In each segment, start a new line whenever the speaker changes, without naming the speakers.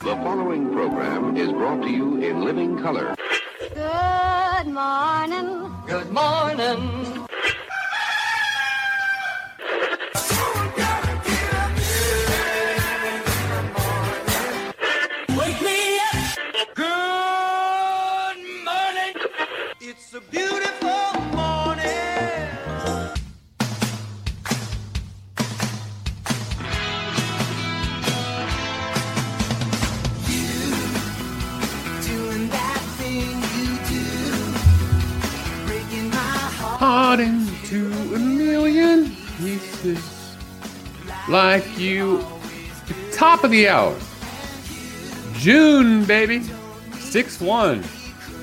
The following program is brought to you in living color.
Good morning.
Good morning.
Wake me up. Good morning. It's a beautiful morning.
Doing that thing you do, breaking my heart.
Heart into a million pieces. Like you. Top of the hour. June, baby. 6 1.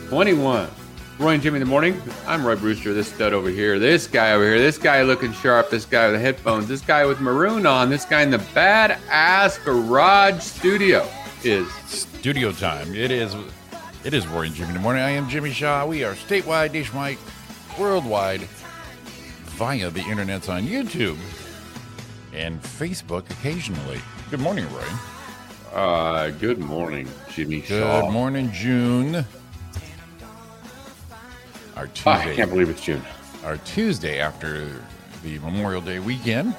21. Roy and Jimmy in the morning. I'm Roy Brewster. This stud over here. This guy over here. This guy looking sharp. This guy with the headphones. This guy with maroon on. This guy in the badass garage studio is
Studio time. It is. It is Roy and Jimmy in the morning. I am Jimmy Shaw. We are statewide, nationwide, worldwide, via the internets on YouTube and Facebook occasionally. Good morning, Roy.
Uh, good morning, Jimmy
Good
Shaw.
morning, June. Our Tuesday.
Ah, I can't believe it's June.
our Tuesday after the Memorial Day weekend.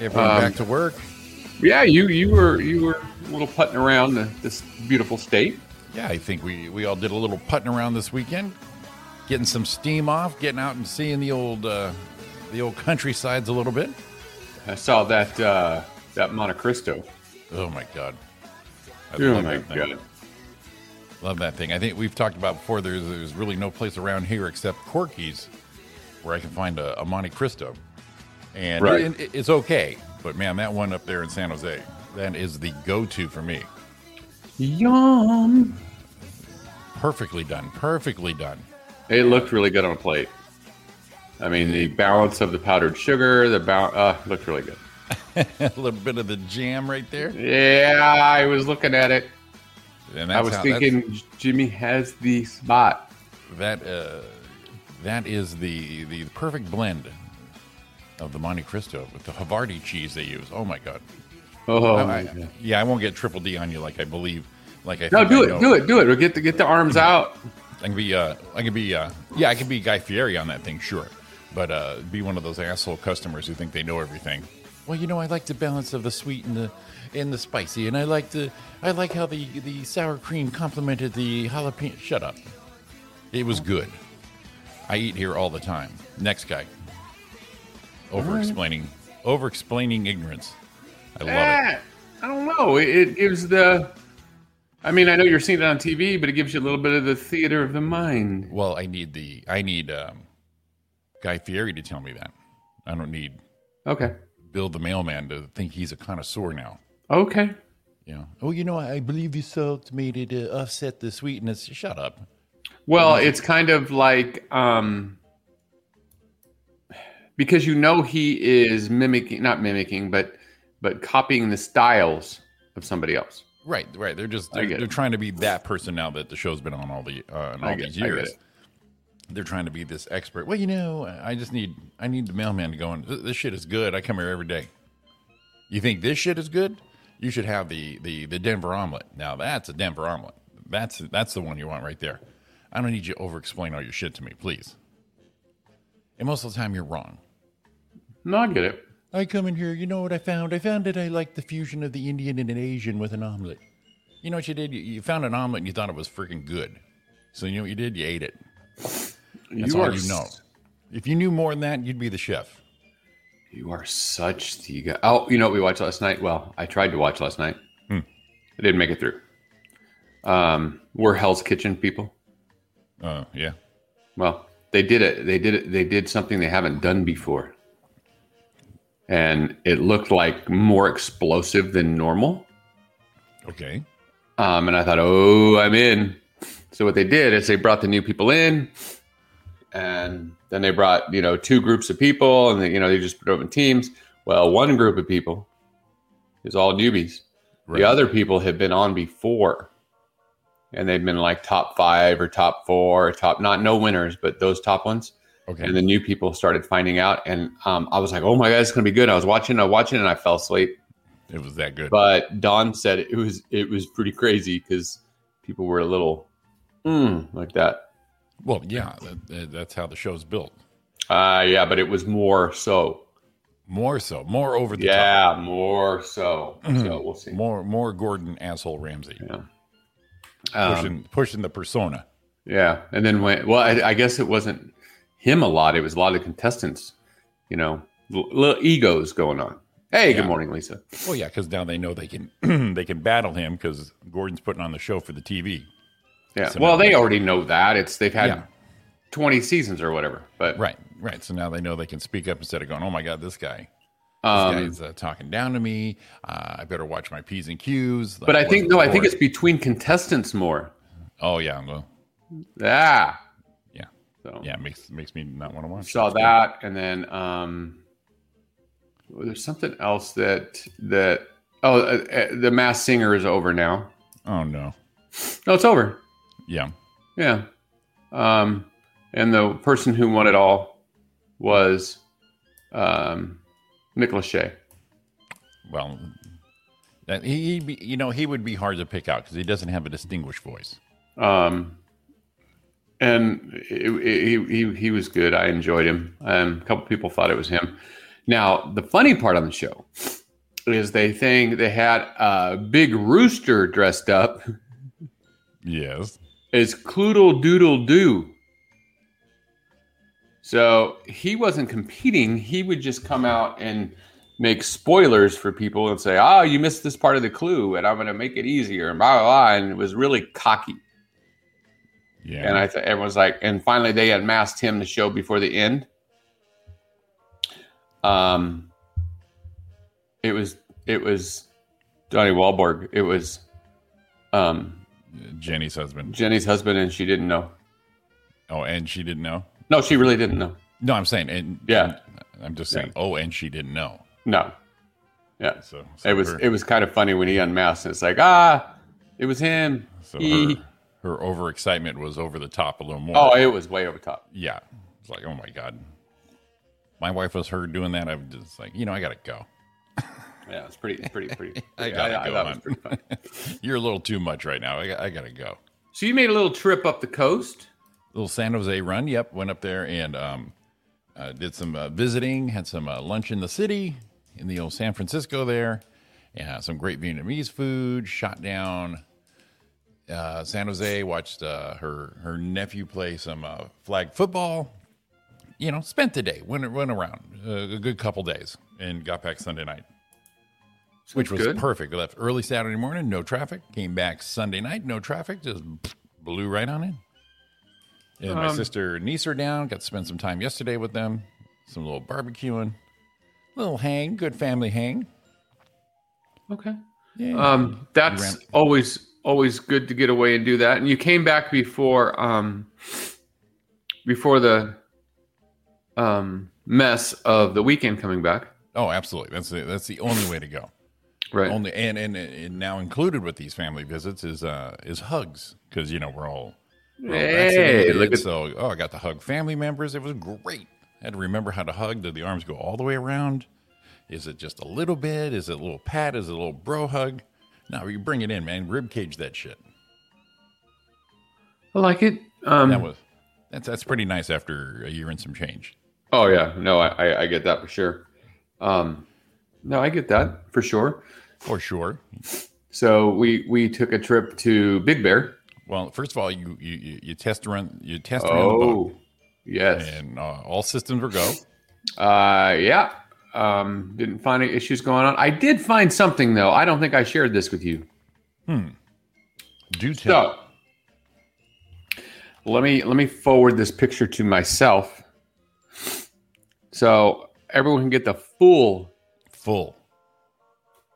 Everyone
Um,
back to work.
Yeah, you you were you were a little putting around the, this beautiful state.
Yeah, I think we, we all did a little putting around this weekend, getting some steam off, getting out and seeing the old uh, the old countrysides a little bit.
I saw that uh, that Monte Cristo.
Oh my god, I
Oh my
that thing.
god!
love that thing. I think we've talked about before. There's there's really no place around here except Corky's, where I can find a, a Monte Cristo, and
Right.
it- it- it's okay. But man, that one up there in San Jose, that is the go-to for me.
Yum!
Perfectly done, perfectly done.
It looked really good on a plate. I mean, the balance of the powdered sugar, the ba- uh, looked really good.
a little bit of the jam right there.
Yeah, I was looking at it.
And
I was
how-
thinking Jimmy has the spot.
that uh, that is the the perfect blend of the Monte Cristo with the Havarti cheese they use. Oh my god!
Oh,
I-
my
I-
God.
yeah, I won't get triple D on you like I believe, like I
no,
think
do
I
it,
know.
do it, do it. We'll get the get the arms out.
I can be uh, I can be uh, yeah, I can be Guy Fieri on that thing, sure, but uh, be one of those asshole customers who think they know everything. Well, you know, I like the balance of the sweet and the and the spicy, and I like the I like how the the sour cream complemented the jalapeno. Shut up, it was good. I eat here all the time. Next guy, over explaining, over explaining ignorance. I love it.
Eh, I don't know. It, it gives the. I mean, I know you're seeing it on TV, but it gives you a little bit of the theater of the mind.
Well, I need the I need um, Guy Fieri to tell me that. I don't need
Okay.
Bill the mailman to think he's a connoisseur now.
Okay.
You know, oh, you know, I believe you soaked me to, to offset the sweetness. Shut up.
Well,
Mm-hmm.
it's kind of like um, because you know he is mimicking, not mimicking, but but copying the styles of somebody else.
Right, right. They're just
I
they're,
get
they're
it.
trying to be that person now that the show's been on all the uh, in
I
all
get-
these
I get
years.
it.
They're trying to be this expert. Well, you know, I just need I need the mailman to go and "Th- this shit is good. I come here every day. You think this shit is good? You should have the the the Denver omelet. Now that's a Denver omelet. That's that's the one you want right there. I don't need you to over explain all your shit to me, please. And most of the time you're wrong.
No, I get it.
I come in here, you know what I found? I found that I like the fusion of the Indian and an Asian with an omelet. You know what you did? You, you found an omelet and you thought it was freaking good. So you know what you did? You ate it. That's all you
s-
know. If you knew more than that, you'd be the chef.
You are such the guy. Oh, you know what we watched last night? Well, I tried to watch last night. I didn't make it through. Um, we're Hell's Kitchen people.
Oh, yeah.
Well, they did it. They did it. They did something they haven't done before, and it looked like more explosive than normal.
Okay.
Um, and I thought, oh, I'm in. So what they did is they brought the new people in, and then they brought you know two groups of people, and they, you know they just put them in teams. Well, one group of people is all newbies. The other people have been on before, and they've been like top five or top four, or top not no winners, but those top ones.
Okay.
And the new people started finding out, and um, I was like, oh my god, it's gonna be good. I was watching, I was watching, and I fell asleep.
It was that good.
But Don said it was it was pretty crazy because people were a little mm, like that.
well, yeah, that- that, that's how the show's built.
Uh yeah, but it was more so.
More so, more over the top.
Yeah, more so. So we'll see.
More, more Gordon asshole Ramsey
Um,
pushing, pushing the persona.
Yeah, and then when well, I, I guess it wasn't him a lot. It was a lot of contestants, you know, l- little egos going on. Hey,
Yeah.
good morning, Lisa.
Well, yeah, because now they know they can they can battle him because Gordon's putting on the show for the TV.
Yeah,
So
well,
now-
they already know that it's they've had
Yeah.
twenty seasons or whatever. But
Right, right. So now they know they can speak up instead of going, "Oh my God, this guy, this
um,
guy's uh, talking down to me. Uh, I better watch my p's and q's."
but I think
wasn't
no, I think
bored.
it's between contestants more.
Oh yeah, well,
Yeah,
yeah,
so
yeah. Makes makes me not want to watch.
saw
That's good.
that, and then um, well, there's something else that that oh, uh, uh, the Mass Singer is over now.
Oh no.
No, it's over.
Yeah.
Yeah. Um, and the person who won it all was um, Nick Lachey.
Well, that, he, he'd be, you know he would be hard to pick out because he doesn't have a distinguished voice.
Um, and it, it, he, he, he was good. I enjoyed him. Um, a couple people thought it was him. Now, the funny part on the show is they think they had a big rooster dressed up
Yes.
as Cloodle Doodle Doo. So he wasn't competing. He would just come out and make spoilers for people and say, "Oh, you missed this part of the clue, and I'm going to make it easier." And blah blah. blah. And it was really cocky.
Yeah.
And I th- everyone's like, and finally they had masked him the show before the end. Um, it was it was Johnny Wahlberg. It was um
Jenny's husband.
Jenny's husband, and she didn't know.
Oh, and she didn't know.
No, she really didn't know.
No, I'm saying, and
Yeah.
I'm just saying. Oh, and she didn't know.
No. Yeah.
So, so
It was
her,
it was kind of funny when he unmasked and it's like, ah, it was him.
so
He-
her, her overexcitement was over the top a little more.
oh, it was way over top.
yeah. It's like, oh my god, my wife was heard doing that. I'm just like, you know, I gotta go.
Yeah, it's pretty pretty pretty.
I gotta
I
go,
thought it was
man.
pretty funny.
You're a little too much right now. I, got- I gotta go.
So you made a little trip up the coast.
Little San Jose run. Yep, went up there and um, uh, did some uh, visiting. Had some uh, lunch in the city in the old San Francisco there. Yeah, some great Vietnamese food. Shot down uh, San Jose. Watched uh, her her nephew play some uh, flag football. You know, spent the day. Went went around uh, a good couple days and got back Sunday night. which was
good.
perfect. We left early Saturday morning, no traffic. Came back Sunday night, no traffic. Just blew right on in. And
Um,
my sister and niece are down. Got to spend some time yesterday with them. Some little barbecuing, little hang, good family hang.
Okay.
Yeah.
Um, that's
ran-
always always good to get away and do that. And you came back before um before the um mess of the weekend coming back.
oh, absolutely. That's the, that's the only way to go.
Right.
Only and, and and now included with these family visits is uh is hugs because you know we're all we're all
hey,
vaccinated.
look at
so oh I got to hug family members. It was great. I had to remember how to hug. Did the arms go all the way around? Is it just a little bit? Is it a little pat? Is it a little bro hug? No, you bring it in, man. Rib cage that shit.
I like it. Um
That was that's that's pretty nice after a year and some change.
Oh yeah, no, I, I, I get that for sure. Um, no, I get that for sure.
For sure.
So we we took a trip to Big Bear.
Well, first of all, you you, you, you test around you test around the book,
Oh, yes,
and uh, all systems were go.
uh, yeah. Um, didn't find any issues going on. I did find something though. I don't think I shared this with you.
Do tell.
So let me let me forward this picture to myself, so everyone can get the full
Full.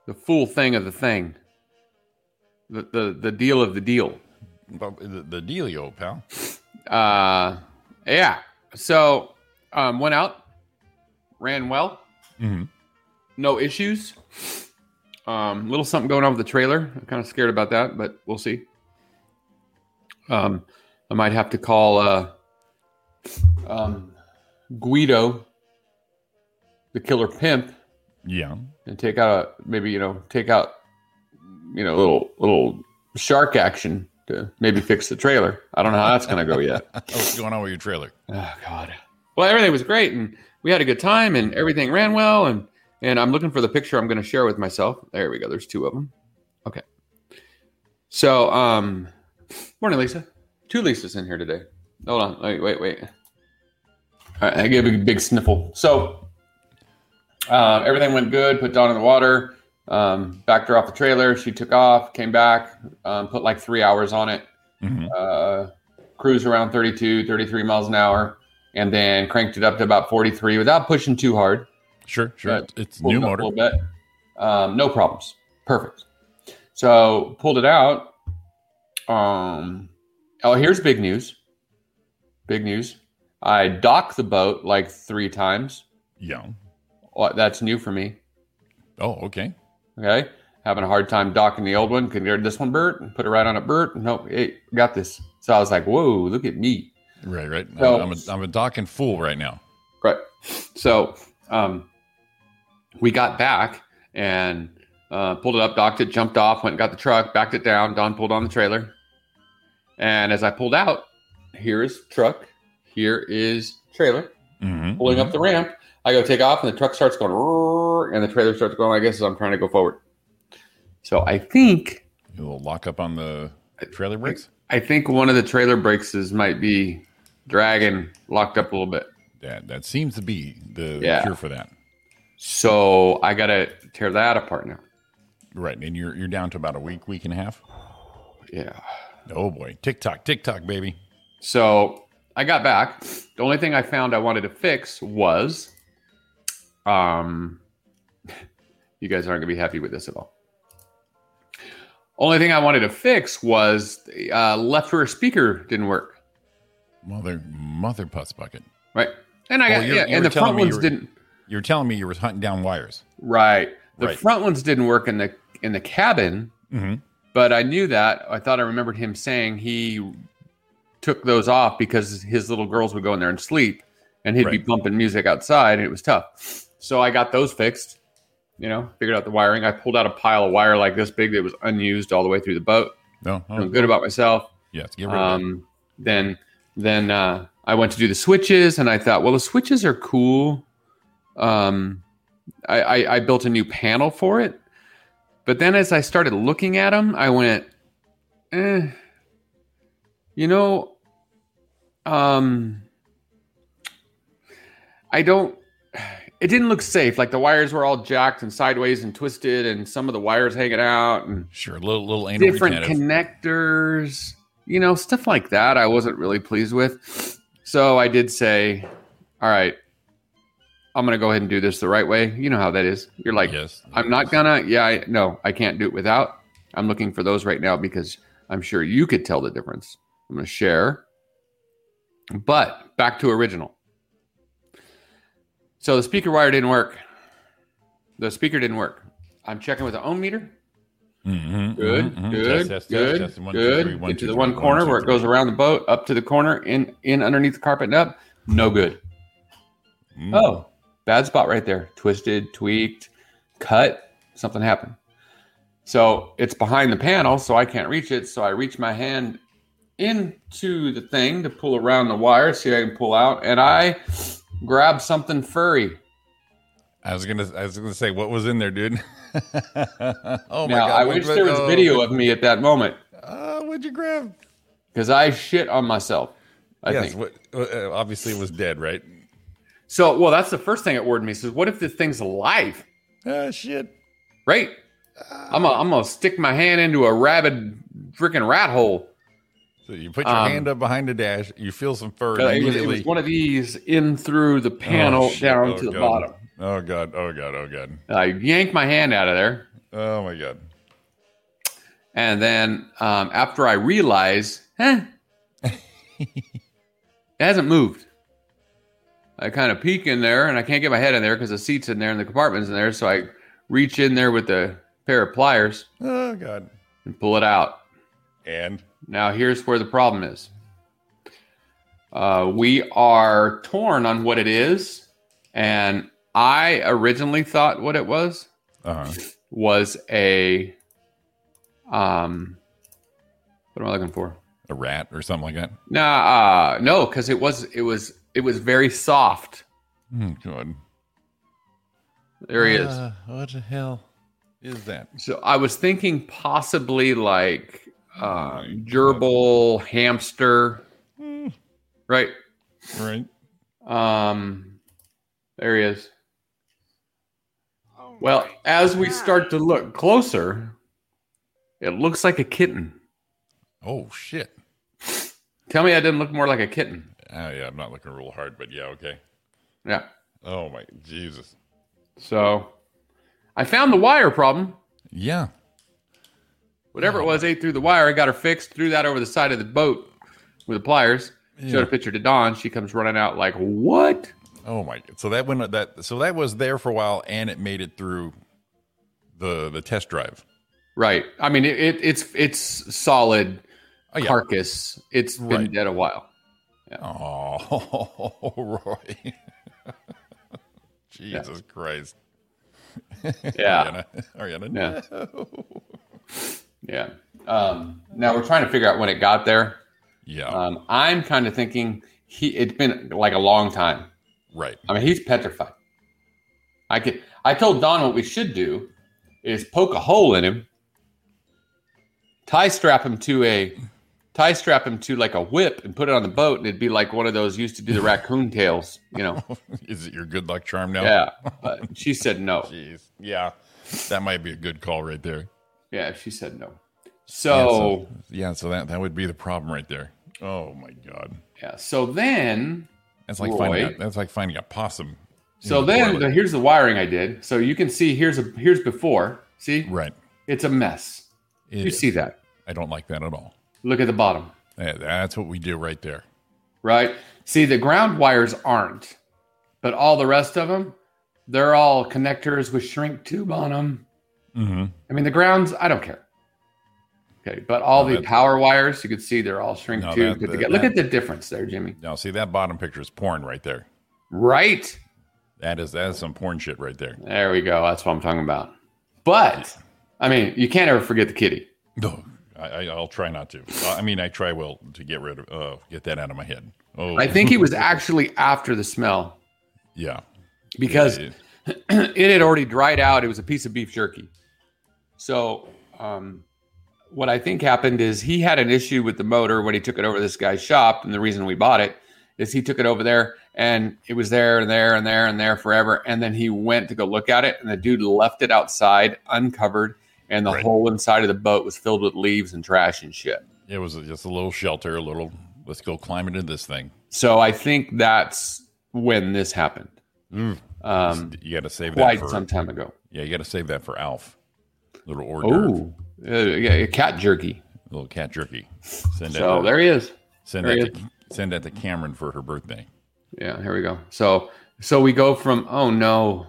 the full thing of the thing, the the the deal of the deal.
Well, The, the dealio, pal.
uh yeah so um went out ran well
Mhm.
no issues um little something going on with the trailer i'm kind of scared about that but we'll see um i might have to call uh um guido the killer pimp
Yeah.
and take out a maybe you know take out you know little little shark action to maybe fix the trailer. I don't know how that's going to go yet.
What's going on with your trailer?
Oh God. Well, everything was great, and we had a good time, and everything ran well, and and I'm looking for the picture I'm going to share with myself. There we go. There's two of them. Okay. So, um, morning, Lisa. Two Lisas in here today. Hold on. Wait, wait, wait. All right, I gave a big, big sniffle. So, uh, everything went good. Put Dawn in the water. Um, backed her off the trailer. She took off, came back, um, put like three hours on it
Mhm.
uh, cruise around 32, 33 miles an hour, and then cranked it up to about 43 without pushing too hard.
Sure, sure.
Right.
It's
Pulled
new
it up
motor.
A little bit. Um, no problems. Perfect. So pulled it out. Um, oh, here's big news. Big news. I docked the boat like three times.
Yeah.
Well, That's new for me.
Oh, okay.
Okay. Having a hard time docking the old one. Could get this one, Bert, and put it right on it, Bert. No, hey, got this. So I was like, whoa, look at me.
Right, right.
So-
I'm, a, I'm a docking fool right now.
Right. So um, we got back and uh, pulled it up, docked it, jumped off, went and got the truck, backed it down. Don pulled on the trailer. And as I pulled out, here is truck, here is trailer.
Mm-hmm.
Pulling up the ramp, I go take off, and the truck starts going, "Roar," and the trailer starts going, I guess, as I'm trying to go forward. So I think
You will lock up on the trailer brakes.
I think one of the trailer brakes is might be dragging locked up a little bit.
That that seems to be the
Yeah.
cure for that.
So I gotta tear that apart now.
Right, and you're you're down to about a week, week and a half.
Yeah.
Oh boy, tick tock, tick tock, baby.
So I got back. The only thing I found I wanted to fix was, um, you guys aren't gonna be happy with this at all. Only thing I wanted to fix was the, uh, left rear speaker didn't work.
Mother mother putz bucket.
Right, and I
Oh,
got
you're-
yeah,
you were
and the
telling
front
me you
ones
were-
didn't.
You're telling me you were hunting down wires.
Right, the
Right.
front ones didn't work in the in the cabin.
Mm-hmm.
But I knew that. I thought I remembered him saying he took those off because his little girls would go in there and sleep, and he'd be
Right.
bumping music outside, and it was tough. So I got those fixed. You know, figured out the wiring. I pulled out a pile of wire like this big that was unused all the way through the boat.
No, oh,
Feeling good about myself.
yes, get rid of that.
Um, then, then uh, I went to do the switches, and I thought, well, the switches are cool. Um, I, I, I built a new panel for it, but then as I started looking at them, I went, eh, you know, um, I don't. It didn't look safe. Like the wires were all jacked and sideways and twisted, and some of the wires hanging out, and
Sure, little little anal
different
retentive.
connectors, you know, stuff like that. I wasn't really pleased with. So I did say, all right, I'm going to go ahead and do this the right way. You know how that is. You're like,
yes,
I'm not going to, yeah, I, no, I can't do it without. I'm looking for those right now because I'm sure you could tell the difference. I'm going to share. But back to original. So the speaker wire didn't work. The speaker didn't work. I'm checking with the ohm meter.
Mm-hmm,
Good,
mhm, mhm.
good,
Test, test, test,
good,
test. One, two,
good.
three, one,
Get to
two,
the
three,
one corner
two,
where it goes
three.
around the boat, up to the corner, in in underneath the carpet, and up. No good.
Mm.
Oh, bad spot right there. Twisted, tweaked, cut. Something happened. So it's behind the panel, so I can't reach it. So I reach my hand into the thing to pull around the wire, see if I can pull out, and I grab something furry.
I was gonna, I was gonna say, what was in there, dude? oh my
now
god!
I
what-
wish
what-
there was
oh,
video of me at that moment
Uh, what'd you grab?
because I shit on myself. I
yes,
think.
what, uh, obviously it was dead, right?
So, well, that's the first thing it worried me. Says, what if this thing's alive?
Ah, shit.
Right? I'm gonna I'm gonna stick my hand into a rabid freaking rat hole.
So you put your
Um,
hand up behind the dash, you feel some fur, and
It was, it
immediately
was one of these in through the panel
Oh, shit.
down
Oh,
to the
God.
bottom.
Oh god! Oh god! Oh god!
I yanked my hand out of there,
Oh my god!
and then um, after I realized, eh, it hasn't moved. I kind of peek in there, and I can't get my head in there because the seat's in there and the compartment's in there. So I reach in there with a pair of pliers
Oh god!
and pull it out.
And
Now, here's where the problem is. Uh, we are torn on what it is, and I originally thought what it was.
Uh-huh.
was a um what am I looking for?
A rat or something like that.
Nah, uh, no, because it was it was it was very soft.
Hmm, God.
There he is.
Uh, what the hell is that?
So I was thinking possibly like uh, gerbil hamster, right?
Hmm, Right.
Um, there he is. Well, as we start to look closer, it looks like a kitten.
Oh shit.
Tell me I didn't look more like a kitten.
Oh yeah, I'm not looking real hard, but yeah, okay.
Yeah.
Oh my Jesus.
So I found the wire problem.
Yeah.
Whatever it was,
Oh.
ate through the wire. I got her fixed, threw that over the side of the boat with the pliers. Showed a picture to Dawn. She comes running out like, What?
Oh my. So that went that. So that was there for a while, and it made it through the the test drive.
Right. I mean, it, it, it's it's solid
Oh yeah.
carcass. It's been
Right.
dead a while.
Oh, Roy. Jesus Christ.
Yeah.
Ariana. Ariana.
Yeah. Yeah. Um, now we're trying to figure out when it got there.
Yeah.
Um, I'm kind of thinking he. It's been like a long time.
right.
I mean, he's petrified. I could. I told Don what we should do is poke a hole in him, tie strap him to a, tie strap him to like a whip, and put it on the boat, and it'd be like one of those used to do the raccoon tails, you know?
Is it your good luck charm now?
Yeah. But she said no.
Jeez. Yeah. That might be a good call right there.
Yeah, she said no.
Yeah,
So
so, yeah, so that that would be the problem right there. Oh my god.
yeah. So then,
That's like finding
Roy.
a, that's like finding a possum.
so
in the
then
toilet.
here's the wiring I did. So you can see here's a here's before. See,
right.
it's a mess.
It
You
is.
see that?
I don't like that at all.
Look at the bottom.
Yeah, That's what we do right there.
right? See, the ground wires aren't, but all the rest of them, they're all connectors with shrink tube on them.
Mm-hmm.
I mean, the grounds, I don't care. Okay, but all
No,
the
that's-
power wires, you can see they're all shrink
No,
tube
that-
put
that-
together. Look
that-
at the difference there, Jimmy.
Now see that bottom picture is porn right there.
Right
That is that is some porn shit right there.
there, we go. That's what I'm talking about. But I mean, you can't ever forget the kitty.
No, I, I- I'll try not to. Uh, I mean, I try will to get rid of uh, get that out of my head. Oh,
I think he was actually after the smell
yeah,
because
It-
it had already dried out. It was a piece of beef jerky. So, um, what I think happened is he had an issue with the motor when he took it over to this guy's shop. And the reason we bought it is he took it over there and it was there and there and there and there forever. And then he went to go look at it. And the dude left it outside uncovered. And the
Right.
whole inside of the boat was filled with leaves and trash and shit.
it was just a little shelter, a little. Let's go climb into this thing.
So, I think that's when this happened
Mm.
um,
you got to save that
quite
for
some time ago.
yeah. You got to save that for Alf. Little hors d'oeuvre,
Oh, yeah, cat jerky.
little cat jerky. Send that
So,
to-
there he is.
send
there
that
he
to, send that to Cameron for her birthday.
Yeah, here we go. So so we go from oh no.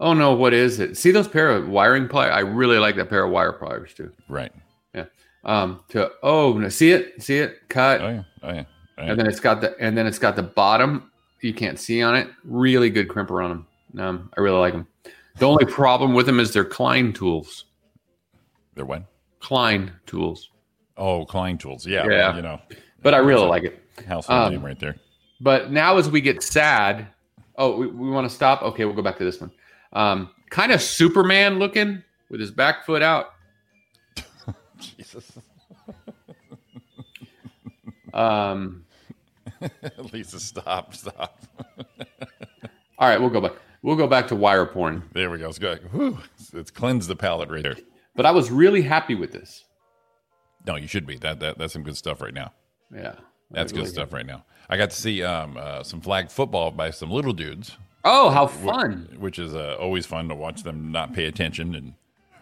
Oh no, what is it? See those pair of wiring pliers? I really like that pair of wire pliers too.
Right.
Yeah. Um to oh no, see it? See it? Cut.
Oh yeah. Oh yeah. Oh, yeah.
And then it's got the and then it's got the bottom you can't see on it. Really good crimper on them. Um, I really like them. The only problem with them is they're Klein tools.
They're what?
Klein tools.
Oh, Klein tools. Yeah.
Yeah.
You know,
But I really like it.
household
Um,
name right there.
But now, as we get sad, oh, we, we want to stop. Okay, we'll go back to this one. Um, kind of Superman looking with his back foot out.
Jesus.
Um,
Lisa, stop, stop.
all right, we'll go back. We'll go back to wire porn.
There we go. It's good. Whew. It's, it's cleansed the palate right there.
But I was really happy with this.
No, you should be. That, that that's some good stuff right now.
Yeah,
That's good stuff right now. I got to see um, uh, some flag football by some little dudes,
Oh, how fun!
which is uh, always fun to watch them not pay attention and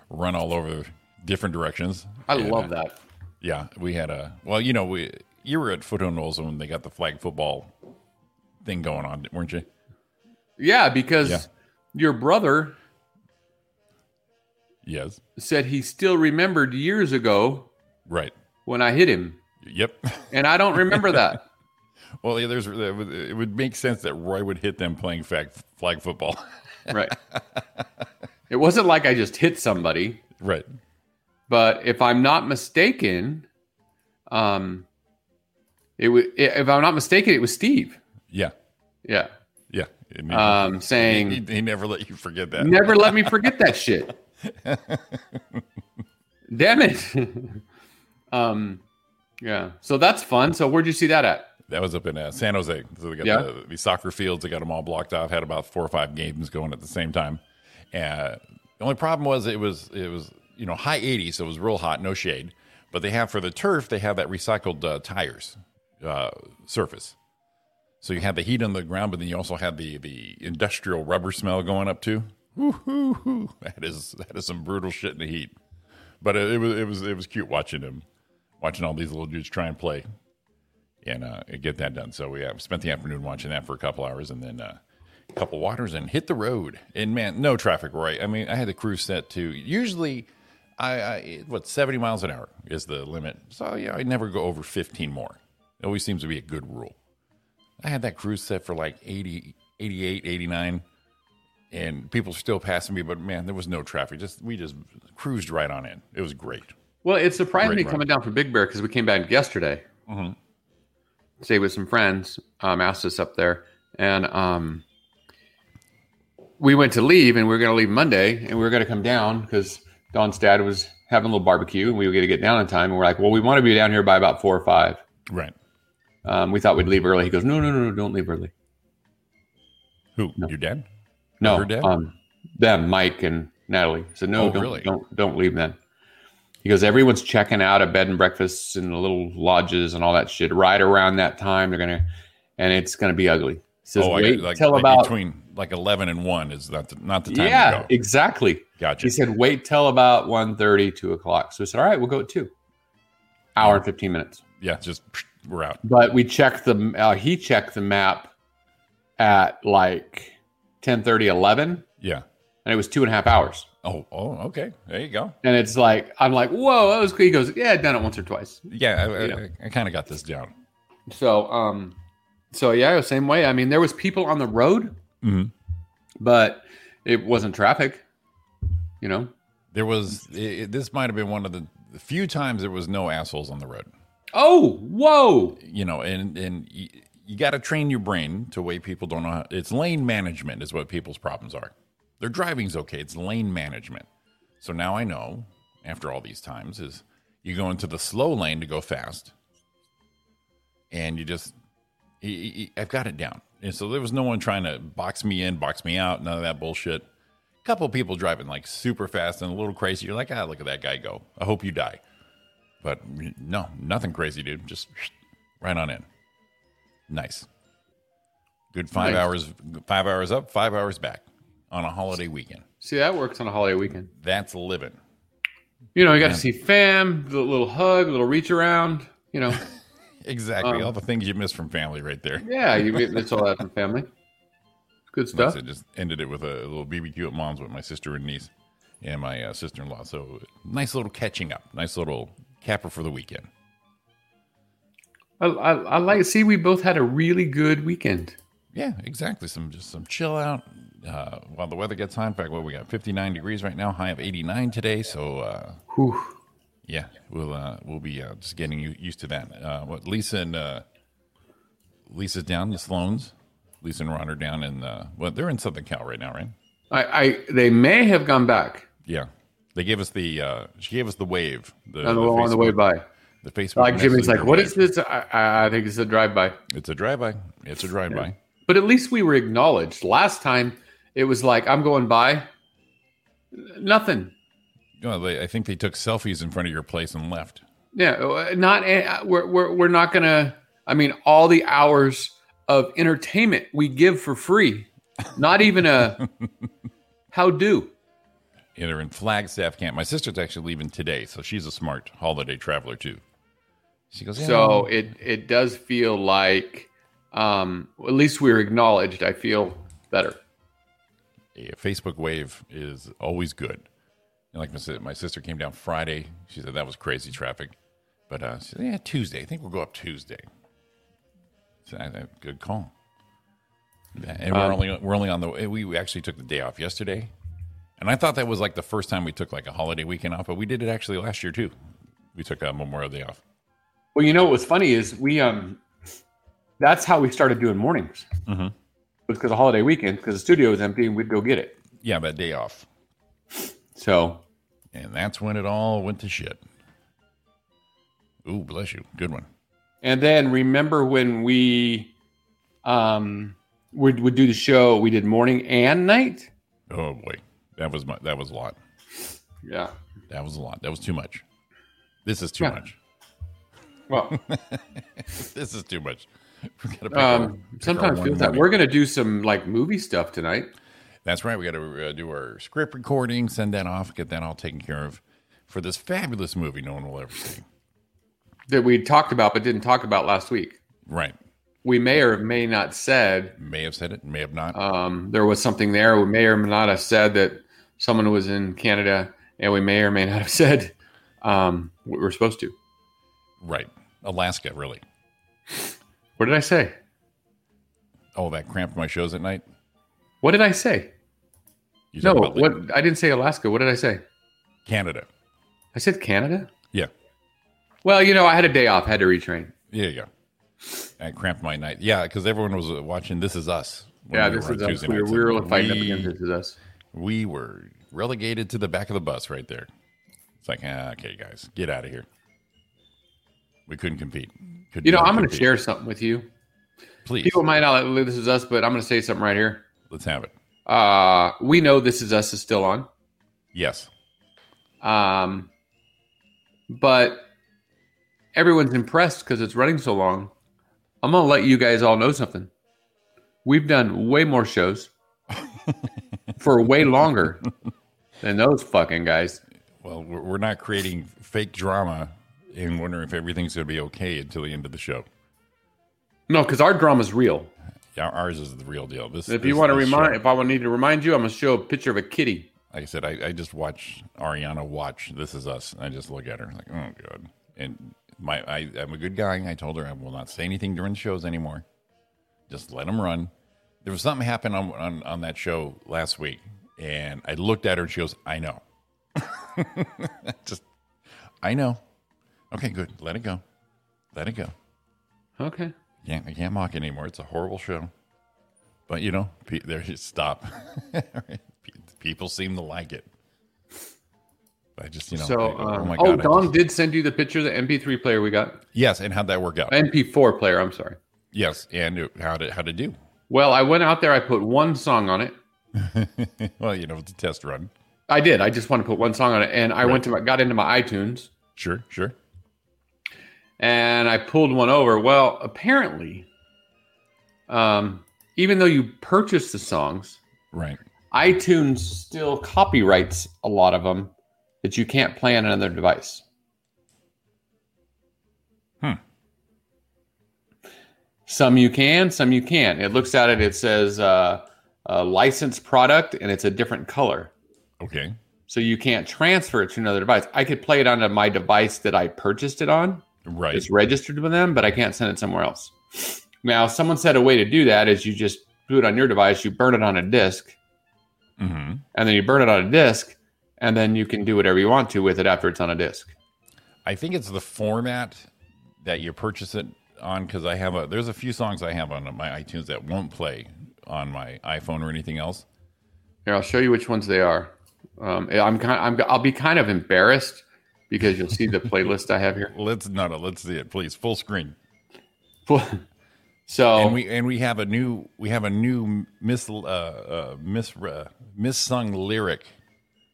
run all over different directions.
I
And,
love
uh,
that.
Yeah, we had a well, you know, we you were at Foothills when they got the flag football thing going on, weren't you?
Yeah, because
yeah.
your brother
Yes.
said he still remembered years ago
Right.
when I hit him,
Yep.
and I don't remember that.
Well, yeah, there's there would- it would make sense that Roy would hit them playing flag, flag football.
Right. It wasn't like I just hit somebody,
Right.
but if I'm not mistaken, um, it was if I'm not mistaken, it was Steve.
Yeah.
Yeah,
Yeah. It never-
um, saying
he, he never let you forget that.
Never let me forget that shit. Damn it. um, yeah. So that's fun. So where'd you see that at?
That was up in uh, San Jose. So they got
Yeah.
the, the soccer fields. They got them all blocked off. Had about four or five games going at the same time. Uh, the only problem was it was it was you know high 80s, so it was real hot, no shade. But they have for the turf, they have that recycled uh, tires uh, surface. So you had the heat on the ground, but then you also had the the industrial rubber smell going up too. Woo-hoo-hoo. That is that is some brutal shit in the heat. But it, it was it was it was cute watching him, watching all these little dudes try and play and uh, get that done. So we uh, spent the afternoon watching that for a couple hours, and then uh, a couple waters, and hit the road. And man, no traffic, right? I mean, I had the cruise set to usually, I, I what seventy miles an hour is the limit. So yeah, I never go over fifteen more. It always seems to be a good rule. I had that cruise set for like 80, 88, 89, and people were still passing me, but man, there was no traffic. Just we just cruised right on in. It was great.
Well, it surprised
Great
me
run. Mm-hmm.
coming down from Big Bear because we came back yesterday. Stayed with some friends, um, asked us up there, and um, we went to leave, and we were going to leave Monday, and we were going to come down because Don's dad was having a little barbecue, and we were going to get down in time. And we're like, well, we want to be down here by about four or five.
Right.
Um, we thought we'd leave early. He goes, no, no, no, no, don't leave early.
Who? Your dad?
No,
Her dad?
um, them, Mike and Natalie. So no,
Oh,
don't,
really?
don't don't leave then. He goes, everyone's checking out of bed and breakfasts and the little lodges and all that shit. Right around that time, they're gonna, and it's gonna be ugly. He says,
Oh, I
wait
got- like,
till
like
about
between like eleven and one is not the, not the time
yeah,
to go.
exactly.
Gotcha.
He said, wait till about 1.30, 2 o'clock. So we said, all right, we'll go at two. Hour and fifteen minutes.
yeah, just psh, we're out.
But we checked the uh, he checked the map at like 10.30, 11,
Yeah.
and it was two and a half hours.
Oh, oh, okay. There you go.
And it's like I'm like, whoa, that was cool. He goes, yeah, I've done it once or twice.
Yeah, I, I-
Yeah.
I, kind of got this down.
So, um, so yeah, it was same way. I mean, there was people on the road, Mm-hmm.
Mhm.
but it wasn't traffic. You know?
There was it, it- this might have been one of the the few times there was no assholes on the road.
Oh, whoa!
You know, and and you, you got to train your brain to way people don't know. How, it's lane management is what people's problems are. Their driving's okay. It's lane management. So now I know after all these times is you go into the slow lane to go fast, and you just he- he- he- I've got it down. And so there was no one trying to box me in, box me out, none of that bullshit. couple people driving like super fast and a little crazy. You're like, ah, look at that guy go. I hope you die. But no, nothing crazy, dude. Just right on in. Nice. Good five
Nice.
hours, five hours up, five hours back on a holiday weekend.
See, that works on a holiday weekend.
That's living.
You know, you got to see fam, the little hug, little reach around. You know,
Exactly.
Um,
all the things you miss from family right there.
yeah, you get that's all that from family. Good
Like I
stuff.
said, just ended it with a little BBQ at mom's with my sister and niece and my uh, sister in law. So nice little catching up, nice little capper for the weekend.
I, I, I like. See, we both had a really good weekend.
Yeah, exactly. Some just some chill out uh, while the weather gets hot. In fact, what we got 59 degrees right now, high of 89 today. So uh,
Whew.
yeah, we'll uh, we'll be uh, just getting u- used to that. Uh, what Lisa and uh, Lisa's down the Sloans. Lisa and Ron are down in uh, well, they're in Southern Cal right now, right?
I, I they may have gone back
Yeah, they gave us the uh, she gave us the wave the,
on the, on the way
Facebook-
by.
the Facebook.
Like Jimmy's
Messenger
like, what
wave.
is this? I, I- I think it's a drive by.
It's a drive-by. It's a drive-by.
But at least we were acknowledged. Last time it was like, I'm going by. Nothing.
You know, they, I think they took selfies in front of your place and left.
Yeah, uh, not uh, we're we're, we're not gonna. I mean, all the hours of entertainment we give for free. Not even a how do.
Yeah, they're in Flagstaff camp. My sister's actually leaving today, so she's a smart holiday traveler too. She goes, yeah,
So it it does feel like um, at least we were acknowledged. I feel better.
a Facebook wave is always good. And like my, si- my sister came down Friday. She said that was crazy traffic. But uh, she said, yeah, Tuesday. I think we'll go up Tuesday. So I, I- good call. Yeah, And we're only we're only on the we, we actually took the day off yesterday, And I thought that was like the first time we took like a holiday weekend off, but we did it actually last year too. We took uh, Memorial Day off.
Well, you know what was funny is we um, that's how we started doing mornings.
Mhm.
It was because of holiday weekend because the studio was empty and we'd go get it.
Yeah, that day off.
So
And that's when it all went to shit. Ooh, bless you. Good one.
and then remember when we um would would do the show? We did morning and night.
Oh boy. That was my, that was a lot.
Yeah.
That was a lot. That was too much. This is too
Yeah.
much.
Well,
This is too much. We gotta pick our-
um,
pick our
sometimes
one
feels that
movie.
we're gonna do some like movie stuff tonight.
That's right. We got to uh, do our script recording, send that off, get that all taken care of for this fabulous movie no one will ever see.
that we talked about but didn't talk about last week.
Right.
We may or may not said
May have said it, may have not.
um, there was something there. We may or may not have said that someone was in Canada, and we may or may not have said um, what we were supposed to.
right. Alaska, really.
What did I say?
Oh, that cramped my shows at night.
What did I say?
You
No,
talking about, like,
what I didn't say Alaska. What did I say?
Canada.
I said Canada.
Yeah.
Well, you know, I had a day off, had to retrain.
Yeah, yeah. I cramped my night. Yeah, because everyone was uh, watching This Is Us. when
yeah,
we
this
were
is
on
us.
Tuesday
We were,
nights,
we were
and
fighting up
we-
against this is us.
we were relegated to the back of the bus right there. It's like, ah, okay, guys, get out of here. We couldn't compete. Couldn't
You know, I'm going to
compete.
share something with you.
Please,
People might not like this is us, but I'm going to say something right here.
let's have it.
Uh, we know this is us is still on.
Yes,
Um, but everyone's impressed because it's running so long. I'm gonna let you guys all know something. We've done way more shows for way longer than those fucking guys.
Well, we're we're not creating fake drama and wondering if everything's going to be okay until the end of the show.
No, because our drama's real.
Yeah, ours is the real deal. This,
If
this-
you want to
this
remind,
show-
if I would need to remind you, I'm gonna show a picture of a kitty.
like I said, I, I just watch Ariana watch This Is Us. And I just look at her like, oh god. And my, I, I'm a good guy. I told her I will not say anything during the shows anymore. Just let them run. There was something happened on on, on that show last week, and I looked at her and she goes, I know. just, I know. Okay, good. Let it go. Let it go.
Okay.
Yeah, I can't mock anymore. It's a horrible show. But you know, pe- there you stop. People seem to like it. I just, you know,
so,
I go,
um,
oh
oh,
my god. I
Don
just-
did send you the picture of the MP3 player we got,
yes, and how'd that work out?
MP4 player. I'm sorry.
yes, and it- how to how to do?
Well, I went out there. I put one song on it.
well, you know, it's a test run.
I did. I just want to put one song on it, and I went to my, got into my iTunes
Sure, sure.
and I pulled one over. Well, apparently, um, even though you purchase the songs,
Right.
iTunes still copyrights a lot of them that you can't play on another device.
Hmm.
Some you can, some you can't. It looks at it. It says uh, a licensed product, and it's a different color.
Okay.
so you can't transfer it to another device. I could play it onto my device that I purchased it on.
Right.
It's registered with them, but I can't send it somewhere else. Now, someone said a way to do that is you just do it on your device, you burn it on a disk,
hmm
and then you burn it on a disk, and then you can do whatever you want to with it after it's on a disk.
I think it's the format that you purchase it on because I have a there's a few songs I have on my iTunes that won't play on my iPhone or anything else.
Here, I'll show you which ones they are. Um, I'm kind, I'm, I'll be kind of embarrassed because you'll see the playlist I have here.
Let's no no, let's see it, please. Full screen.
So
and we and we have a new we have a new mis uh, uh, mis uh, missung lyric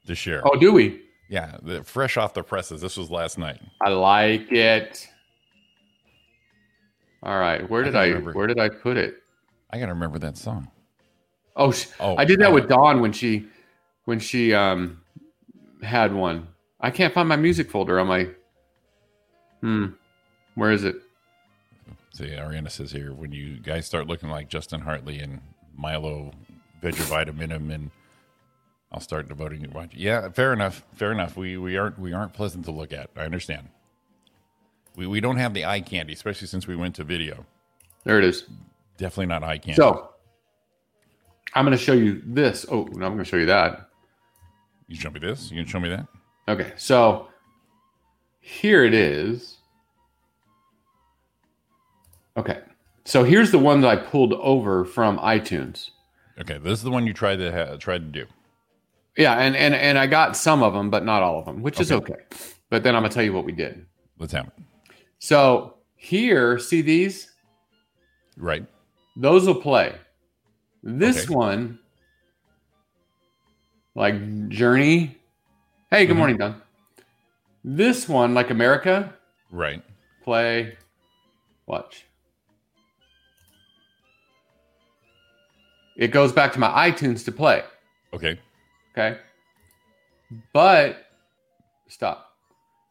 to share.
oh, do we?
yeah, the, fresh off the presses. This was last night.
I like it. All right, where
I
did
don't
I,
remember.
where did I put it?
I gotta remember that song.
Oh, sh
Oh,
I did that
I-
with Dawn when she when she um had one. I can't find my music folder on my. Hmm, where is it?
See, Ariana says here when you guys start looking like Justin Hartley and Milo Vegavitaminum and I'll start devoting you watch. Yeah, fair enough. Fair enough. We we aren't we aren't pleasant to look at. I understand. We we don't have the eye candy, especially since we went to video.
There it is.
Definitely not eye candy.
So I'm going to show you this. Oh, no, I'm going to show you that.
You show me this. You can show me that.
Okay, so here it is. Okay, so here's the one that I pulled over from iTunes.
Okay, this is the one you tried to ha- tried to do.
Yeah, and and and I got some of them, but not all of them, which is okay. But then I'm gonna tell you what we did.
Let's have it.
So here, see these?
Right.
Those will play. This
Okay.
one, like Journey. Hey, good
Mhm.
morning, Don. This one, like America,
Right.
play. Watch. It goes back to my iTunes to play.
Okay.
Okay. But stop.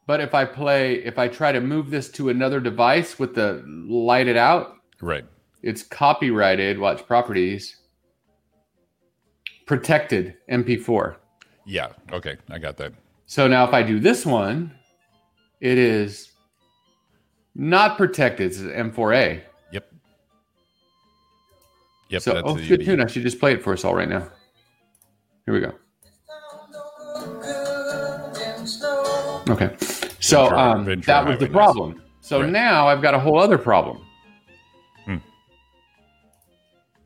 But if I play, if I try to move this to another device with the light it out,
Right.
it's copyrighted. Watch properties. Protected MP4.
Yeah. Okay. I got that.
So now if I do this one, it is not protected. It's M4A.
Yep. Yep.
so, oh,
the-
good tune. I should just play it for us all right now. Here we go. Okay. So
Ventura-
um,
Ventura
that was
Highway,
the
nice.
problem. So
Right.
now I've got a whole other problem.
Hmm.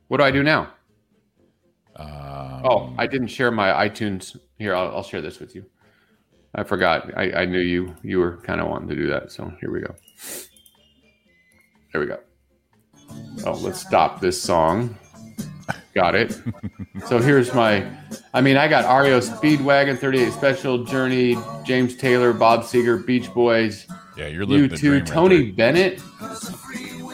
What do I do now?
Um,
Oh, I didn't share my iTunes. Here, I'll, I'll share this with you. I forgot. I, I knew you you were kind of wanting to do that. So here we go. There we go. Oh, let's stop this song. Got it. so here's my. I mean, I got Ario Speedwagon, 38 Special, Journey, James Taylor, Bob Seger, Beach Boys,
yeah. You're living
you
the
two,
dream. right
Tony
there.
Bennett,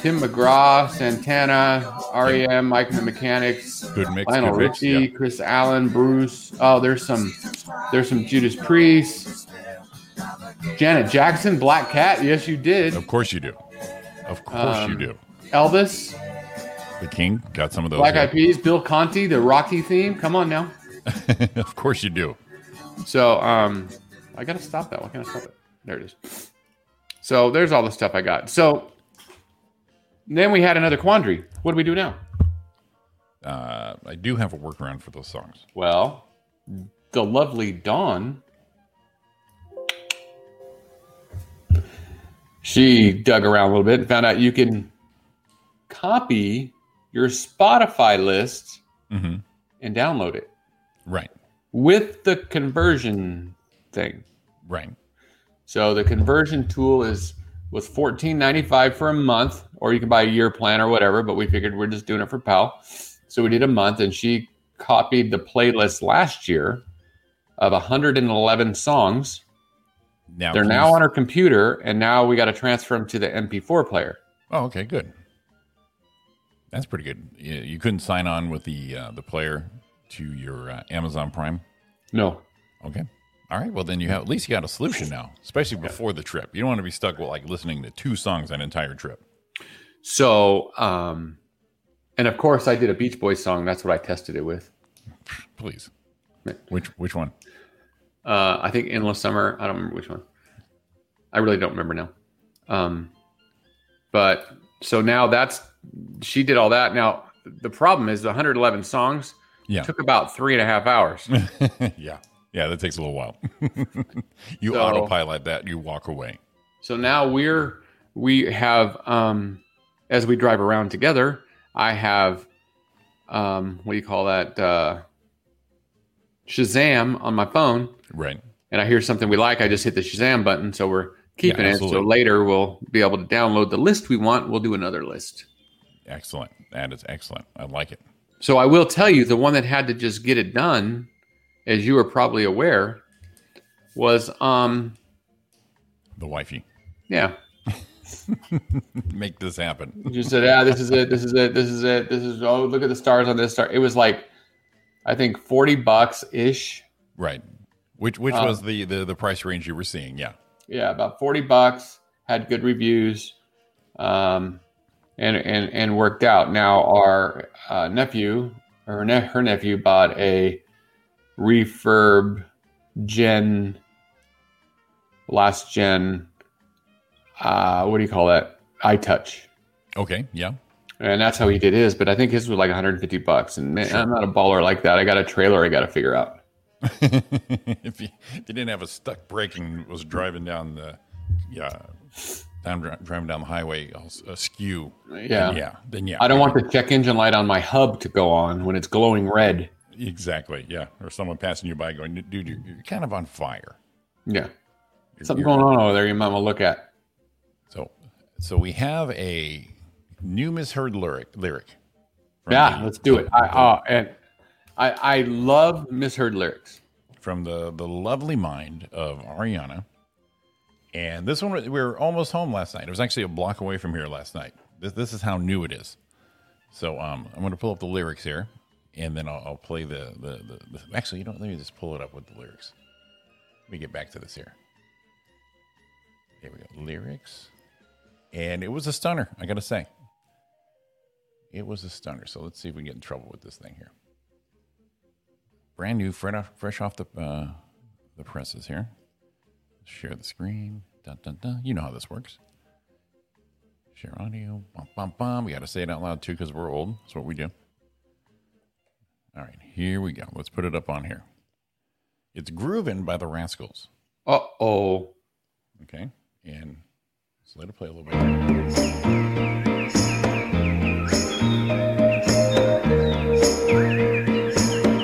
Tim McGraw, Santana, REM, Mike and the Mechanics,
Good mix.
Lionel
good mix.
Richie,
Yeah.
Chris Allen, Bruce. Oh, there's some, there's some Judas Priest, Janet Jackson, Black Cat. Yes, you did.
Of course you do. Of course you
Um,
do.
Elvis,
The King got some of those.
Black
yeah.
Eyed Peas, Bill Conti, the Rocky theme. Come on now.
of course you do.
So, um, I gotta stop that. Why can't I stop it? There it is. So there's all the stuff I got. So then we had another quandary. What do we do now?
Uh, I do have a workaround for those songs.
Well, the lovely Dawn. She dug around a little bit and found out you can copy your Spotify list
hmm
and download it
Right.
with the conversion thing.
Right.
So the conversion tool is was fourteen ninety five for a month, or you can buy a year plan or whatever. But we figured we're just doing it for pal, so we did a month, and she copied the playlist last year of hundred and eleven songs.
Now
They're
please-
now on her computer, and now we got to transfer them to the MP4 player.
Oh, okay, good. That's pretty good. You, you couldn't sign on with the uh, the player to your uh, Amazon Prime.
No,
Okay. All right. Well, then you have at least you got a solution now, especially before the trip. You don't want to be stuck with like listening to two songs an entire trip.
so um, and of course I did a Beach Boys song. That's what I tested it with.
Please. Which which one?
Uh, I think Endless Summer. I don't remember which one. I really don't remember now. Um, but so now that's she did all that. Now the problem is the 111 songs
Yeah.
took about three and a half hours.
yeah. Yeah. That takes a little while. you
So-
autopilot that. You walk away.
so now we're we have um, as we drive around together. I have um, what do you call that? Uh, Shazam on my phone.
Right.
and I hear something we like, I just hit the Shazam button. So we're keeping
Yeah,
it. So
absolutely.
later we'll be able to download the list we want. We'll do another list.
Excellent. That is excellent. I like it.
So I will tell you the one that had to just get it done, as you are probably aware, was um
The wifey.
yeah.
Make this happen.
You said, ah, this is it, this is it, this is it, this is oh look at the stars on this star. It was like I think forty bucks ish.
Right. Which which
Uh,
was the, the the price range you were seeing? Yeah.
yeah, about forty bucks. Had good reviews, um, and and and worked out. Now our uh, nephew or her, ne- her nephew bought a refurb gen last gen. Uh, what do you call that? iTouch,
Okay. Yeah.
and that's how he did his. But I think his was like 150 bucks, and man, I'm not a baller like that. I got a trailer I got to figure out.
if, you, if you didn't have a stuck brake and was driving down the yeah down dri- driving down the highway all s- askew,
Yeah.
then yeah, then yeah,
I don't want the check engine light on my hub to go on when it's glowing red.
exactly yeah, or someone passing you by going, dude, you're, you're kind of on fire.
Yeah.
You're-
Something
you're-
going on over there you might want to look at.
So, so we have a new misheard lyric. Lyric. from
Yeah,
the-
let's do it. I, oh, and I, I love misheard lyrics.
from the the lovely mind of Ariana. And this one, we were almost home last night. It was actually a block away from here last night. This, this is how new it is. So um, I'm going to pull up the lyrics here, and then I'll, I'll play the the, the the. Actually, you know, what? let me just pull it up with the lyrics. Let me get back to this here. Here we go, lyrics, and it was a stunner. I got to say, it was a stunner. So let's see if we can get in trouble with this thing here brand new, fresh off, fresh off the uh, the presses here. Share the screen. Dun, dun, dun. You know how this works. Share audio. Bum, bum, bum. We got to say it out loud too because we're old. That's what we do. All right, here we go. Let's put it up on here. It's Groovin' by the Rascals.
Uh oh.
Okay. And so let it play a little bit.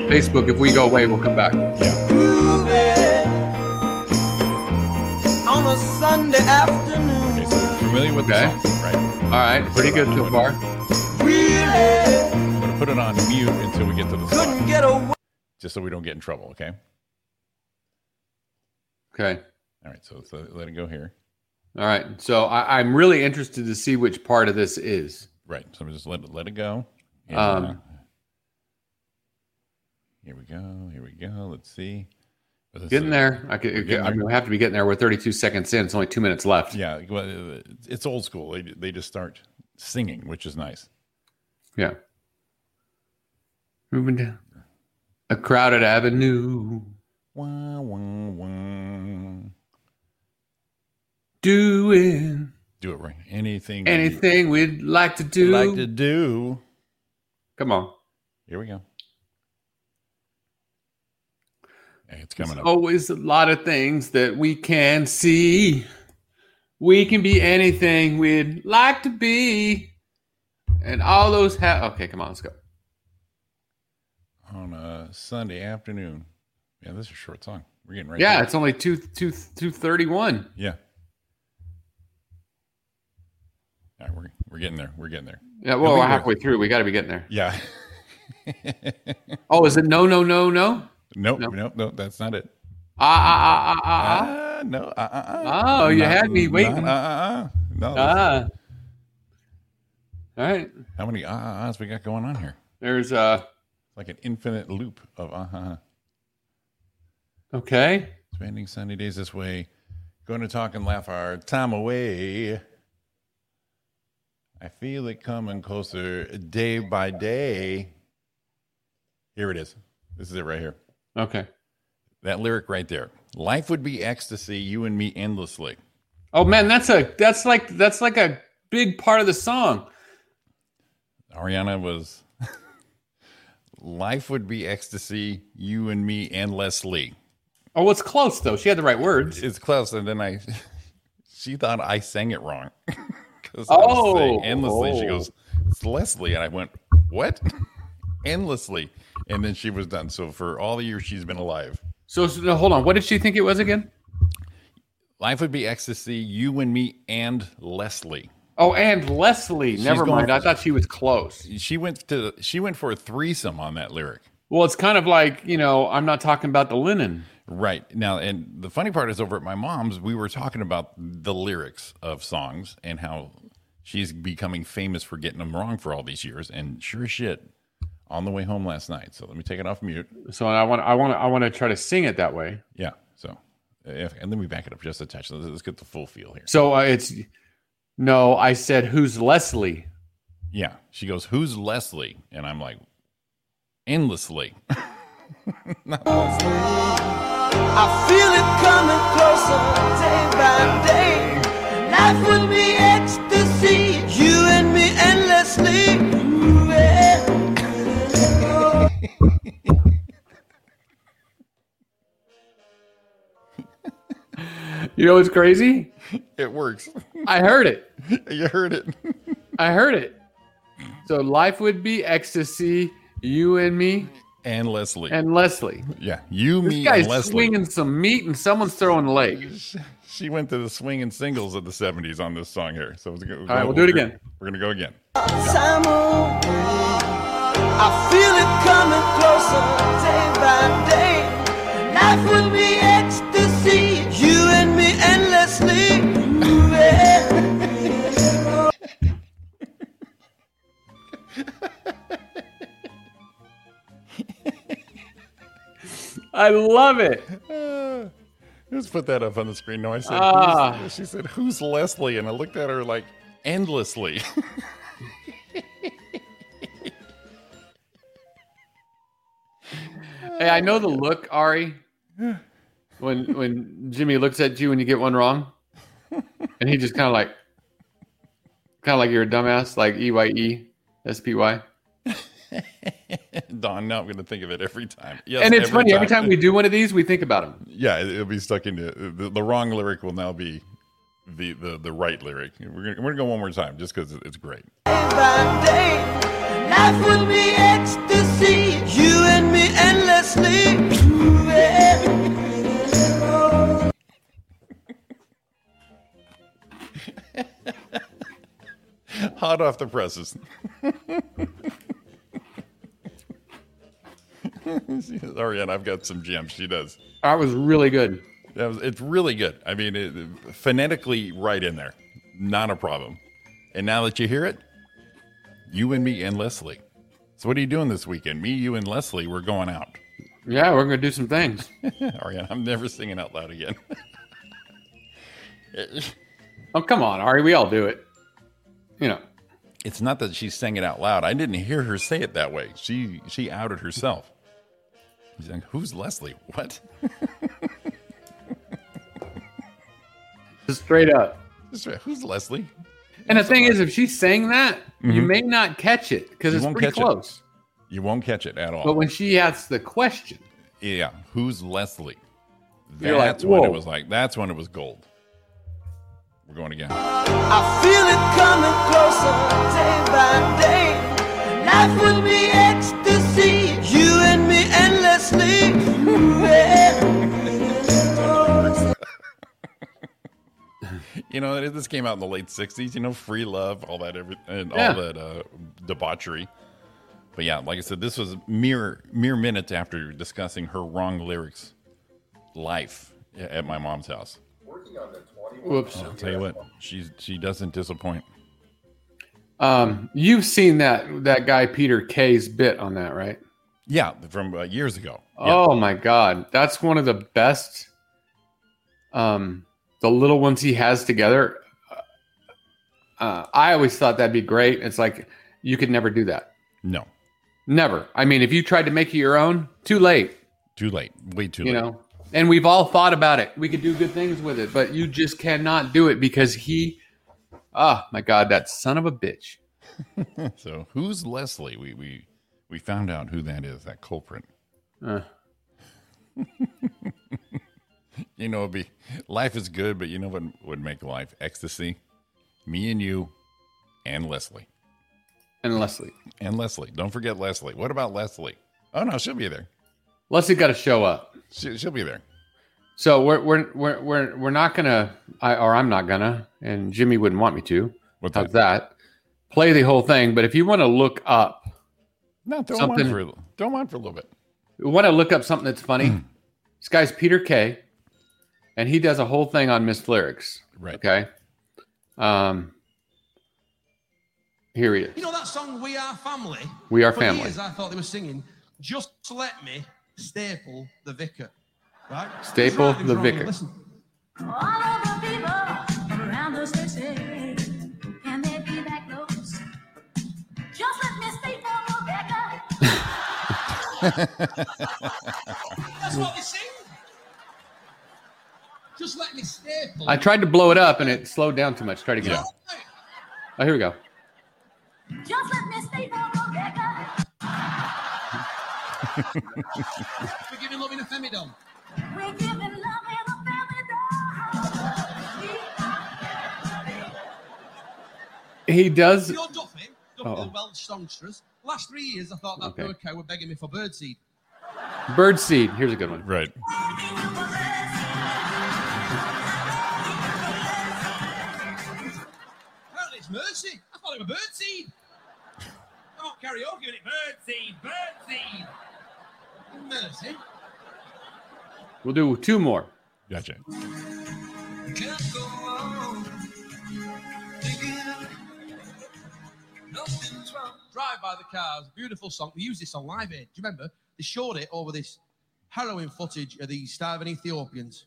Facebook, if we go away, we'll come back.
on a Sunday afternoon.
Okay, so you're familiar with
Okay.
the song, right?
All right. Pretty good so far.
Really
I'm going to put it on mute until we get to the song,
couldn't get away.
just so we don't get in trouble, okay?
Okay.
All right, so, so let it go here.
All right. So I, I'm really interested to see which part of this is.
Right. So we just let it, let it go. And,
Um,
uh, here we go. Here we go. Let's see. But this
Getting
is-
there. I could,
getting
I'm going to have to be getting there. We're 32 seconds in. It's only two minutes left.
Yeah. Well, it's old school. They, they just start singing, which is nice.
Yeah. Moving down a crowded avenue.
Wah, wah, wah.
Doing
Do it right. Anything. you
anything we'd like to do.
like to do.
Come on.
Here we go. Hey, it's coming
There's
up.
always a lot of things that we can see. We can be anything we'd like to be. And all those ha okay, come on, let's go.
On a Sunday afternoon. Yeah, this is a short song. We're getting right.
Yeah,
there.
it's only two two two thirty one.
Yeah. All right, we're we're getting there. We're getting there.
Yeah, well,
we
we're
were-
halfway through. We gotta be getting there.
Yeah.
Oh, is it no no no no?
nope, nope, nope, That's not it.
Ah ah ah ah ah.
Ah, no. Uh, uh, uh.
Oh, you had me waiting.
uh, uh, uh. No.
Ah. All right.
How many ah uh, ahs we got going on here?
There's uh
It's like an infinite loop of ah uh, uh, uh.
okay.
Spending Sunday days this way, going to talk and laugh our time away. I feel it coming closer day by day. Here it is. This is it right here.
Okay.
That lyric right there. Life would be ecstasy, you and me endlessly.
Oh man, that's a that's like that's like a big part of the song.
Ariana was Life would be ecstasy, you and me and Leslie.
Oh, it's close though. She had the right words.
It's close. And then I she thought I sang it wrong. 'Cause I
Oh.
was saying endlessly. She goes, It's Leslie. And I went, What? endlessly. And then she was done. So for all the years she's been alive.
So, so no, hold on. What did she think it was again?
Life would be ecstasy, you and me and Leslie.
Oh, and Leslie. Never
going-
mind. I thought she was close.
She went to she went for a threesome on that lyric.
Well, it's kind of like you know, I'm not talking about the linen.
Right. Now, and the funny part is over at my mom's, we were talking about the lyrics of songs and how she's becoming famous for getting them wrong for all these years. And sure as shit, on the way home last night. So let me take it off mute.
So I want, I want, I want to try to sing it that way.
Yeah. So, if, and then we back it up just a touch. Let's, let's get the full feel here.
So uh, it's no. I said, who's Leslie?
Yeah. She goes, Who's Leslie? And I'm like, Endlessly.
I feel it coming closer day by day. Life will be ecstasy. You and me endlessly. Ooh, yeah.
You know what's crazy?
It works.
I heard it.
You heard it.
I heard it. So life would be ecstasy, you and me
And Leslie.
and Leslie.
yeah, you,
This
me,
guy's
and Leslie.
swinging some meat and someone's throwing a leg.
She went to the swinging singles of the '70s on this song here. So it's go-
right, we'll do it
we're-
again.
We're gonna go again.
Simon. I feel it coming closer day by day. Life will be ecstasy, you and me endlessly. moving.
I love it.
Uh, let's put that up on the screen. No, I said.
Ah.
who's- she said, "Who's Leslie?" And I looked at her like endlessly.
Hey, I know the look, Ari. When when Jimmy looks at you when you get one wrong, and he just kind of like, kind of like you're a dumbass, like E Y E S P Y.
Don, now I'm gonna think of it every time. Yes,
And it's funny every time we do one of these, we think about him.
yeah, it- it'll be stuck into the, the wrong lyric will now be the the, the right lyric. We're gonna, we're gonna go one more time just because it's
Day
great.
by day, life will be ecstasy, you and me endlessly. moving.
Hot off the presses. Ariane, I've got some gems. She does.
I was really good.
That was, it's really good. I mean, it, it- phonetically right in there. Not a problem. And now that you hear it, you and me and Leslie. So, what are you doing this weekend? Me, you, and Leslie, we're going out.
Yeah, we're gonna do some things.
Ariane, I'm never singing out loud again.
Oh come on, Ari, we all do it. You know,
it's not that she sang it out loud. I didn't hear her say it that way. She she outed herself. She's like, "Who's Leslie? What?"
just straight up.
That's right. Who's Leslie?
And the thing is, if she's saying that, you may not catch it
Mm-hmm.
because
You
it's
won't
pretty
catch it.
close.
You won't catch it at all.
But when she asks the question,
yeah, who's Leslie?
You're like,
That's when it
"Whoa."
was like. That's when it was gold. We're going again.
I feel it coming closer day by day. Life will be ecstasy, you and me endlessly. moving.
You know, it- this came out in the late '60s. You know, free love, all that, every, and
Yeah.
all that uh, debauchery. But yeah, like I said, this was mere mere minutes after discussing her wrong lyrics life a- at my mom's house.
whoops.
I'll tell you what, she's she doesn't disappoint.
Um, you've seen that that guy Peter Kay's bit on that, right?
Yeah, from uh, years ago. Yeah.
Oh my god, that's one of the best. Um, the little ones he has together. Uh, I always thought that'd be great. It's like you could never do that.
No,
Never. I mean, if you tried to make it your own, too late.
too late. Way too
You
late.
know. And we've all thought about it. We could do good things with it, but you just cannot do it because he. Oh my god, that son of a bitch.
So who's Leslie? We we we found out who that is. That culprit.
Uh,
You know, it'd be life is good, but you know what would make life ecstasy? Me and you, and Leslie.
and Leslie.
and Leslie. Don't forget Leslie. What about Leslie? Oh no, she'll be there.
Leslie got to show up.
She, she'll be there.
So we're we're we're we're, we're not gonna, I, or I'm not gonna, and Jimmy wouldn't want me to.
What's
How's that? Play the whole thing, but if you want to look up,
No, throw 'em
Something-
on for a little- throw 'em on for a little bit.
want to look up something that's funny.
Hmm.
this guy's Peter Kay, and he does a whole thing on missed lyrics.
Right.
Okay. Um. Here he is.
You know that song "We Are Family."
We Are
For
Family.
Years, I thought they were singing "Just Let Me Staple the Vicar," right?
Staple
Who's right,
the
who's wrong?
Vicar.
Listen,
All of the people around the city, can they be that close? Just let me stay for Rebecca.
that's what they sing. Just let me staple.
I tried to blow it up, and it slowed down too much. Try to get
Yeah.
it. Oh, here we go.
Just let me stay for Rebecca.
We're giving love in a femidom.
We're giving love in a family dog.
He does.
You're Duffy, Duffy
Oh.
the Welsh songstress. Last three years, I thought that
Okay.
poor cow were begging me for birdseed.
Birdseed. Here's a good one.
Right.
Apparently, it's mercy. I thought it was birdseed. I'm not karaoke, but it birdseed, birdseed. Mercy.
We'll do two more.
Gotcha.
Can't go on thinking nothing's wrong.
Drive by the cars, beautiful song. They used this on Live Aid. Do you remember? They showed it over this harrowing footage of these starving Ethiopians.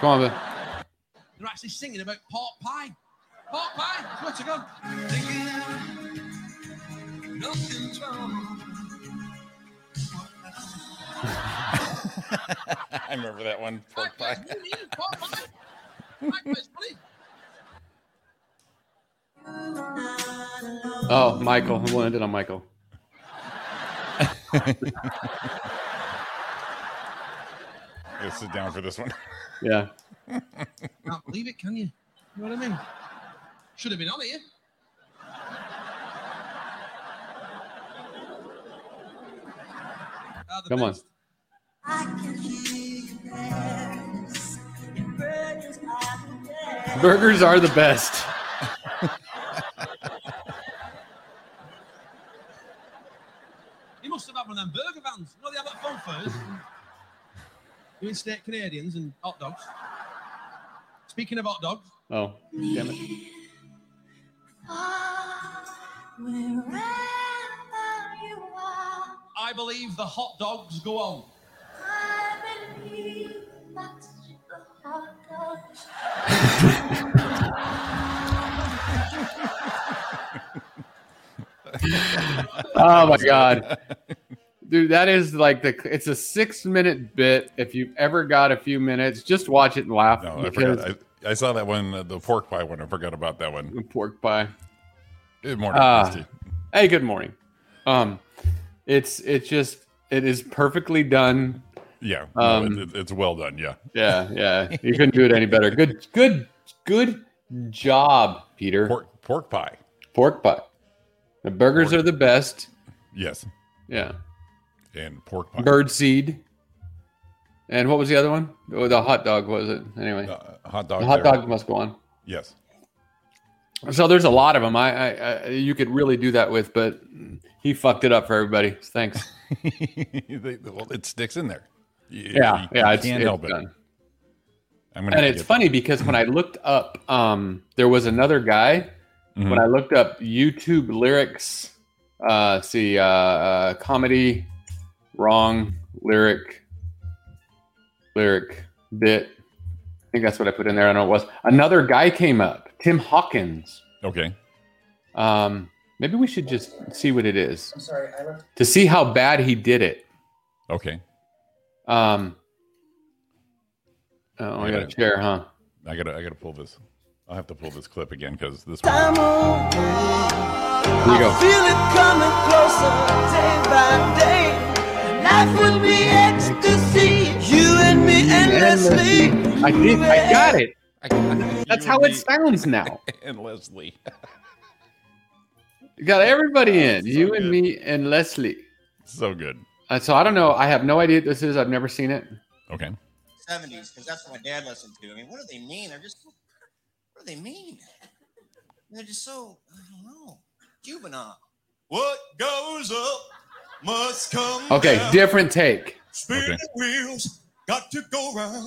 Come on, Bill.
They're actually singing about pork pie. Pork pie, that's where to go.
Thinking nothing's wrong.
I remember that one.
Pork pie. Who needs pork pie? Pie place, buddy.
Oh, Michael. We'll end it on Michael.
Let's sit down for this one.
Yeah.
Can't believe it, can you? You know what I mean? Should have been on here. Uh, Ah, the
Come on.
best.
I can hear you dance. Your burdens are the best.
Burgers are the best.
He must have had one of them burger vans. You know they have that fun first. Doing steak Canadians and hot dogs. Speaking of hot dogs,
Oh, damn it.
Ah, Wherever you are,
I believe the hot dogs go on.
I believe that's the heart of
Oh my god. Dude, that is like the it's a six minute bit. If you've ever got a few minutes, just watch it and laugh.
No, I
because-
forgot. I, I saw that one, uh, the pork pie one. I forgot about that one.
pork pie.
Good morning,
Ah.
Christy.
hey, good morning. Um it's it's just it is perfectly done.
Yeah,
Um,
no, it, it- it's well done. Yeah,
Yeah, yeah. You couldn't do it any better. Good good good job, Peter. Pork,
pork pork pie.
pie. The burgers
Pork.
are the best.
Yes,
Yeah.
and pork pie.
Bird seed. And what was the other one? Oh, the hot dog what was it? Anyway.
Uh, hot dog.
the hot
there.
dog must go on.
Yes.
So there's a lot of them. I, I, I you could really do that with, but he fucked it up for everybody. Thanks.
They- well, it sticks in there. You-
Yeah,
you
yeah, it's,
can't
it's
help it.
done.
I'm gonna
And
have to
it's
get-
funny because when I looked up, um, there was another guy.
Mhm.
When I looked up YouTube lyrics, uh, see uh, uh, comedy, wrong lyric, lyric bit. I think that's what I put in there. I don't know what it was. Another guy came up, Tim Hawkins.
Okay.
Um, maybe we should just see what it is
I'm sorry, I left.
to see how bad he did it.
Okay.
Um. Oh, I
Yeah.
got a chair, huh?
I gotta. I gotta pull this. I'll have to pull this clip again because this.
I'm on.
Here we go.
Feel it coming closer day by day. Life would be ecstasy. You and me endlessly.
I did. I got it. That's
You
how
and
it
me
sounds now.
And Leslie.
You got everybody in.
So
You and
good.
me and Leslie.
so good.
Uh, so I don't know. I have no idea what this is. I've never seen it.
Okay.
70s, because that's what my dad listened to. I mean, what do they mean? They're just, what do they mean? They're just so, I don't know, juvenile.
What goes up must come.
Okay,
down.
different take.
Spinning
Okay.
wheels got to go round.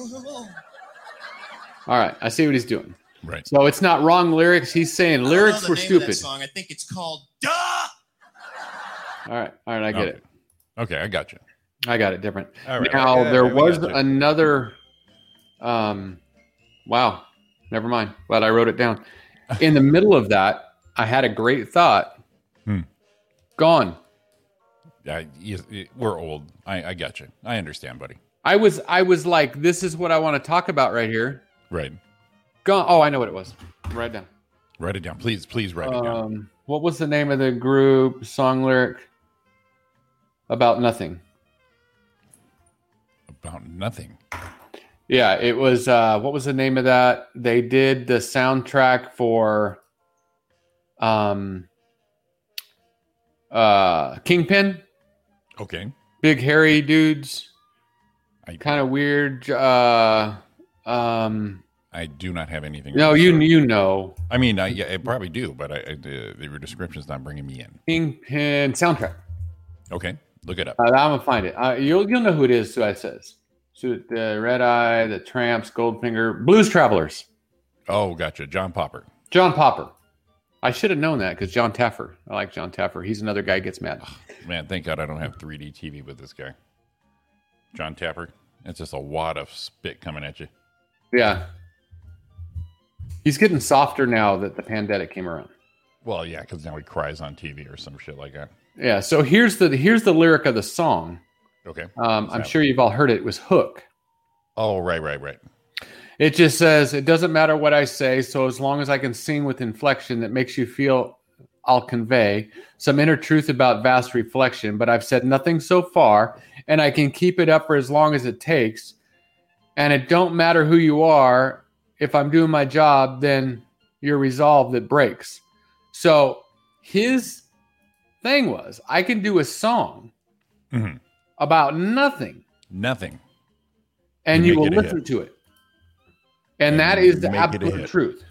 All right, I see what he's doing.
Right.
So it's not wrong lyrics. He's saying lyrics were stupid.
song. I think it's called
Duh!
All right, all right, I get
Okay.
it.
Okay. I got you.
I got it. Different.
All right.
now
Okay,
there
we
was
got you.
another um wow never mind glad i wrote it down in the middle of that i had a great thought
Hmm.
gone
I- yes, it- we're old. I, I got you. I understand, buddy.
i was i was like this is what i want to talk about right here
Right.
gone oh i know what it was write it down
Write it down, please. Please write it down.
um what was the name of the group song lyric about nothing
About nothing.
Yeah, it was. Uh, what was the name of that? They did the soundtrack for, um, uh, Kingpin.
Okay.
Big hairy dudes. Kind of weird. Uh, um,
I do not have anything.
no, you you know
I mean, I, yeah, I probably do, but I, I, the, your description's not bringing me in.
Kingpin soundtrack.
Okay, look it up.
Uh, I'm gonna find it. Uh, you'll you'll know who it is. Who I says? Shoot the Red Eye, the Tramps, Goldfinger, Blues Travelers,
Oh, gotcha. John Popper.
John Popper. I should have known that because John Taffer. I like John Taffer. He's another guy who gets mad.
Man, thank God I don't have 3D TV with this guy. John Tapper. That's just a wad of spit coming at you.
Yeah, he's getting softer now that the pandemic came around.
Well, yeah, because now he cries on TV or some shit like that.
Yeah. So here's the here's the lyric of the song.
Okay.
Um,
What's
I'm
that?
sure you've all heard it. It was Hook.
Oh, right, right, right.
It just says it doesn't matter what I say, so as long as I can sing with inflection that makes you feel I'll convey some inner truth about vast reflection, but I've said nothing so far, and I can keep it up for as long as it takes. And it don't matter who you are, if I'm doing my job, then your resolve that breaks. So his thing was I can do a song
Mhm.
about nothing
Nothing.
and
You make
you will
it a
listen
hit.
to it. And that is the
make it a
absolute
hit.
truth.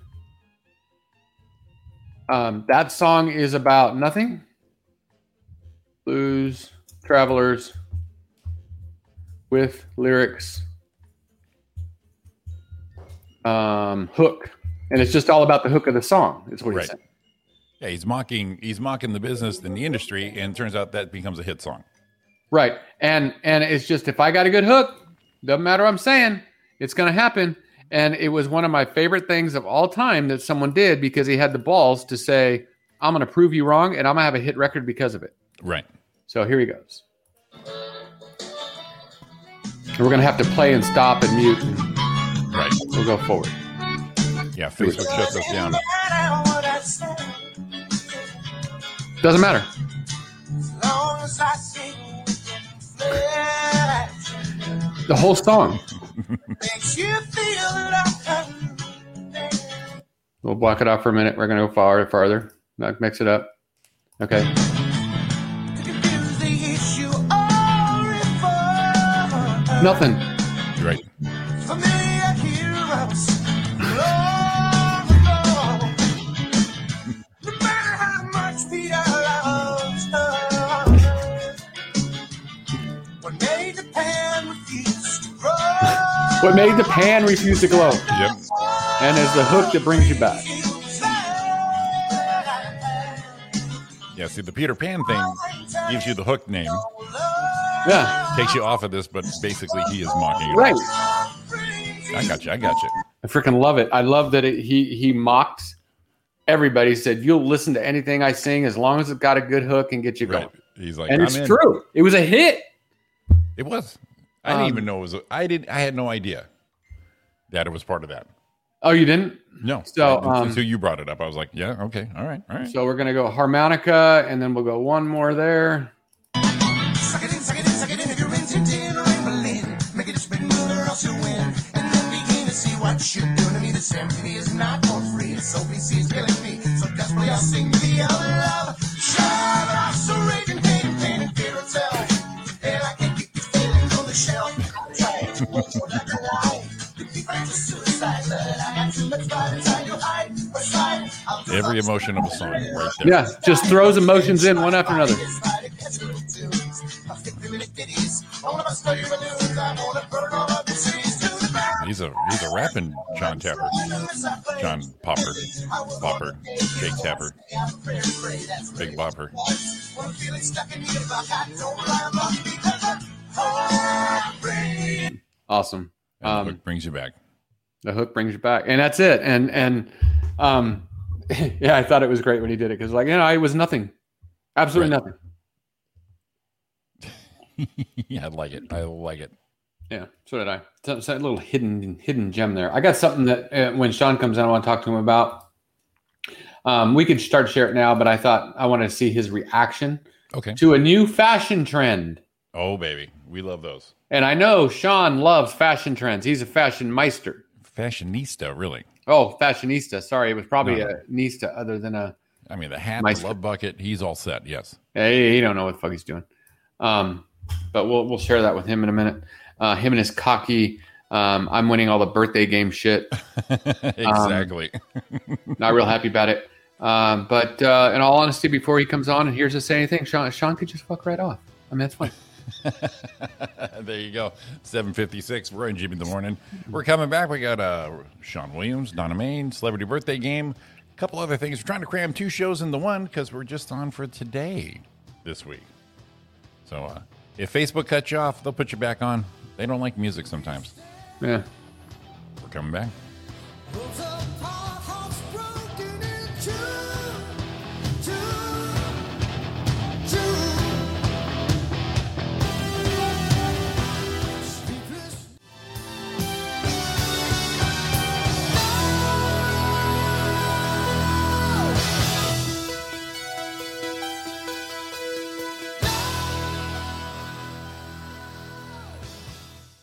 Um, that song is about nothing. Blues, travelers, with lyrics, um, hook, and it's just all about the hook of the song. Is what he
Right.
said.
Yeah, he's mocking he's mocking the business and the industry, and turns out that becomes a hit song.
Right. And and it's just if I got a good hook, doesn't matter what I'm saying, it's gonna happen. And it was one of my favorite things of all time that someone did because he had the balls to say, I'm gonna prove you wrong and I'm gonna have a hit record because of it.
Right.
So here he goes. And we're gonna have to play and stop and mute and
Right.
we'll go forward.
Yeah, Facebook shuts us down.
Doesn't matter. The whole song. We'll block it off for a minute. We're gonna go far farther. Not mix it up. Okay. Nothing.
Right.
What made the pan refuse to glow?
Yep.
And is the hook that brings you back.
Yeah, see the Peter Pan thing gives you the hook name,
Yeah.
takes you off of this, but basically he is mocking it.
Right.
I got you, I got you.
I freaking love it. I love that it, he he mocked everybody. He Said you'll listen to anything I sing as long as it's got a good hook and get you going.
Right. He's like,
and
I'm
it's
in.
true. It was a hit.
It was. I didn't
Um,
even know it was. a- I didn't. I had no idea that it was part of that.
Oh, you didn't?
No.
So,
I-
um,
until you brought it up, I was like, yeah, okay, all right, all right.
So we're gonna go harmonica, and then we'll go one more there.
Every emotion of a song, right there.
Yeah, just throws emotions in one after another.
He's a he's a rapping John Tapper, John Popper, Popper, Jake Tapper, Big Bopper.
Awesome.
And
Um,
the hook brings you back.
the hook brings you back and that's it and and um yeah i thought it was great when he did it because like you know i was nothing absolutely
Right.
nothing
yeah, I like it. I like it.
yeah so did i so, so a little hidden hidden gem there i got something that uh, when sean comes in i want to talk to him about um we could start share it now but i thought i wanted to see his reaction
Okay.
to a new fashion trend
Oh, baby. We love those.
And I know Sean loves fashion trends. He's a fashion meister.
Fashionista, really.
Oh, fashionista. Sorry, it was probably
No, no.
a nista other than a.
I mean, the hat,
Nice.
the love bucket, he's all set. Yes.
Hey, he don't know what the fuck he's doing. Um, but we'll we'll share that with him in a minute. Uh, him and his cocky. Um, I'm winning all the birthday game shit. Um,
exactly.
Not real happy about it. Um, but uh, in all honesty, before he comes on and hears us say anything, Sean Sean could just fuck right off. I mean, that's fine.
Uh, there you go. 756. We're in Jimmy in the Morning. We're coming back. We got uh, Sean Williams, Donna Main, Celebrity Birthday Game, a couple other things. We're trying to cram two shows into one because we're just on for today this week. So uh, if Facebook cuts you off, they'll put you back on. They don't like music sometimes.
Yeah.
We're coming back.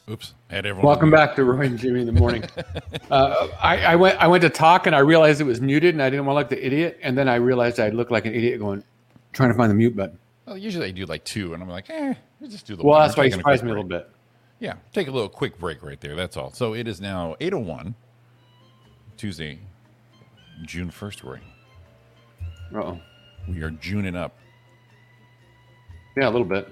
Oops. Had everyone.
Welcome back to Roy and Jimmy in the morning. uh, I, I went I went to talk and I realized it was muted and I didn't want to look the idiot. And then I realized I looked like an idiot going trying to find the mute button.
Well, usually I do like two, and I'm like, eh, we just do the
Well,
one.
that's
We're
why you
taking a
surprised
quick
me a
break.
little bit.
Yeah, take a little quick break right there. That's all. So it is now 8.01, Tuesday, June 1st, Roy.
Oh,
We are Juning up.
yeah, a little bit.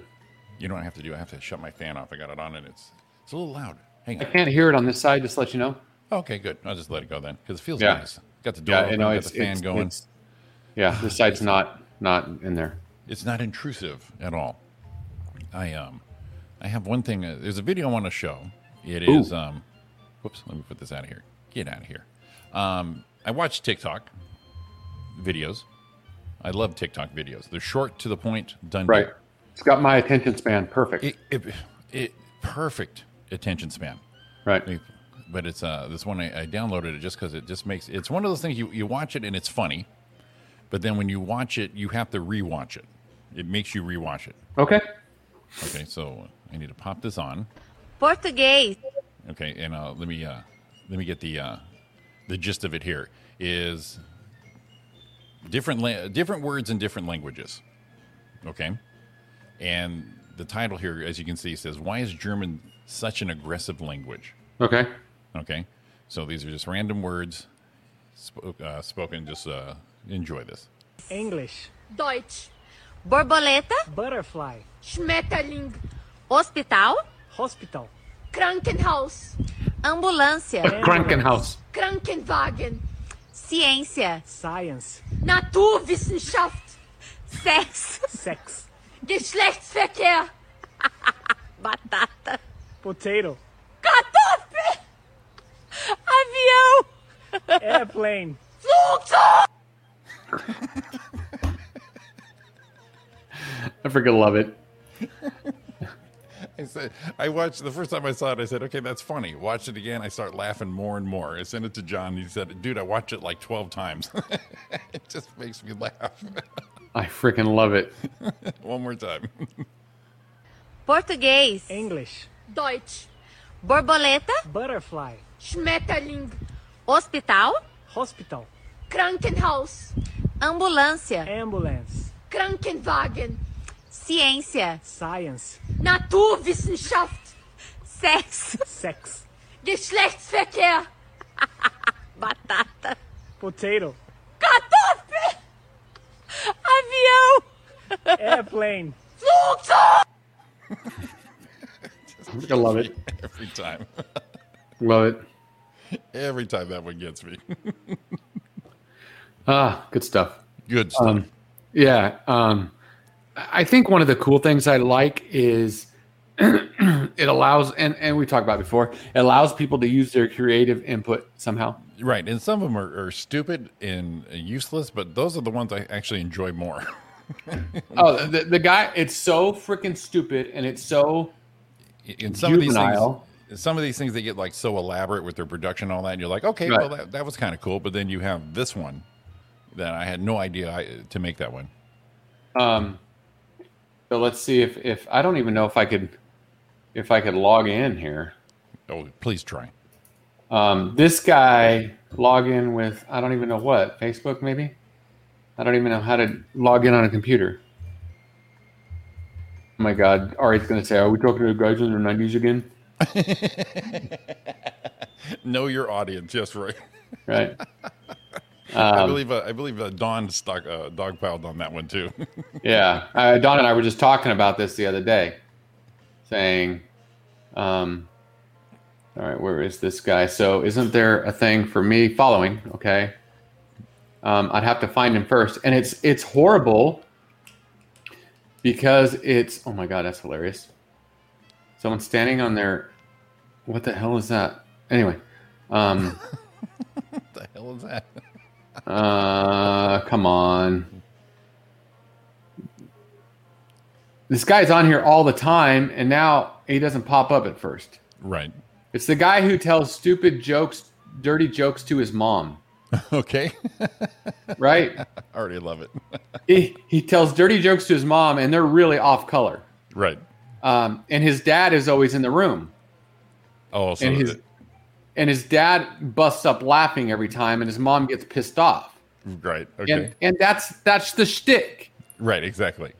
You know what I have to do? I have to shut my fan off. I got it on, and it's it's a little loud. Hang
I
on.
can't hear it on this side. Just to let you know.
Okay, good. I'll just let it go then, because it feels
Yeah.
nice. Got the door open, got the fan going. It's,
it's- yeah, this side's not not in there.
not intrusive at all. I um, I have one thing. Uh, there's a video I want to show. It is
Ooh.
um, whoops. Let me put this out of here. Get out of here. Um, I watch TikTok videos. I love TikTok videos. They're short, to the point, done.
Right.
deal.
It's got my attention span perfect.
It, it, it perfect attention span.
right.
but it's uh this one I, I downloaded it just because it just makes it's one of those things you, you watch it and it's funny, but then when you watch it you have to rewatch it. It makes you rewatch it.
Okay.
Okay, so I need to pop this on.
Português.
Okay, and uh, let me uh, let me get the uh, the gist of it here is different la- different words in different languages. Okay, and the title here, as you can see, says why is German such an aggressive language?
Okay.
Okay, so these are just random words sp- uh, spoken. Just uh, enjoy this.
English.
Deutsch. Borboleta.
Butterfly.
Schmetterling. Hospital.
Hospital.
Krankenhaus. Ambulância.
Krankenhaus.
Krankenwagen. Ciência.
Science.
Naturwissenschaft. Sex.
Sex.
Geschlechtsverkehr. Batata.
Potato.
Kartoffel. Avião.
Airplane.
Flugzeug.
I freaking love it.
I said, I watched the first time I saw it. I said, okay, that's funny. Watch it again. I start laughing more and more. I sent it to John. He said, dude, I watched it like twelve times. it just makes me laugh.
I freaking love it.
One more time.
Português.
English.
Deutsch. Borboleta.
Butterfly.
Schmetterling. Hospital.
Hospital.
Krankenhaus.
É.
Ambulância.
Ambulance.
Krankenwagen. Ciência.
Science.
Naturwissenschaft. Sex.
Sex.
Geschlechtsverkehr. Batata.
Potato.
Kartoffel. Avião.
Airplane.
Flugzeug.
I freaking love it.
Every time.
Love it.
Every time that one gets me.
Ah, good stuff.
Good stuff.
Um, yeah. Um, I think one of the cool things I like is it allows, and, and we talked about it before, it allows people to use their creative input somehow.
right. And some of them are, are stupid and uh, useless, but those are the ones I actually enjoy more.
Oh, the, the guy, it's so freaking stupid and it's so
in some of these things,
Juvenile.
some of these things they get like so elaborate with their production and all that, and you're like, okay,
Right.
well that, that was kind of cool, but then you have this one that I had no idea I, to make that one.
um, So let's see if, if I don't even know if I could if I could log in here.
Oh, please try.
Um, this guy log in with I don't even know what Facebook maybe. I don't even know how to log in on a computer. Oh my God, Ari's gonna say, "Are we talking to the guys in their nineties again?"
Know your audience. Yes, right.
Right.
I
Um,
believe uh, I believe uh, Don stock uh, dogpiled on that one too.
yeah, uh, Don and I were just talking about this the other day, saying, um, "All right, where is this guy?" So, isn't there a thing for me following? Okay, um, I'd have to find him first, and it's it's horrible because it's oh my god, that's hilarious. Someone standing on their what the hell is that? Anyway, um,
what the hell is that?
uh, come on. this guy's on here all the time and now he doesn't pop up at first
right
it's the guy who tells stupid jokes dirty jokes to his mom
okay
right
I already love it.
he, he tells dirty jokes to his mom and they're really off color
Right.
um, and his dad is always in the room
Oh, so
and his
the-
and his dad busts up laughing every time and his mom gets pissed off
right. Okay.
and and that's that's the shtick
right. Exactly.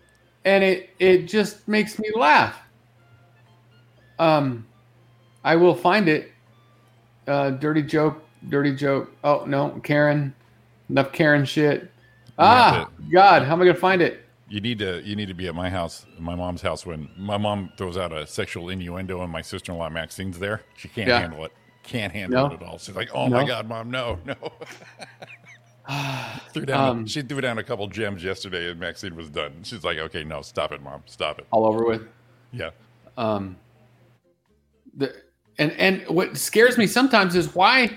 and it it just makes me laugh. Um, I will find it. Uh, dirty joke, dirty joke. Oh no, Karen, enough Karen shit. Ah, God, how am I gonna find it?
You need to you need to be at my house, my mom's house, when my mom throws out a sexual innuendo and my sister in law Maxine's there. She can't
Yeah.
handle it. Can't handle
No.
it at all. She's like, oh my
No.
god, mom, no, no. threw down.
Um,
she threw down a couple gems yesterday, and Maxine was done. She's like, okay, no, stop it, mom, stop it.
All over with.
Yeah.
Um, the and and what scares me sometimes is why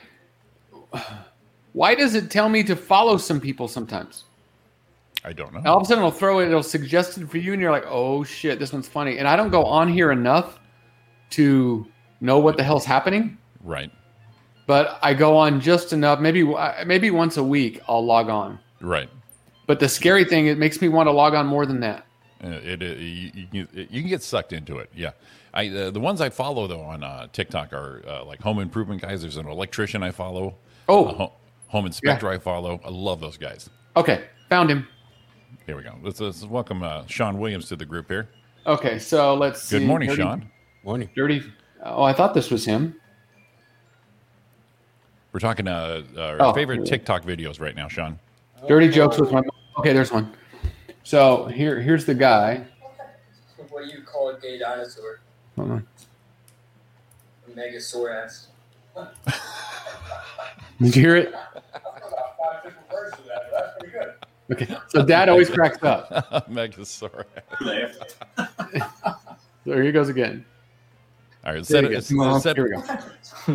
why does it tell me to follow some people sometimes?
I don't know.
And all of a sudden, it'll throw it. It'll suggest it for you, and you're like, "Oh shit, this one's funny." And I don't go on here enough to know what the hell's happening,
Right.
but I go on just enough. Maybe uh, maybe once a week, I'll log on.
Right.
But the scary thing, it makes me want to log on more than that.
Uh, It, it, you, you can- it- you can get sucked into it. Yeah, I uh, the ones I follow though on uh, TikTok are uh, like home improvement guys. There's an electrician I follow.
Oh.
a ho- home inspector I follow. I love those guys.
Okay, found him.
Here we go. Let's, let's welcome uh, Sean Williams to the group here.
Okay, so let's.
Good
see.
morning,
Dirty-
Sean. Morning.
Dirty. Oh, I thought this was him.
We're talking uh, our
Oh.
favorite TikTok videos right now, Sean.
Dirty jokes with my. Mom. Okay, there's one. So here, here's the guy.
What do you call a gay dinosaur?
Hold on.
A megasaurus.
Did you hear it? Okay, so Dad always cracks up.
Megasaurus.
So here he goes again.
All right,
There
set
you
it.
go.
it's-
Mom,
set-
here we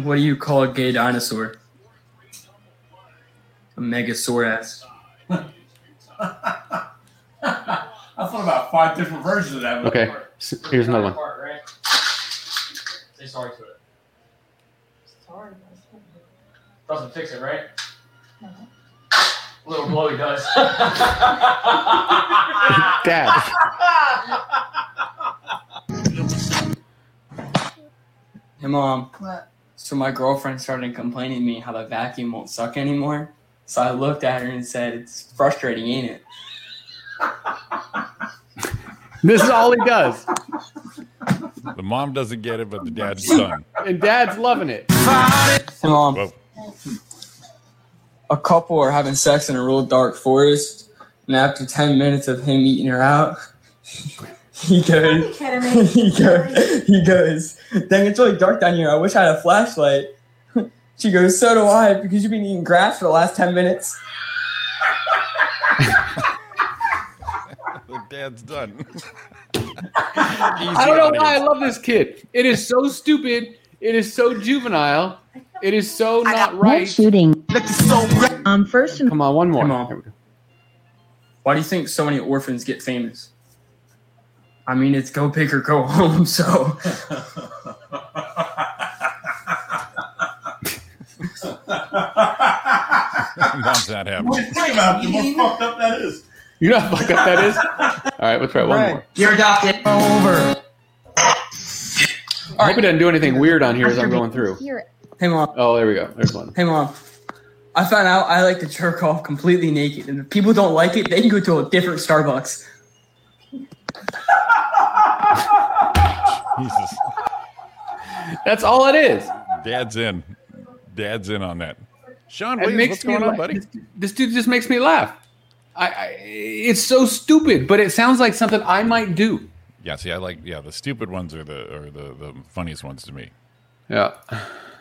go.
what do you call a gay dinosaur? A megasaurus.
I thought about five different versions of that. one.
Okay, s- here's another one.
Say sorry to it. Sorry. Doesn't fix it, right? Little blowy does.
Dad.
Hey, mom. So my girlfriend started complaining to me how the vacuum won't suck anymore. So I looked at her and said, "It's frustrating, ain't it?"
This is all he does,
the mom doesn't get it, but the dad's done.
and Dad's loving it.
Hey, mom. A couple are having sex in a real dark forest, and after ten minutes of him eating her out, he goes,
kidding me?
he goes, he goes. Dang, it's really dark down here. I wish I had a flashlight. She goes, so do I, because you've been eating grass for the last ten minutes.
The dad's done.
I don't know why I love this kid. It is so stupid. It is so juvenile. It is so not right.
shooting.
Um, first
Come on, one more.
Why do you think so many orphans get famous? I mean, it's go pick or go home. So
Mom's not happy.
What do you think about it? The more fucked up that is.
You know how fucked up that is? All All right, let's try one more.
You're adopted. Over.
I hope it doesn't do anything weird on here as I'm going through.
Hey mom.
Oh, there we go. There's one.
Hey mom. I found out I like to jerk off completely naked, and if people don't like it, they can go to a different Starbucks.
Jesus.
That's all it is.
Dad's in. Dad's in on that. Sean,
It
Williams,
makes
what's
me
going on,
laugh.
buddy?
This, this dude just makes me laugh. I, I it's so stupid, but it sounds like something I might do.
Yeah, see, I like yeah the stupid ones are the are the, the funniest ones to me.
Yeah.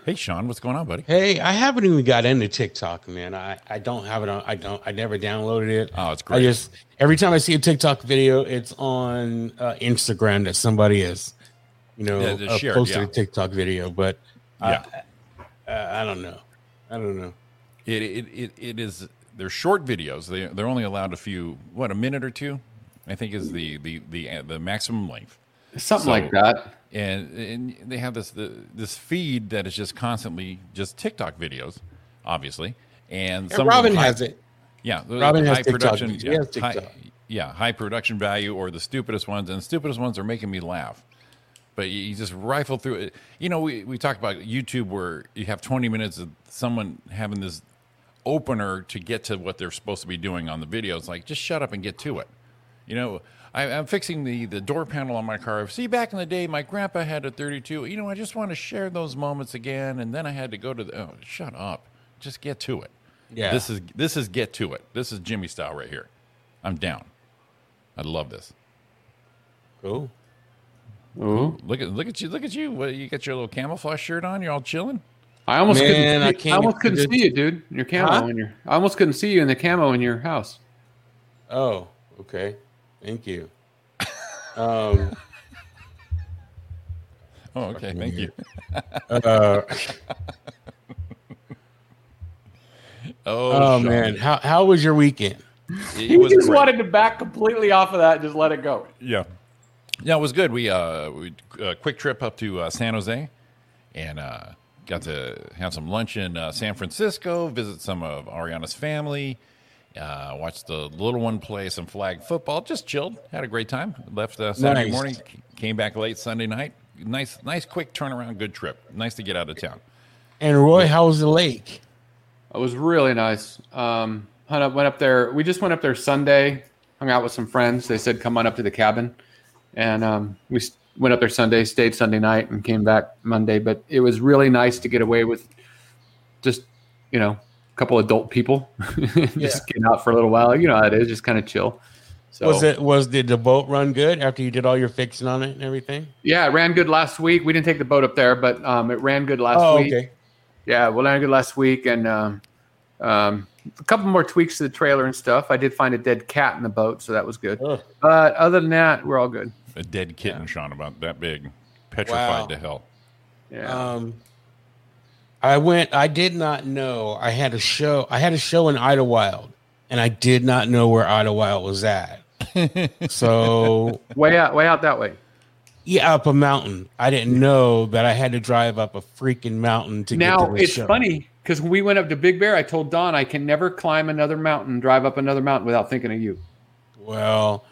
Hey, Sean, what's going on, buddy?
Hey, I haven't even got into TikTok, man. I, I don't have it on. I don't. I never downloaded it.
Oh, it's
I
great.
just every time I see a TikTok video, it's on uh, Instagram that somebody is, you know,
Yeah, just
uh,
shared,
posted
yeah.
a TikTok video. But
yeah,
uh, I don't know. I don't know.
It it it, it is. They're short videos. They they're only allowed a few. What a minute or two, I think is the the the uh, the maximum length.
Something like that.
And and they have this the, this feed that is just constantly just TikTok videos, obviously. And
Yeah,
some of them
Robin
high-
has it.
Yeah, those
Robin
are the
has
high
TikTok
production.
videos. He
yeah,
has TikTok.
High, yeah, high production value or the stupidest ones, and the stupidest ones are making me laugh. But you, you just rifle through it. You know, we we talked about YouTube where you have twenty minutes of someone having this opener to get to what they're supposed to be doing on the video. It's like just shut up and get to it. You know, I, I'm fixing the the door panel on my car. See, back in the day, my grandpa had a 32. You know, I just want to share those moments again, and then I had to go to the. Oh, shut up! Just get to it.
Yeah.
This is this is get to it. This is Jimmy style right here. I'm down. I love this.
Cool.
Ooh.
Look at look at you look at you. What, you got your little camouflage shirt on. You're all chilling.
I almost
Man,
couldn't.
I
See, I,
can't
almost
even
couldn't
do-
see you, dude. in Your camo
Huh?
in your. I almost couldn't see you in the camo in your house.
Oh, okay. Thank you. Um.
Oh, okay. Thank you.
Uh,
oh
oh
Sean.
man, how how was your weekend?
It
He
was
just
great.
wanted to back completely off of that and just let it go.
Yeah. Yeah, it was good. We uh we uh, quick trip up to uh, San Jose and uh got to have some lunch in uh, San Francisco, visit some of Ariana's family, uh watched the little one play some flag football, just chilled, had a great time. Left uh, Saturday
Nice.
morning, c- came back late Sunday night. Nice nice quick turnaround, good trip. Nice to get out of town.
And Roy, how was the lake?
It was really nice. Um, hung up, went up there. We just went up there Sunday, hung out with some friends. They said, "Come on up to the cabin," and um, we s- went up there Sunday, stayed Sunday night, and came back Monday. But it was really nice to get away with just you know a couple adult people, just get out for a little while. You know how it is, just kind of chill. So
Was it was did the boat run good after you did all your fixing on it and everything?
Yeah, it ran good last week. We didn't take the boat up there, but um, it ran good last
Oh,
week.
okay.
Yeah, we ran good last week, and um, um, a couple more tweaks to the trailer and stuff. I did find a dead cat in the boat, so that was good.
Oh.
But other than that, we're all good.
A dead kitten, Sean, about that big, petrified
Wow.
to hell.
Um, I went. I did not know. I had a show. I had a show in Idlewild, and I did not know where Idlewild was at. so
way out, way out that way.
Yeah, up a mountain. I didn't know that I had to drive up a freaking mountain to get
now
to the
it's
show.
funny because when we went up to Big Bear, I told Don I can never climb another mountain, drive up another mountain without thinking of you.
Well,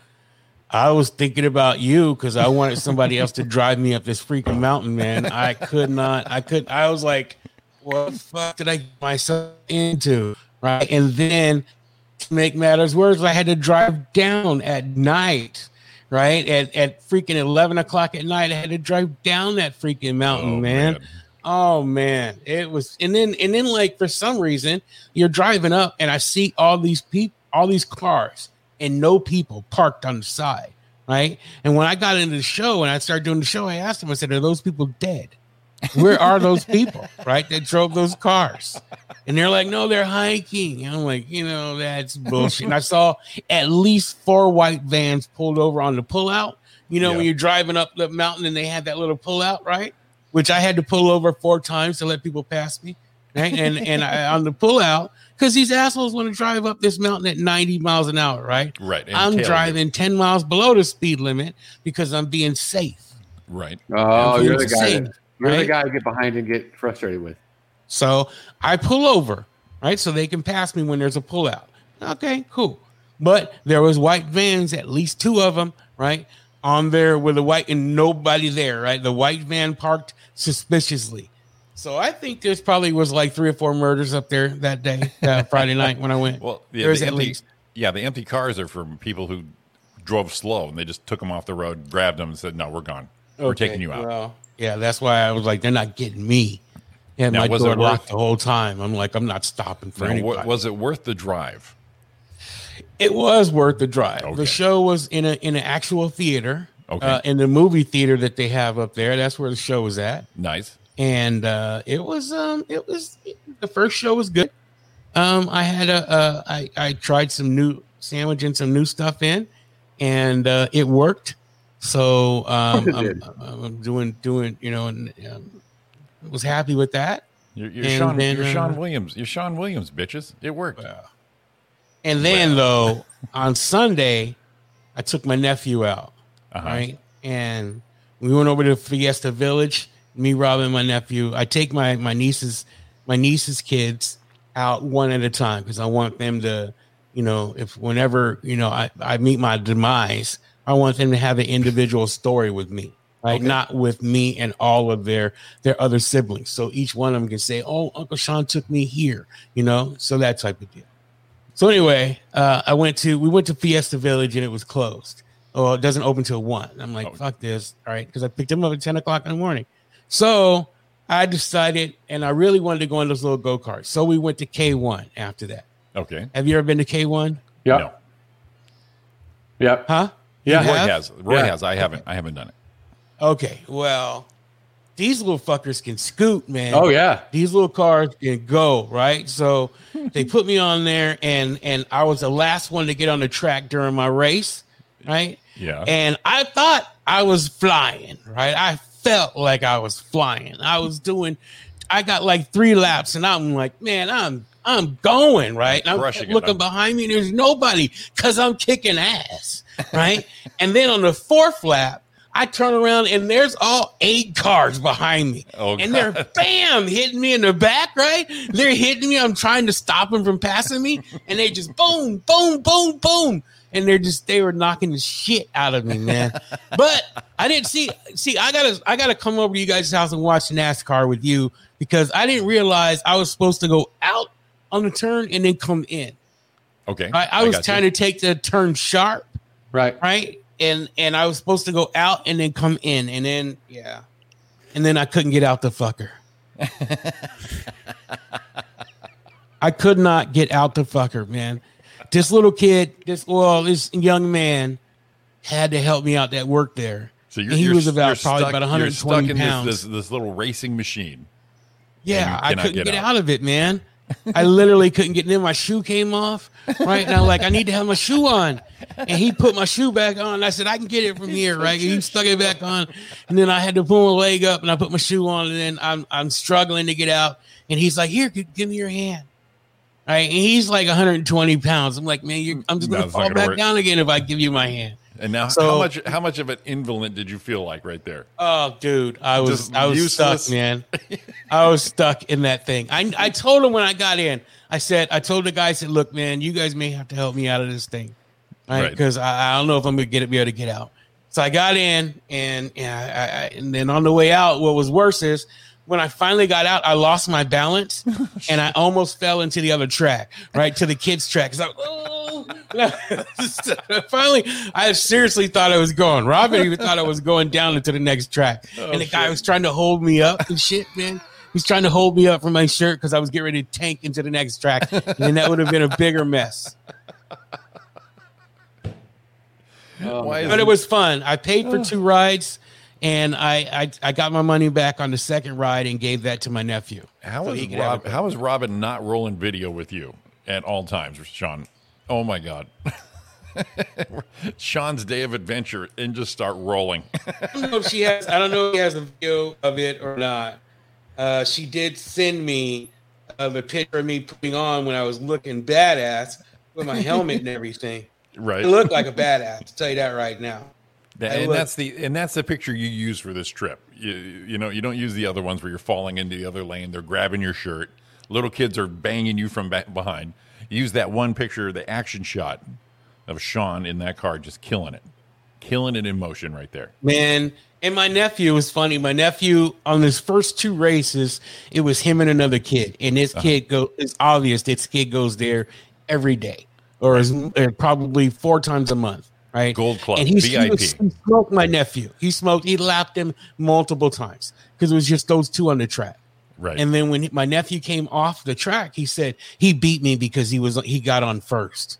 I was thinking about you because I wanted somebody else to drive me up this freaking mountain, man. I could not. I could. I was like, "What the fuck did I get myself into?" Right, and then to make matters worse, I had to drive down at night. Right at at freaking eleven o'clock at night, I had to drive down that freaking mountain, man. Oh man, it was, and then and then like for some reason you're driving up, and I see all these people, all these cars, and no people parked on the side, right? And when I got into the show and I started doing the show, I asked them, I said, "Are those people dead? Where are those people, right? That drove those cars?" And they're like, "No, they're hiking." And I'm like, you know, that's bullshit. And I saw at least four white vans pulled over on the pullout. You know, when you're driving up the mountain and they had that little pullout, right? Which I had to pull over four times to let people pass me. Right? And and I, on the pullout, because these assholes want to drive up this mountain at 90 miles an hour, right?
Right. and
I'm
tailgate.
driving 10 miles below the speed limit because I'm being safe.
Right.
Oh,
I'm
you're the
being
guy.
safe,
that- you're the
right?
guy I get behind and get frustrated with.
So I pull over, right? So they can pass me when there's a pullout. Okay, cool. But there was white vans, at least two of them, right? On there with the white and nobody there, right? The white van parked suspiciously. So I think there's probably was like three or four murders up there that day, that Friday night when I went.
Well, yeah,
there's
the
at
empty,
least.
Yeah, the empty cars are from people who drove slow and they just took them off the road, grabbed them, and said, "No, we're gone. we're
Okay,
taking you out."
well, yeah, that's why I was like, they're not getting me. And
Now,
my
was it
door
worth-
locked the whole time. I'm like, I'm not stopping for
Now, wa-
anybody.
was it worth the drive?
It was worth the drive. The show was in a in an actual theater,
Okay.
uh, in the movie theater that they have up there. That's where the show was at.
Nice.
And uh, it was um it was the first show was good. Um, I had a uh, I I tried some new sandwich and some new stuff in, and uh, it worked. So um,
Of course it
I'm, I'm doing doing you know and um, was happy with that.
You're, you're
And
Sean.
then,
you're Sean
uh,
Williams. You're Sean Williams, bitches. It worked.
And then though, on Sunday, I took my nephew out,
Uh-huh.
right? And we went over to Fiesta Village. Me, Rob, and my nephew. I take my my nieces, my nieces' kids out one at a time because I want them to, you know, if whenever you know I I meet my demise, I want them to have an individual story with me. Right,
Okay.
not with me and all of their their other siblings. So each one of them can say, "Oh, Uncle Sean took me here," you know, so that type of deal. So anyway, uh, I went to we went to Fiesta Village and it was closed. Oh, it doesn't open till one. I'm
Oh.
like, fuck this, all right? Because I picked him up at ten o'clock in the morning. So I decided, and I really wanted to go on those little go karts. So we went to K one after that.
Okay.
Have you ever been to K one?
Yeah.
No.
Yep.
Huh?
Yeah.
You
Roy
have?
has. Roy
Yeah.
has. I haven't. I haven't done it.
Okay. Well, these little fuckers can scoot, man.
Oh, yeah.
These little cars can go, right? So they put me on there and and I was the last one to get on the track during my race, right?
Yeah.
And I thought I was flying, right? I felt like I was flying. I was doing I got like 3 laps and I'm like, man, I'm I'm going, right? And I'm
Crushing it.
looking
I'm-
behind me, there's nobody cuz I'm kicking ass, right? and then on the fourth lap, I turn around and there's all eight cars behind me.
Oh,
and they're bam hitting me in the back, right? They're hitting me. I'm trying to stop them from passing me, and they just boom, boom, boom, boom, and they're just they were knocking the shit out of me, man. but I didn't see see I gotta I gotta come over to you guys' house and watch NASCAR with you because I didn't realize I was supposed to go out on the turn and then come in.
Okay.
I, I was
got you.
trying to take the turn sharp.
Right.
Right. And and I was supposed to go out and then come in and then yeah. And then I couldn't get out the fucker. I could not get out the fucker, man. This little kid, this well, this young man had to help me out that worked there.
So
And he was about probably about
you're
120
in
pounds.
This, this, this little racing machine.
Yeah,
and you
I
cannot
couldn't
get
get,
out.
out. of it, man. I literally couldn't get in. My shoe came off, right? And I'm like, I need to have my shoe on. And he put my shoe back on. I said, I can get it from here, right? And he stuck it back on. And then I had to pull my leg up and I put my shoe on. And then I'm I'm struggling to get out. And he's like, Here, g- give me your hand. Right? And he's like 120 pounds. I'm like, man, you're, I'm just
No,
gonna
it's not
fall
gonna
back
work.
down again if I give you my hand.
And now,
So-
how much? How much of an invalid did you feel like right there?
Oh, dude, I was
Just
I was
useless.
stuck, man. I was stuck in that thing. I I told him when I got in. I said I told the guy. I said, look, man, you guys may have to help me out of this thing, right?
Right.
Because I, I don't know if I'm gonna get be able to get out. So I got in, and and, I, I, and then on the way out, what was worse is when I finally got out, I lost my balance, and I almost fell into the other track, right to the kids' track. 'Cause I- Finally, I seriously thought I was going. Robin even thought I was going down into the next track.
Oh,
and the guy was trying to hold me up and shit, man. He's trying to hold me up from my shirt because I was getting ready to tank into the next track. And then that would have been a bigger mess.
Why
but
is-
it was fun. I paid for
Oh.
two rides and I, I I got my money back on the second ride and gave that to my nephew.
How
So
is
he could have
Rob, how is Robin not rolling video with you at all times, Sean? Oh my God. Sean's day of adventure and just start rolling.
I don't know if she has. I don't know if she has a video of it or not. Uh, she did send me uh, the picture of me putting on when I was looking badass with my helmet and everything.
Right.
I looked like a badass. To tell you that right now.
That-
I
and
look-
that's the and that's the picture you use for this trip. You, you know, you don't use the other ones where you're falling into the other lane. They're grabbing your shirt. Little kids are banging you from back behind. Use that one picture, the action shot, of Sean in that car just killing it, killing it in motion right there.
man. And my nephew was funny. My nephew on his first two races, it was him and another kid, and this
Uh-huh.
kid go. It's obvious this kid goes there every day, or is or probably four times a month, right? Gold
club,
And he, he
VIP.
was- he smoked my nephew. He smoked. He lapped him multiple times because it was just those two on the track.
Right.
And then when my nephew came off the track, he said he beat me because he was he got on first,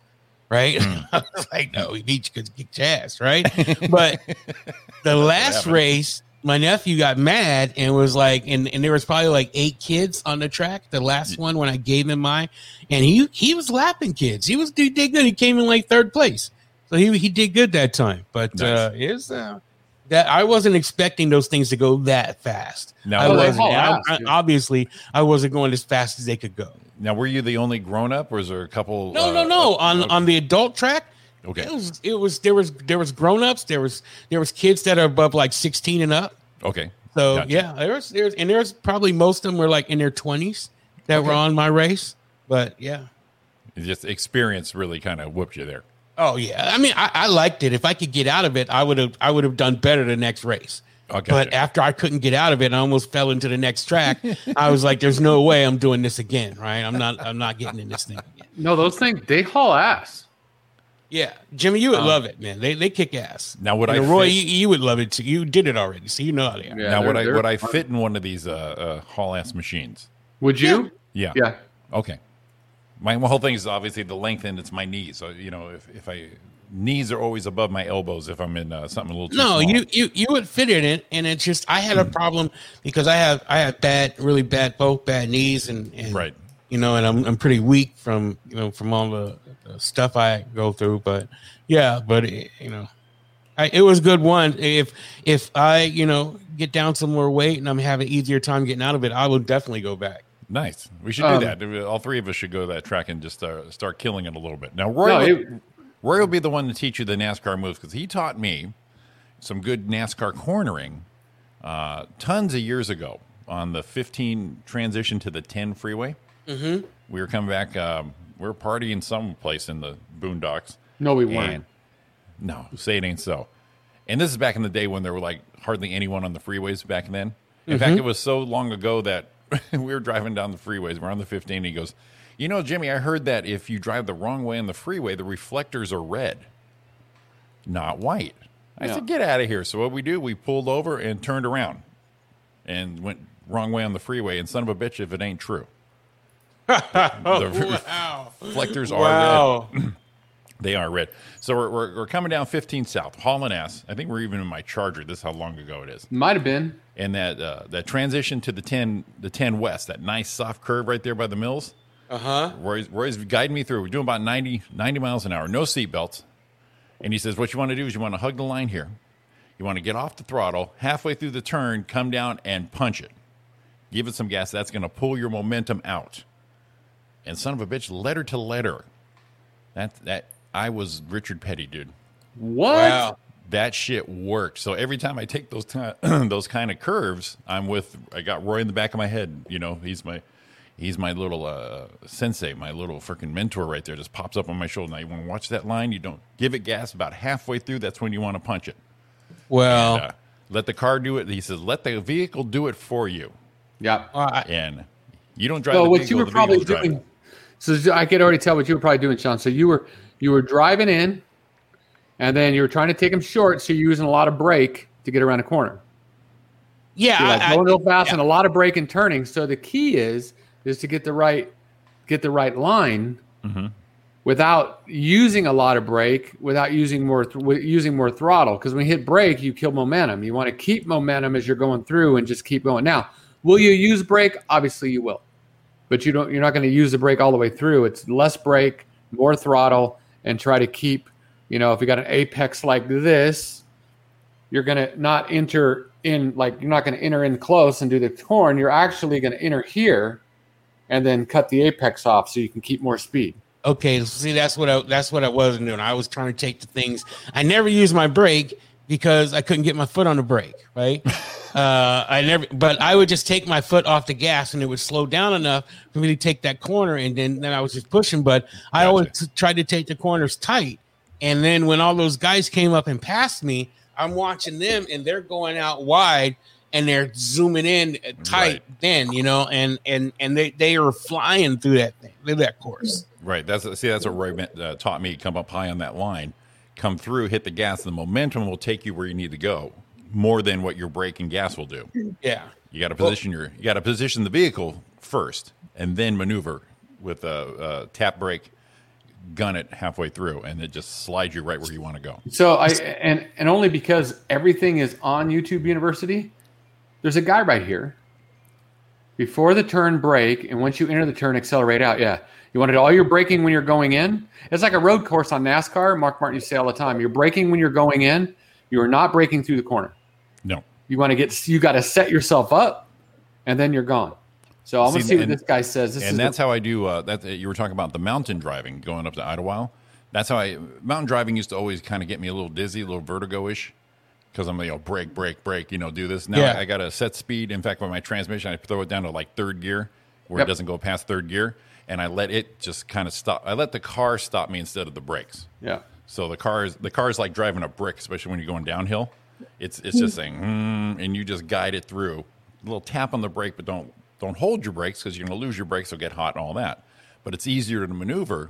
right?
Hmm.
I was like, no, he beat you because he kicked your ass, right? but the last
happened.
race, my nephew got mad and was like, and, and there was probably like eight kids on the track. The last one when I gave him mine, and he he was lapping kids. He was he did good. He came in like third place, so he he did good that time. But uh, it was uh, that I wasn't expecting those things to go that fast.
No.
I
Oh, they
wasn't.
haul
And I-
ass,
I-
dude.
obviously, I wasn't going as fast as they could go.
Now, were you the only grown up, or is there a couple?
No,
uh,
no, no. On on the adult track,
Okay.
it was it was there was there was grown ups. There was there was kids that are above like sixteen and up.
Okay.
So
Gotcha.
yeah, there's there's and there's probably most of them were like in their twenties that were
Okay.
on my race. But yeah,
Just experience really kind of whooped you there.
oh yeah. I mean, I, I liked it. If I could get out of it, I would have I would have done better the next race. But after I couldn't get out of it, I almost fell into the next track. I was like, "There's no way I'm doing this again, right? I'm not. I'm not getting in this thing." Again.
No, those things they haul ass.
Yeah, Jimmy, you would
Um,
love it, man. They they kick ass.
Now, would
And
I
Roy,
fit-
you, you would love it too. You did it already, so you know how they are.
now, would I would I fit in one of these uh, uh, haul ass machines?
Would you?
Yeah.
Yeah.
Okay. My whole thing is obviously the length, and it's my knees. So you know, if if I knees are always above my elbows if I'm in uh, something a little too
No,
small.
you, you you would fit in it, and it's just I had a problem because I have I have bad, really bad, both bad knees, and, and right, you know, and I'm I'm pretty weak from you know from all the, the stuff I go through, but yeah, but it, you know, I, it was good one. If if I you know get down some more weight and I'm having an easier time getting out of it, I will definitely go back.
Nice. We should
Um,
do that. All three of us should go to that track and just uh, start killing it a little bit. Now, Roy,
No,
will,
it-
Roy will be the one to teach you the NASCAR moves because he taught me some good NASCAR cornering uh, tons of years ago on the 15 transition to the 10 freeway.
Mm-hmm.
We were coming back. Um, we were partying someplace in the boondocks.
No, we weren't.
And- no, say it ain't so. And this is back in the day when there were like hardly anyone on the freeways back then. In fact,
Mhm.
it was so long ago that we were driving down the freeways. We're on the 15. And he goes, You know, Jimmy, I heard that if you drive the wrong way on the freeway, the reflectors are red, not white. I
Yeah.
said, Get out of here. So what we do, we pulled over and turned around and went wrong way on the freeway. And son of a bitch, if it ain't true. The
Wow.
reflectors are
Wow.
red. they are red. So we're, we're, we're coming down 15 south, hauling ass. I think we're even in my Charger. This is how long ago it is.
Might have been.
And that uh, that transition to the 10 the 10 west, that nice soft curve right there by the mills.
Uh huh.
Roy's, Roy's guiding me through. We're doing about 90, 90 miles an hour, no seatbelts. And he says, What you want to do is you want to hug the line here. You want to get off the throttle, halfway through the turn, come down and punch it. Give it some gas. That's going to pull your momentum out. And son of a bitch, letter to letter. That, that, I was Richard Petty, dude.
What?
That shit worked. So every time I take those ti those kind of curves, I'm with. I got Roy in the back of my head. You know, he's my he's my little uh, sensei, my little freaking mentor right there. Just pops up on my shoulder. Now you want to watch that line. You don't give it gas about halfway through. That's when you want to punch it.
Well,
And, uh, let the car do it. He says, let the vehicle do it for you.
Yeah.
and you don't drive.
So
the
what
vehicle,
you were
the
probably
vehicle's driving.
doing. So I could already tell what you were probably doing, Sean. So you were you were driving in, and then you were trying to take them short. So you're using a lot of brake to get around a corner.
Yeah,
You're like
I- I-
going real fast and a lot of brake and turning. So the key is is to get the right get the right line
Mm-hmm.
without using a lot of brake, without using more th- wi- using more throttle. Because when you hit brake, you kill momentum. You want to keep momentum as you're going through and just keep going. Now, will you use brake? Obviously, you will, but you don't. You're not going to use the brake all the way through. It's less brake, more throttle, and try to keep. You know, if you got an apex like this, you're going to not enter in like you're not going to enter in close and do the torn. You're actually going to enter here. And then cut the apex off so you can keep more speed.
Okay, see that's what I that's what I wasn't doing. I was trying to take the things. I never used my brake because I couldn't get my foot on the brake, right? uh I never but I would just take my foot off the gas and it would slow down enough for me to take that corner and then then I was just pushing, but I always t- tried to take the corners tight And then when all those guys came up and passed me, I'm watching them and they're going out wide and they're zooming in tight then, you know, and and and they they are flying through that thing, through that course.
Right. That's see. That's what Roy meant, uh, taught me. Come up high on that line, come through, hit the gas. The momentum will take you where you need to go, more than what your brake and gas will do.
Yeah.
You got to position your. You got to position the vehicle first, and then maneuver with a, uh tap brake, gun it halfway through, and it just slides you right where you want to go.
So I and and only because everything is on YouTube University, there's a guy right here. Before the turn break, and once you enter the turn, accelerate out. Yeah. You wanted all your braking when you're going in. It's like a road course on NASCAR. Mark Martin used to say all the time, you're braking when you're going in. You are not braking through the corner.
No.
You want to get you gotta set yourself up and then you're gone. So I'm gonna
See,
see what
and-
this guy says. This
and
is
that's how I do. Uh, that you were talking about the mountain driving going up to Idlewild. That's how I mountain driving used to always kind of get me a little dizzy, a little vertigo ish, because I'm like, "Oh, you know, break, break, break, you know, do this. Now
Yeah.
I got to set speed. In fact, with my transmission, I throw it down to like third gear, where
Yep.
it doesn't go past third gear, and I let it just kind of stop. I let the car stop me instead of the brakes.
Yeah.
So the car is the car is like driving a brick, especially when you're going downhill. It's it's just saying, mm, and you just guide it through. A little tap on the brake, but don't don't hold your brakes because you're going to lose your brakes. They'll get hot and all that. But it's easier to maneuver.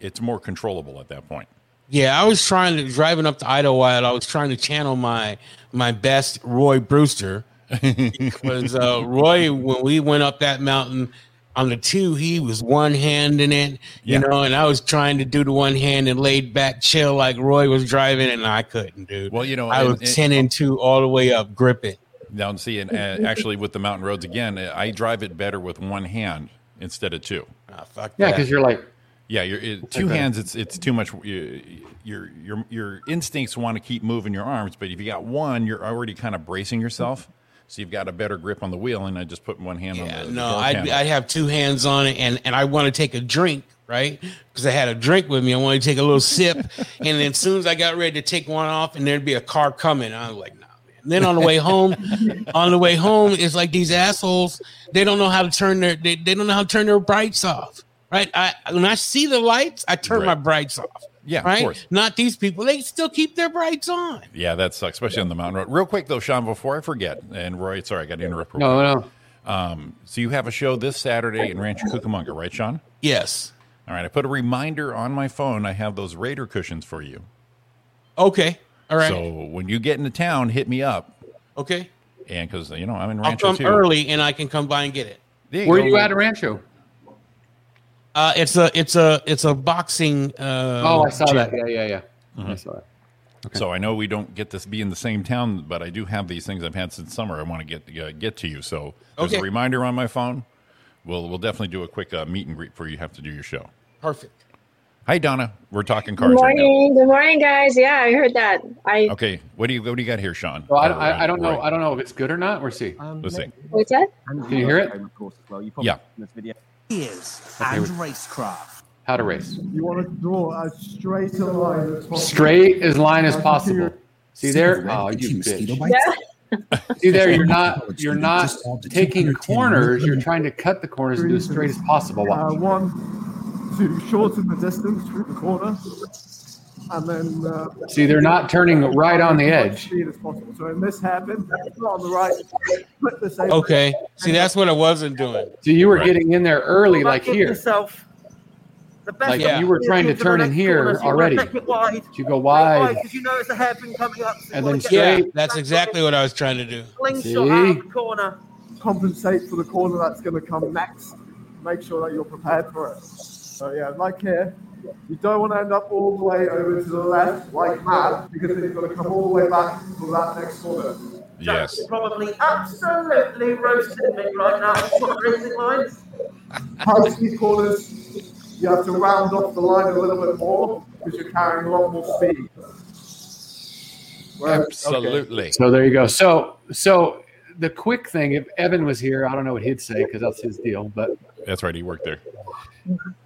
It's more controllable at that point.
Yeah, I was trying to driving up to Idlewild. I was trying to channel my my best Roy Brewster because uh, Roy, when we went up that mountain on the two, he was one hand in it, you
Yeah.
know, and I was trying to do the one hand and laid back chill like Roy was driving, and I couldn't, dude.
Well, you know,
I
and-
was
and-
ten and two all the way up, grip it.
Now, and see, and uh, actually with the mountain roads again, I drive it better with one hand instead of two.
Ah, fuck
Yeah, that. 'cause you're like-
yeah, you're it, two
Okay.
hands. It's it's too much. you- Your your your instincts want to keep moving your arms, but if you got one, you're already kind of bracing yourself, so you've got a better grip on the wheel. And I just put one hand on the the
No,
door
I'd,
handle.
I'd have two hands on it, and, and I want to take a drink, right? Because I had a drink with me. I wanted to take a little sip. and then as soon as I got ready to take one off, and there'd be a car coming, I'm like, nah, man. And then on the way home, on the way home, it's like these assholes, they don't know how to turn their, they, they don't know how to turn their brights off, right? I When I see the lights, I turn my brights off.
Yeah, of
right?
course.
Not these people. They still keep their brights on.
Yeah, that sucks, especially on the mountain road. Real quick though, Sean, before I forget, and Roy, sorry, I got to interrupt. real
No,
quick. Um, so you have a show this Saturday in Rancho Cucamonga, right, Sean?
Yes.
All right, I put a reminder on my phone. I have those Raider cushions for you.
Okay. All right.
So when you get into town, hit me up.
Okay.
And because you know I'm in
I'll
Rancho
come
too.
early and I can come by and get it.
There you Where go. you at in
Rancho?
Uh, it's a it's a it's a boxing. Uh,
Oh, I saw that.
gym.
Yeah, yeah, yeah.
Mm-hmm.
I saw that.
So I know we don't get to be in the same town, but I do have these things I've had since summer. I want to get uh, get to you. So there's a
Okay.
reminder on my phone. We'll we'll definitely do a quick uh, meet and greet before you have to do your show.
Perfect.
Hi Donna, we're talking
Good
cars. right now.
morning. Good morning, guys. Yeah, I heard that. I
Okay, what do you what do you got here, Sean?
Well, I,
Or, uh,
I, I don't know.
Roy?
I don't know if it's good or not. We'll see.
Let's see.
what's that?
Can you hear it?
Yeah.
Ears
Okay,
and
we-
racecraft.
How to race.
You want to draw as straight a line as possible.
Straight as line as possible. See there? Oh, you bitch. See there? You're not. You're not taking corners. You're trying to cut the corners and do as straight as possible.
Uh,
Watch.
one to shorten the distance through the corner, and then. Uh,
See, they're not turning right on the
as much
edge.
Speed as possible. So when this happens, it's not on the right. Put the same.
Okay. See, that's what I wasn't doing.
So you were
Right.
getting in there early, like
Give
here.
Yourself the best
Like
of-
you were trying to
the
turn in
next
here
corner, so you wanna
already.
take it wide.
You go
Why?
wide.
Because you know it's a hairpin coming up. so you
And
wanna
then
get
Yeah,
straight.
that's exactly what I was trying to do.
slingshot out of the corner. Compensate for the corner that's going to come next. Make sure that you're prepared for it. So yeah, like here, you don't want to end up all the way over to the left like mad because then you've got to come all the way back for that next corner.
Yes.
Probably absolutely roasted me right now. What racing lines? High speed corners, you have to round off the line a little bit more because you're carrying a lot more speed.
Absolutely.
So there you go. So so the quick thing, if Evan was here, I don't know what he'd say because that's his deal. But
That's right. He worked there.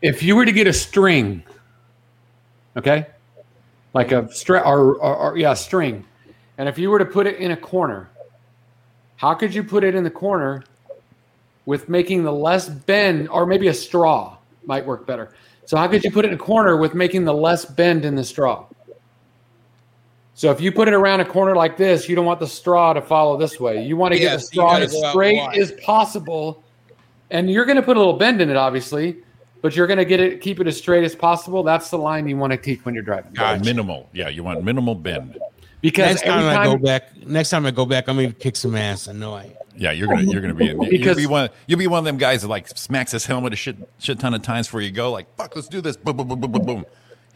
if you were to get a string, okay, like a string or, or, or yeah, string, and if you were to put it in a corner, how could you put it in the corner with making the less bend, or maybe a straw might work better? So how could you put it in a corner with making the less bend in the straw? So if you put it around a corner like this, you don't want the straw to follow this way. You want to get the
Yes, you
straw
gotta
as
go out
straight
wide.
as possible, and you're going to put a little bend in it, obviously, but you're going to get it, keep it as straight as possible. That's the line you want to keep when you're driving.
Minimal. Yeah, you want minimal bend.
Because
next time,
every
I go
time-
back, next time I go back, I'm gonna kick some ass. I know I. am.
Yeah, you're gonna you're gonna be you'll
Because-
be one you'll be one of them guys that like smacks his helmet a shit shit ton of times before you go like fuck let's do this boom boom boom boom boom boom hit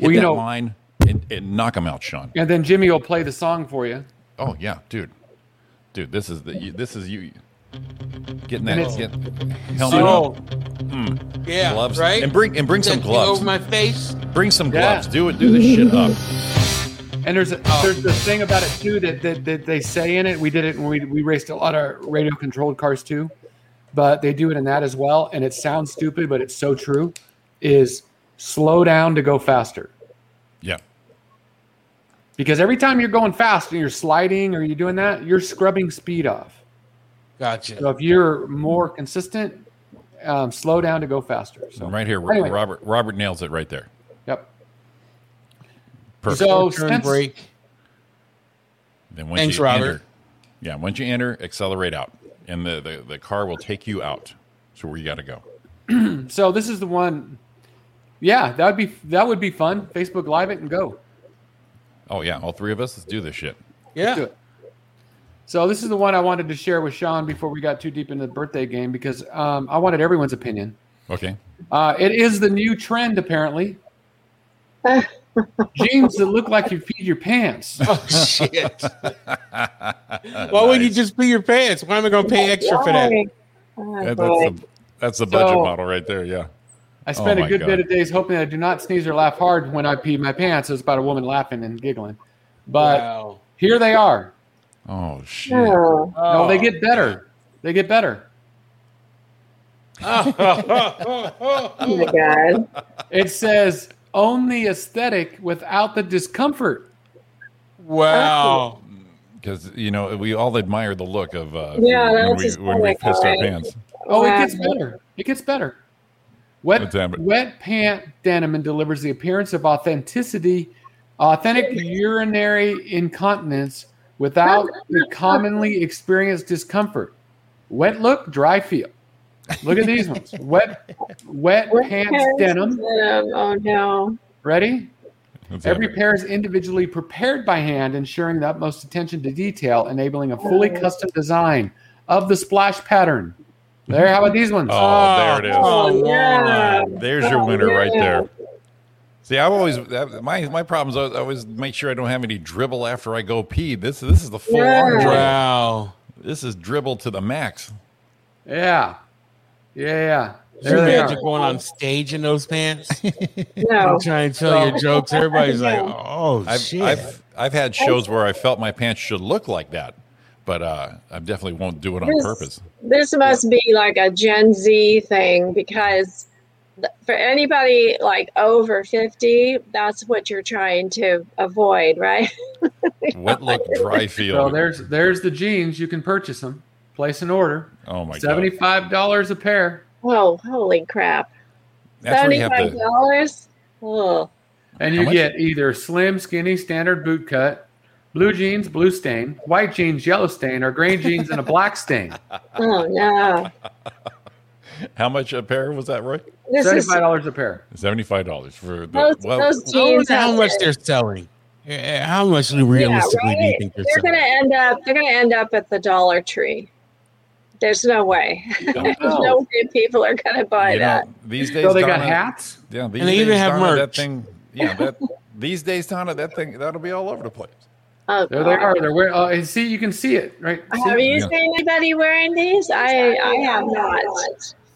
Well, you
that
know-
line and, and knock him out, Sean.
And then Jimmy will play the song for you.
Oh yeah, dude, dude, this is the you, this is you getting
And
that
it's-
get,
So-
helmet up. Oh. Hmm.
Yeah,
gloves
right?
and bring and bring some
That thing
gloves
over my face.
Bring some
Yeah.
gloves. Do it. Do this shit up.
And there's a,
Oh.
there's this thing about it too that, that that they say in it. We did it when we we raced a lot of radio controlled cars too, but they do it in that as well. And it sounds stupid, but it's so true. Is slow down to go faster.
Yeah.
Because every time you're going fast and you're sliding or you're doing that, you're scrubbing speed off.
Gotcha.
So if you're more consistent, um, slow down to go faster. So
right here,
Anyway.
Robert Robert nails it right there.
Yep.
Perfect.
So Turn since- brake.
Then once
Thanks,
you
Robert.
enter, yeah, once you enter, accelerate out, and the the, the car will take you out to where you got to go.
so this is the one. Yeah, that would be that would be fun. Facebook Live it and go.
Oh yeah, all three of us. Let's do this shit.
Yeah. do it. So this is the one I wanted to share with Sean before we got too deep into the birthday game because um, I wanted everyone's opinion.
Okay.
Uh, it is the new trend, apparently. Jeans that look like you feed your pants.
Oh shit! Why would you just pee your pants? Why am I gonna pay extra for that?
Oh
That- that's the that's the budget
So-
model right there. Yeah.
I spent
Oh
a
my
good
God.
bit of days hoping I do not sneeze or laugh hard when I pee my pants. It was about a woman laughing and giggling, but
Wow.
here they are.
Oh shit!
No, they get better. They get better.
oh
my god!
It says own the aesthetic without the discomfort.
Wow.
Because you know we all admire the look of uh,
Yeah, that
when,
was
we,
just
when we
kinda
pissed our
like-
pants.
Oh, it
Wow.
gets better. It gets better. Wet,
What's that?
wet pant denim delivers the appearance of authenticity, authentic urinary incontinence without the commonly experienced discomfort. Wet look, dry feel. Look at these ones. Wet, wet pants denim.
Oh no!
Ready?
That's
Every
it.
pair is individually prepared by hand, ensuring the utmost attention to detail, enabling a fully custom design of the splash pattern. There, how about these ones?
Oh, there it is.
Oh, yeah.
There's your winner right
yeah.
there. See, I've always that- my my problems. I always make sure I don't have any dribble after I go pee. This this is the full arm
Yeah.
dribble.
Wow.
This is dribble to the max.
Yeah. Yeah, yeah.
Did you
There they
imagine
are.
going on stage in those pants?
No.
I'm trying to tell your jokes. Everybody's like,
No.
oh
I've,
shit.
I've I've had shows where I felt my pants should look like that, but uh, I definitely won't do it on
This-
purpose.
This must be like a Gen Z thing because th- for anybody like over 50, that's what you're trying to avoid, right?
Wet look, dry feel.
So there's there's the jeans. You can purchase them. Place an order.
oh my god!
Seventy-five dollars a pair.
Whoa, holy crap.
That's where you have the-
$75? Oh,
And
How
you
much?
get either slim, skinny, standard boot cut, blue jeans, blue stain, white jeans, yellow stain, or gray jeans and a black stain.
oh no.
How much a pair was that, Roy?
This is
Seventy-five dollars a pair.
Seventy five dollars for the
Those- those
I wonder
jeans
how
out
much
there.
they're selling. Yeah, How much realistically do you think they're
They're
selling?
gonna end up they're gonna end up at the Dollar Tree. There's no way. There's no way people are gonna buy
You know,
that.
these days,
So they got
Donna-
hats.
Yeah, these
they
days,
even have
Donna, that
merch.
thing. Yeah, that, these days, Donna, that thing that'll be all over the place.
Oh,
There they
God.
are. They're wearing. Uh, and see, you can see it, right?
Have
See?
you
Yeah.
seen anybody wearing these? I I have not.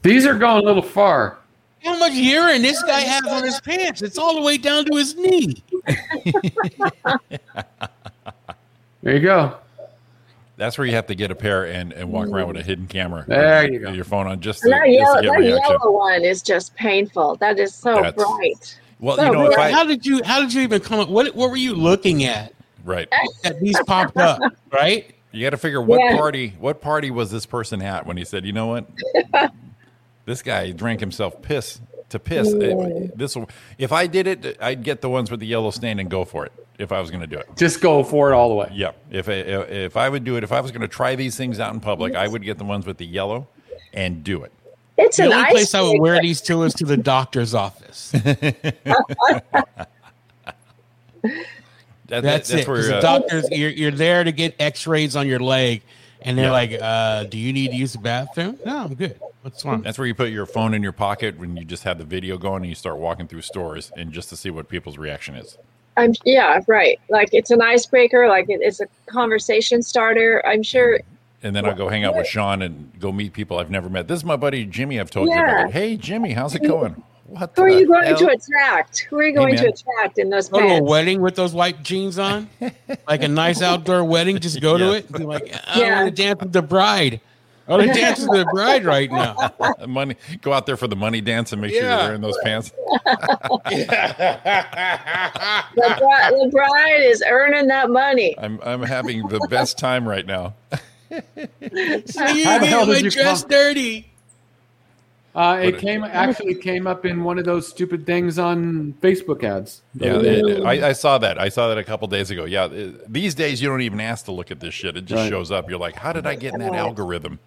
These are going a little far.
How much urine this guy has on his pants? It's all the way down to his knee.
There you go.
That's where you have to get a pair and, and walk around with a hidden camera.
There you go.
Your phone on just to,
And that
just
yellow,
to get
that
reaction.
yellow one is just painful. That is so
That's-
bright.
Well,
so
you know, if
bright.
I
How did you? How did you even come up? What What were you looking at
right,
that these popped up? Right?
you got to figure what
Yeah.
party what party was this person at when he said, you know what, this guy drank himself piss to piss.
Yeah.
This if I did it, I'd get the ones with the yellow stain and go for it. If I was going to do it,
Just go for it all the way.
yeah. If I, if I would do it, if I was going to try these things out in public, I would get the ones with the yellow and do it.
It's
the
an
only place I would wear
icebreaker.
these to is to the doctor's office.
That- that-
that's, it. 'cause the
uh,
doctors, you're, you're there to get X-rays on your leg, and they're
Yeah.
like, uh, "Do you need to use the bathroom?" No, I'm good. What's wrong?
That's where you put your phone in your pocket when you just have the video going and you start walking through stores and just to see what people's reaction is.
I'm yeah, right. Like it's an icebreaker. Like it, it's a conversation starter. I'm sure.
And then I'll go hang out with Sean and go meet people I've never met. This is my buddy Jimmy. I've told you
Yeah.
about. Hey Jimmy, how's it going? What
Who are
the
you going
hell?
to attract? Who are you going to
man.
attract in those
Go to a
pants?
wedding with those white jeans on, like a nice outdoor wedding. Just go to it. Be like, I
Yeah.
want to dance with the bride. I want to dance with the bride right now.
Uh, money. Go out there for the money dance and make sure
Yeah.
you're wearing those pants.
The bride, the bride is earning that money.
I'm I'm having the best time right now.
So you
How
the hell
made
did
my
you
dress
come-
dirty.
Uh,
What
it
a-
came actually came up in one of those stupid things on Facebook ads.
Yeah, it- it- I, I saw that. I saw that a couple days ago. Yeah, it- these days you don't even ask to look at this shit. It just
Right.
shows up. You're like, how did I get in that algorithm?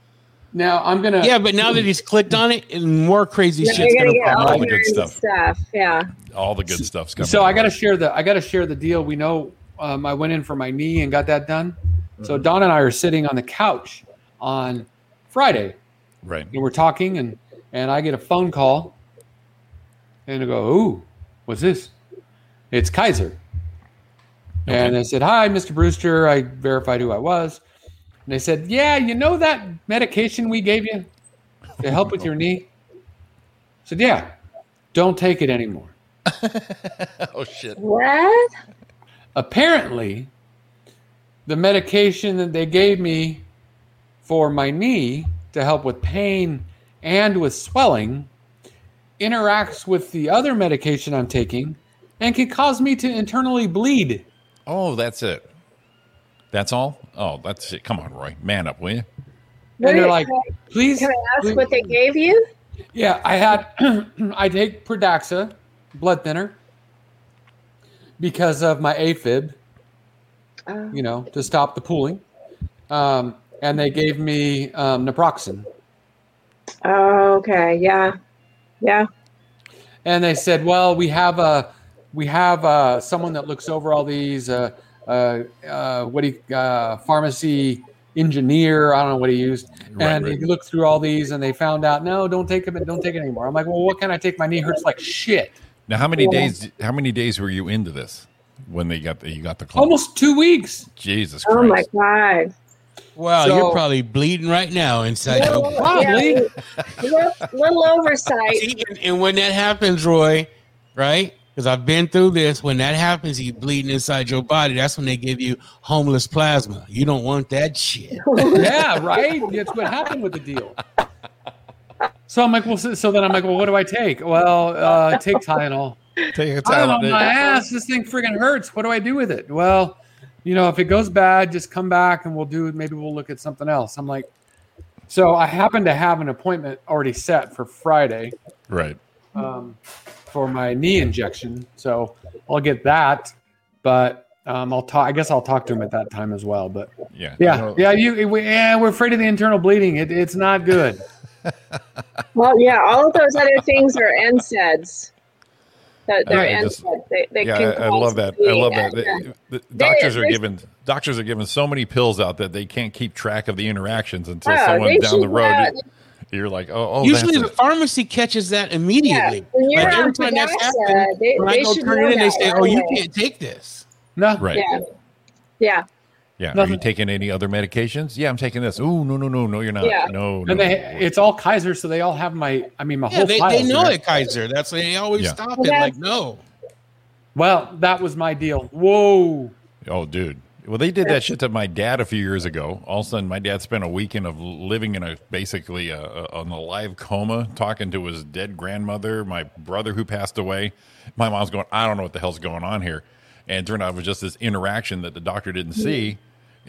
now I'm gonna.
Yeah, but now that he's clicked on it, and more crazy
You're
shit's
gonna
gonna
get
pop
all
up.
the good
kinds of
stuff.
stuff. Yeah.
All the good stuff's coming.
So I got to share the I got to share the deal. We know um, I went in for my knee and got that done.
Mm-hmm.
So Don and I are sitting on the couch on Friday,
right?
And we're talking, and and I get a phone call, and I go, "Ooh, what's this?" It's Kaiser, and they said, "Hi, Mr. Brewster." I verified who I was, and they said, "Yeah, you know that medication we gave you to help with your knee?" I said, "Yeah, don't take it anymore."
oh shit!
What?
apparently the medication that they gave me for my knee to help with pain and with swelling interacts with the other medication I'm taking and can cause me to internally bleed.
Oh, that's it. That's all. Oh, that's it. Come on, Roy, man up, will you?
What
and they're
is-
like, please.
Can I ask what they gave you?
Yeah, I had I take Pradaxa, blood thinner, because of my AFib,
Oh.
you know, to stop the pooling. Um, and they gave me um, naproxen,
Oh, okay. Yeah. Yeah.
and they said, "Well, we have a we have uh someone that looks over all these uh, uh, uh, what he uh, pharmacy engineer. I don't know what he used,
Right,
and
right.
he looked through all these, and they found out, no, don't take it, don't take it anymore. I'm like, well, what can I take? My knee hurts like shit.
Now, how many
Yeah.
days? How many days were you into this when they got the, you got the call?
Almost two weeks.
Jesus
Oh
Christ!
my God.
Wow,
So-
you're probably bleeding right now inside.
Yeah,
you.
Probably.
little, little oversight.
And when that happens, Roy, right? Because I've been through this. When that happens, you bleeding inside your body. That's when they give you homeless plasma. You don't want that shit.
yeah, right. That's what happened with the deal. So I'm like, well, so, so then I'm like, well, what do I take? Well, uh, take Tylenol.
Take your
Uh,
I
time.
don't know, my ass. This thing friggin' hurts. What do I do with it? Well, you know, if it goes bad, just come back and we'll do. Maybe we'll look at something else. I'm like, so I happen to have an appointment already set for Friday
Right.
um, for my knee injection. So I'll get that, but um, I'll talk. I guess I'll talk to him at that time as well. But
Yeah.
yeah,
No,
yeah, you, we, yeah, we're afraid of the internal bleeding. It, it's not good.
Well, yeah, all of those other things are NSAIDs. That they're
I- I
NSAIDs.
Uh, just-
they, they
yeah,
can
I, I
cause
love that. I
bleeding.
love that.
Yeah.
The- the doctors are
there's-
given doctors are given so many pills out that they can't keep track of the interactions until
Oh,
someone
they
down the
should
road.
know.
You're like, oh, oh,
Usually, the
that's it.
pharmacy catches that immediately.
When you're
Like,
on
every time that's
Pradaxa,
happened,
they-
when I
they
go
should
turn
know
it in, they
that
say,
right
"Oh, you
away.
can't take this."
No,
right.
Yeah. Yeah.
Yeah. Are you
Nothing.
taking any other medications? Yeah, I'm taking this. Oh, no, no, no, no, you're not.
Yeah.
No, no.
and they, it's all Kaiser, so they all have my. I mean, my
Yeah,
whole.
they, they
file's
know
there.
it, Kaiser. That's why they always
Yeah.
stop
Well,
it. Like,
that's-
no,
Well, that was my deal. Whoa.
Oh, dude. Well, they did that shit to my dad a few years ago. All of a sudden, my dad spent a weekend of living in a basically a, a, on a live coma, talking to his dead grandmother, my brother who passed away. My mom's going, I don't know what the hell's going on here. And it turned out it was just this interaction
Hmm.
that the doctor didn't see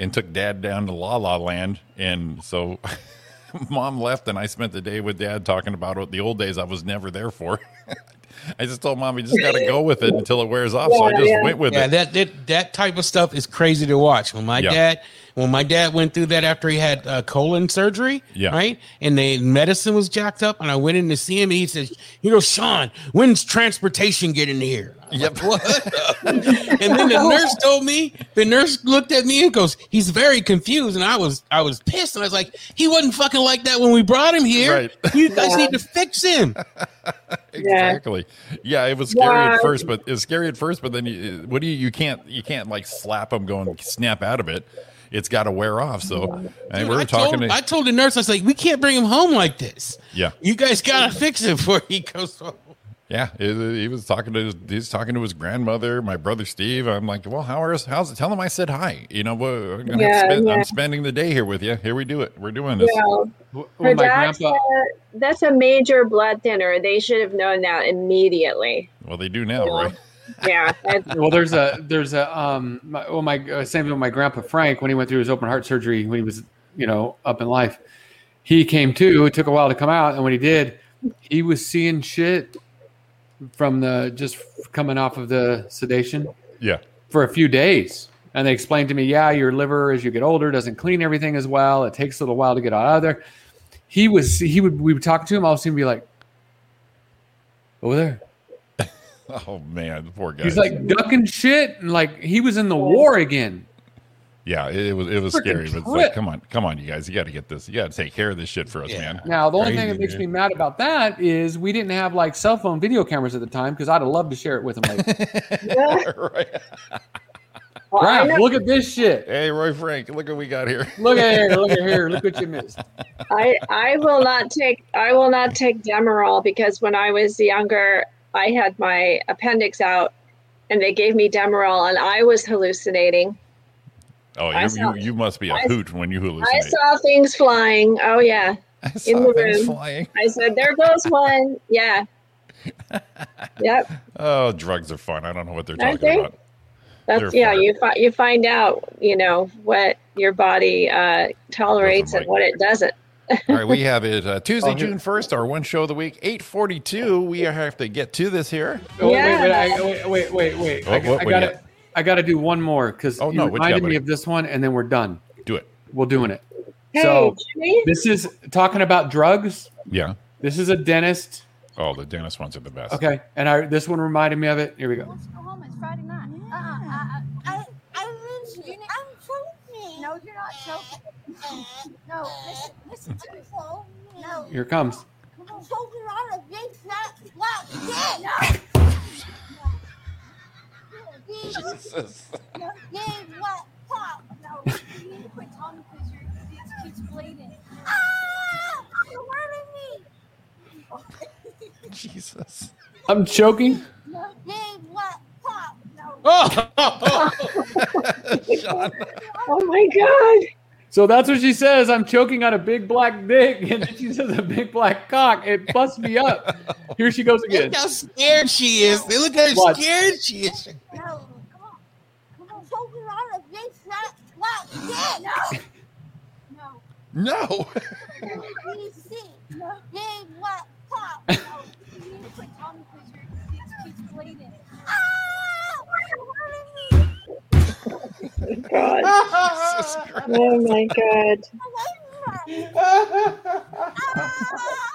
and took dad down to La La Land. And so mom left and I spent the day with dad talking about what the old days I was never there for. I just told mom, you just got to go with it until it wears off. so I just went with
yeah,
it.
That, that that type of stuff is crazy to watch. When my
Yeah.
dad when my dad went through that after he had uh, colon surgery,
Yeah.
right, and the medicine was jacked up, and I went in to see him, and he says, "You know, Sean, when's transportation getting here?" Yep. and then the nurse told me. The nurse looked at me and goes, "He's very confused." And I was, I was pissed. And I was like, "He wasn't fucking like that when we brought him here. You guys
Yeah.
need to fix him."
Exactly. Yeah, it was scary
Yeah.
at first, but it's scary at first. But then, you, what do you? You can't. You can't like slap them, going snap out of it. It's got to wear off. So, and we
I
were talking.
told,
to,
I told the nurse, I was like, "We can't bring him home like this.
yeah,
You guys gotta fix it before he goes home."
yeah. It, it- he was talking to. His, he's talking to his grandmother, my brother Steve. I'm like, well, how are? How's it? Tell him I said hi. You know, we're we're gonna
Yeah,
spend,
yeah.
I'm spending the day here with you. Here we do it. We're doing this.
Yeah.
Oh,
Her dad said, that's a major blood thinner. They should have known that immediately.
Well, they do now, right?
Yeah. that's-
well, there's a there's a um. My, well, my uh, same thing with my grandpa Frank when he went through his open heart surgery when he was you know up in life. He came to. It took a while to come out, and when he did, he was seeing shit from the just coming off of the sedation.
Yeah.
for a few days. And they explained to me, yeah, your liver as you get older doesn't clean everything as well. It takes a little while to get out of there. He was he would we would talk to him, I would see him be like over there.
Oh man, the poor guy.
He's like ducking shit and like he was in the war again.
Yeah, it, it was it was
Freaking
scary, but it's
trip.
like, come on, come on, you guys, you got to get this, you got to take care of this shit for us, man.
Now the only thing
Crazy,
that makes
dude.
me mad about that is we didn't have like cell phone video cameras at the time because I'd have loved to share it with him later. Graph, look at this shit.
Hey, Roy Frank, look what we got here.
Look at here, look at here, look what you missed.
I I will not take I will not take Demerol because when I was younger, I had my appendix out, and they gave me Demerol, and I was hallucinating.
Oh,
I
you,
saw-
you, you must be a
I-
hoot when you
I
hallucinate.
saw things flying. Oh yeah, in the room. I said, "There goes one." Yeah. Yep.
Oh, drugs are fun. I don't know what they're
I
talking
think
about.
That's yeah.
They're fun.
You find you find out you know what your body uh, tolerates and what it doesn't.
All right, we have it uh, Tuesday,
Oh, here-
June first, our one show of the week, eight forty-two. We have to get to this here.
Oh, wait, wait, wait, I- wait, wait, wait, wait.
What-
I,
Oh, what-
I
what do you
gotta, I gotta do one more because
Oh,
you
no, what you got,
reminded
buddy?
me of this one, and then we're done.
Do it.
We're doing it.
Hey,
so
Jimmy?
this is talking about drugs.
Yeah.
This is a dentist.
Oh, the dentist ones are the best.
Okay, and I this one reminded me of it. Here we go.
Go home. It's Friday night. Uh-uh. I, I, I live here. I'm joking. No, you're not joking. No, listen, listen to me. No.
Here it comes.
I'm joking on a big fat flat dick. No.
Jesus.
No, yeah, what? Pop. No, you need to quit talking because your it keeps bleeding. Ah! You're hurting me.
Jesus.
I'm choking.
No, yeah, what? Pop. No.
Oh my god!
So that's what she says. I'm choking on a big black dick, and then she says a big black cock. It busts me up. Here she goes again.
Look how scared she is. Look how
What?
scared she is.
I'm joking on a big fat flat dick. No.
No.
No. No, yeah, what? Pop. No, you need to quit talking because your it keeps bleeding. Ah! You're hurting me.
God. Oh my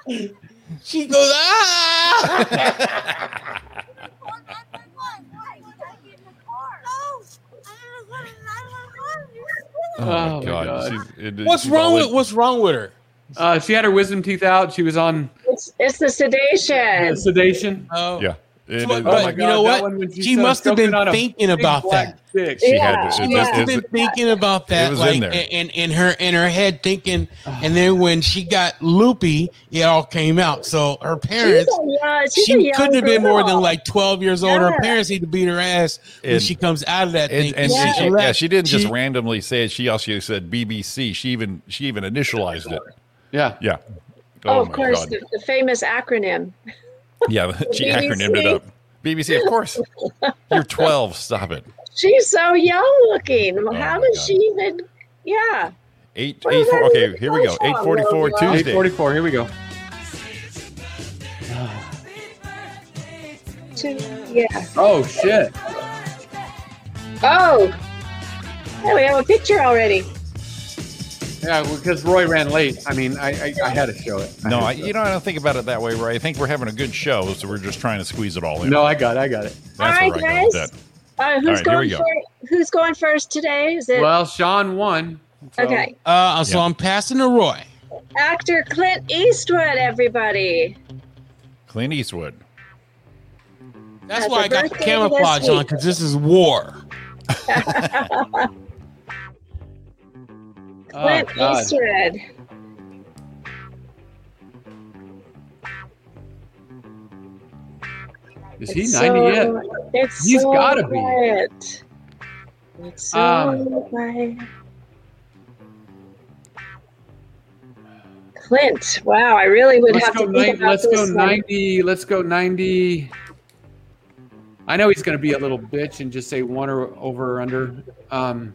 god!
She goes, ah!
Oh, my
Oh, my
God.
God.
She's- it-
What's
she's
wrong
always-
with what's wrong with her?
Uh, she had her wisdom teeth out. She was on
It's it's the sedation.
sedation.
Oh,
Yeah. It
But-
is-
but
oh my
you know
God,
what?
that one when she
She
said,
must have
"Choking
been
on a
thinking
big
about
black
that.
dick."
She had to-
She
it
must
just
have been
is-
thinking about that,
It was in
like,
there.
and in her in her head thinking, and then when she got loopy, it all came out. So her parents,
young- she's a
she
young
couldn't have been more
girl.
than like twelve years old. Her
Yeah.
parents need to beat her ass when
And-
she comes out of that
And,
thing.
and
She
she, she- yeah,
left-
she didn't just
she-
randomly say it. She also said BBC. She even she even initialized it.
Yeah,
yeah.
Oh, of course,
God.
the, the famous acronym.
Yeah, she
BBC.
acronymed it up. BBC, of course. You're 12. Stop it. Oh
She's so young looking.
my
How does
God.
she even? Yeah.
Eight, eight, four, okay, here we go. 844 Tuesday.
844, here we go.
Yeah.
Oh, shit.
Oh. Hey, we have a picture already.
Yeah, because Roy ran late. I mean, I, I, I had to show it.
No, I, you know, I don't think about it that way, Roy. I think we're having a good show, so we're just trying to squeeze it all in.
No, I got it. I got it.
That's
All
where
right,
I go with
guys.
that.
Uh,
All
who's
right, here
going
we go.
first? Who's going first today? Is it
Well, Sean won.
okay?
Uh, so I'm passing to Roy.
Actor Clint Eastwood, everybody.
Clint Eastwood.
That's
Happy
why I got the
birthday
camouflage
this
on
week.
because this is war.
oh,
Clint
God.
Eastwood.
Is he
It's
90 yet?
so- It's
He's
so
gotta be.
quiet. It's so
Um,
quiet. Clint. Wow, I really would
Let's
have
go,
to think
nine,
about
let's
this
go
one.
90. Let's go 90. I know he's going to be a little bitch and just say one or over or under. Um,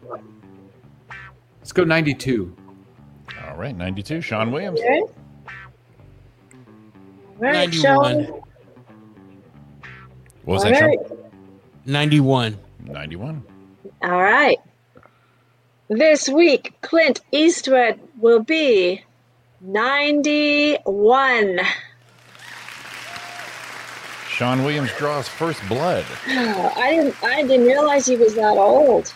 let's go 92.
All right, 92. Sean Williams.
Okay. All right, Sean.
What was
All
that,
right.
Sean?
91.
91.
All right. This week, Clint Eastwood will be 91.
Sean Williams draws first blood.
Oh, I didn't. I didn't realize he was that old.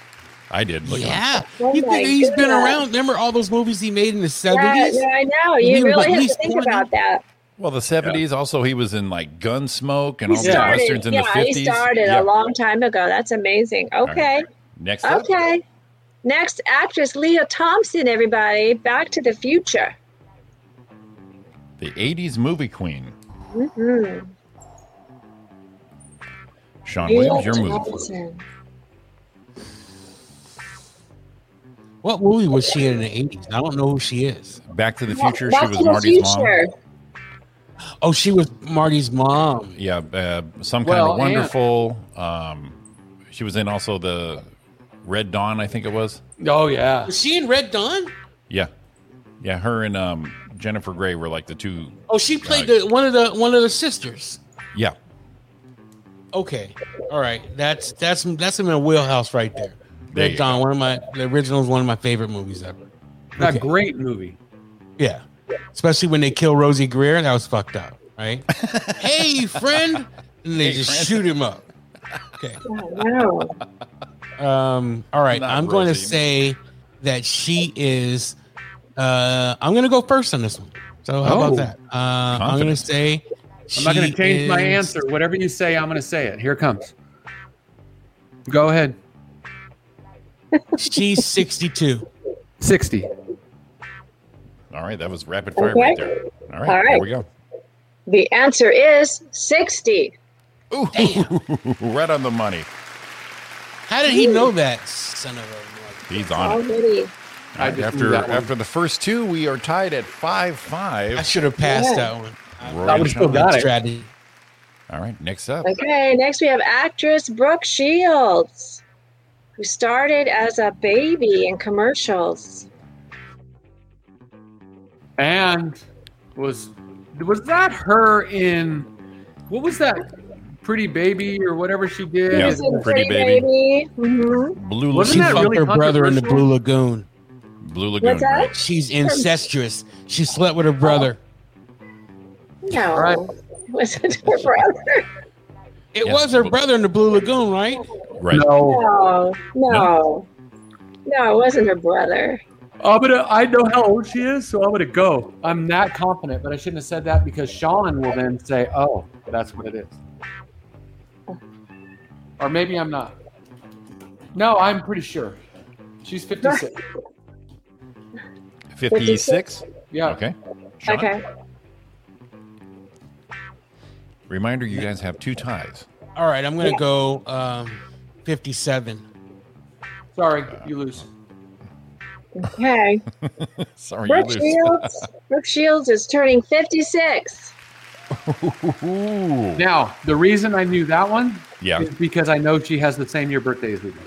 I did. Look
yeah.
At
Oh
You
my
think he's been
goodness.
around? Remember all those movies he made in the 70s?
Yeah, yeah, I know.
He
You
was
really
at
have to
least
think
40.
about that.
well, the 70s. Also, he was in like Gunsmoke and
He
all these
started.
westerns in
Yeah,
the 50s.
he started
Yeah.
a long time ago. That's amazing. Okay.
Next up.
Okay. Next actress, Leah Thompson, everybody. Back to the Future.
The 80s movie queen.
Mhm.
Sean
Leah
Williams, your movie.
Thompson.
What movie was she in in the 80s? I don't know who she is.
Back to the
Back-
Future.
Back
she
to
was
the
Marty's mom.
Future.
Oh, she was Marty's mom.
Yeah, uh, some kind
Well, and-
of wonderful. Um, she was in also the Red Dawn, I think it was.
Oh, yeah.
Was she in Red Dawn?
Yeah, yeah. Her and um, Jennifer Grey were like the two.
Oh, she played the one of the one of the sisters.
Yeah,
Okay. All right. That's that's that's in my wheelhouse right there.
There
Red
you
Dawn, one of my the original is one of my favorite movies ever.
A great movie.
Yeah. Especially when they kill Rosie Greer, that was fucked up, right? hey, friend. And they
Hey,
just
friend.
shoot him up. Okay.
Oh, no.
Um, all right.
Not
I'm going to
Rosie.
say that she is. Uh, I'm going to go first on this one. So how
Oh.
about that? Uh, I'm going to say.
I'm not going
she
to change my
is-
answer. Whatever you say, I'm going to say it. Here it comes. Go ahead.
She's 62.
60.
All right, that was rapid fire
Okay.
right there. All right,
All
there
right.
we go.
The answer is 60.
right on the money.
How did he know that? Son of a.
He's on it.
Already.
All
I
right,
just knew
after
that one.
after the first two, we are tied at five five.
I should have passed
Yeah.
that one.
Roy
I
and
would still
Sean.
got it.
Strategy.
All right, next up.
Okay, next we have actress Brooke Shields, who started as a baby in commercials.
And was was that her in what was that pretty baby or whatever she did?
Yeah.
She's in
Pretty Baby.
Mhm.
Blue
She
Wasn't
Lagoon.
that
fucked
really
her brother in the Blue Lagoon.
Blue Lagoon.
What's that? Oh,
Right?
She's incestuous. She slept with her brother.
No, it wasn't her brother.
It
Yeah.
was her brother in the Blue Lagoon, right?
Right.
No.
No, no, no, it wasn't her brother.
I'm gonna, I know how old she is, so I'm going to go. I'm that confident, but I shouldn't have said that because Sean will then say, oh, that's what it is. Or maybe I'm not. No, I'm pretty sure. She's 56.
Fifty six.
Yeah.
Okay. Sean,
Okay,
Reminder: You guys have two ties.
All right, I'm gonna
Yeah.
go um, 57.
Sorry, you lose.
okay.
Sorry, you
Brooke
lose.
Shields. Brooke Shields is turning 56.
Ooh.
Now, the reason I knew that one
Yeah.
is because I know she has the same year birthday as we do.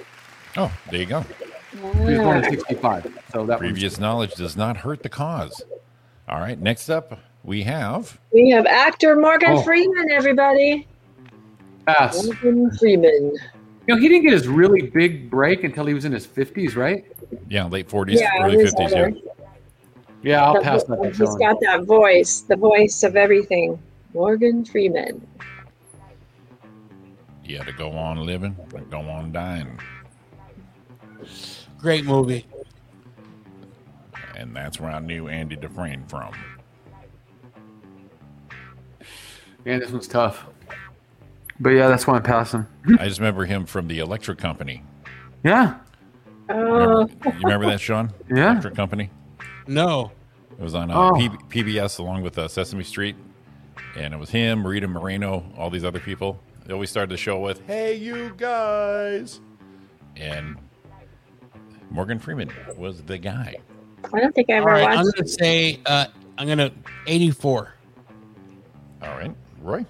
Oh, there you go.
He was born in 65. So that was
Previous knowledge does not hurt the cause. All right. Next up, we have
We have actor Morgan
Oh.
Freeman, everybody.
pass.
Morgan Freeman.
You know, he didn't get his really big break until he was in his 50s, right?
yeah, late forties,
Yeah,
early
it was
fifties. Yeah.
better.
Yeah, I'll
But
pass
he-
that. one,
He's
Sean.
got that voice, the voice of everything. Morgan Freeman.
Yeah, to go on living, to go on dying.
Great movie.
And that's where I knew Andy Dufresne from.
Man, this one's tough. But yeah, that's why I'm passing.
I just remember him from the Electric Company.
Yeah.
Oh.
You remember that, Sean?
Yeah.
Electric Company.
No.
It was on uh,
Oh.
P- PBS along with uh, Sesame Street, and it was him, Rita Moreno, all these other people. They always started the show with "Hey, you guys," and Morgan Freeman was the guy.
I don't think I
All
ever
right, I'm
watched
gonna say uh, I'm gonna 84.
All right, Roy.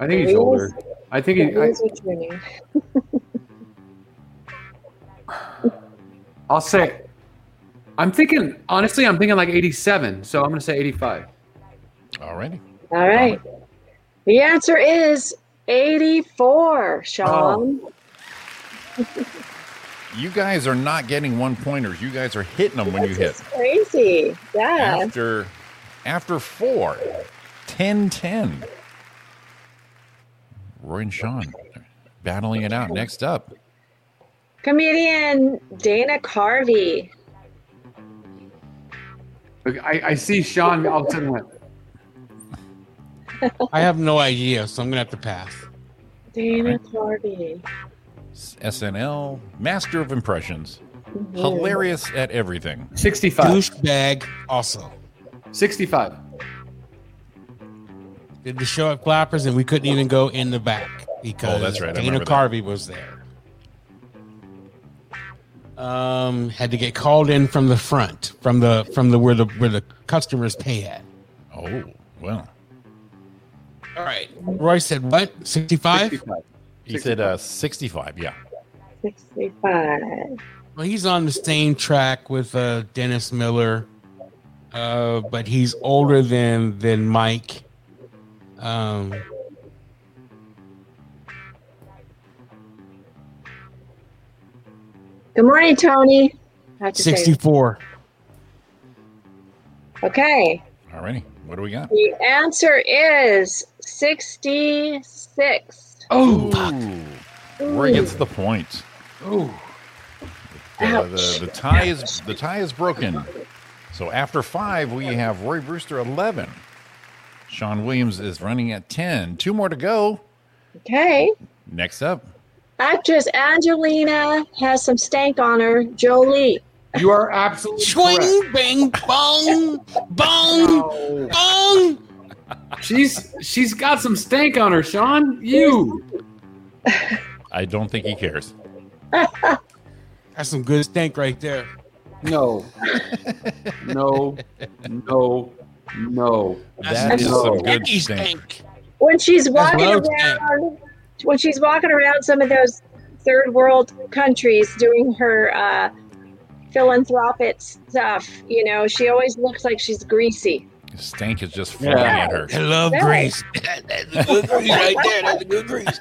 I think he's
The
older.
wheels-
I think he,
the
I,
wheels are turning.
I'll say. I'm thinking honestly. I'm thinking like 87. So I'm gonna say 85.
All righty.
All right. The answer is 84, Sean.
You guys are not getting one pointers. You guys are hitting them when you hit.
Crazy. Yeah.
After, after four, 10 10. Roy and Sean battling it out. Next up,
Comedian Dana Carvey.
Look, Oh, I, I see Sean all of a sudden went.
I have no idea, so I'm gonna have to pass.
Dana Carvey.
SNL, master of impressions,
Mhm.
hilarious at everything.
Mm-hmm.
65.
Douchebag also.
65.
Did the show at Clappers and we couldn't even go in the back because
Oh, that's right. I
Dana
remember that.
Carvey was there. Um, had to get called in from the front, from the from the where the where the customers pay at.
Oh, well.
All right. Roy said what? 65?
He said uh, 65. Yeah.
65.
Well, he's on the same track with uh, Dennis Miller, uh, but he's older than than Mike. Um,
Good morning, Tony. How'd you say-
64.
Okay.
All righty. What do we got?
The answer is 66.
Oh, Roy gets the point.
Oh.
The, the, the tie is the tie is broken. So after five, we have Roy Brewster eleven. Sean Williams is running at ten. Two more to go.
Okay.
Next up,
Actress Angelina has some stank on her. Jolie.
You are absolutely
Swing, bang, bong, bong, bong.
She's she's got some stank on her, Sean. You.
I don't think he cares.
That's some good stank right there.
No. No. No. No.
That is
No.
some good stink.
When she's walking
what I was
around, when she's walking around some of those third world countries doing her uh, philanthropic stuff, you know, she always looks like she's greasy.
Stank is just flying at her.
I love
Yeah.
Grace. That's a good Grace right there. That's a good Grace.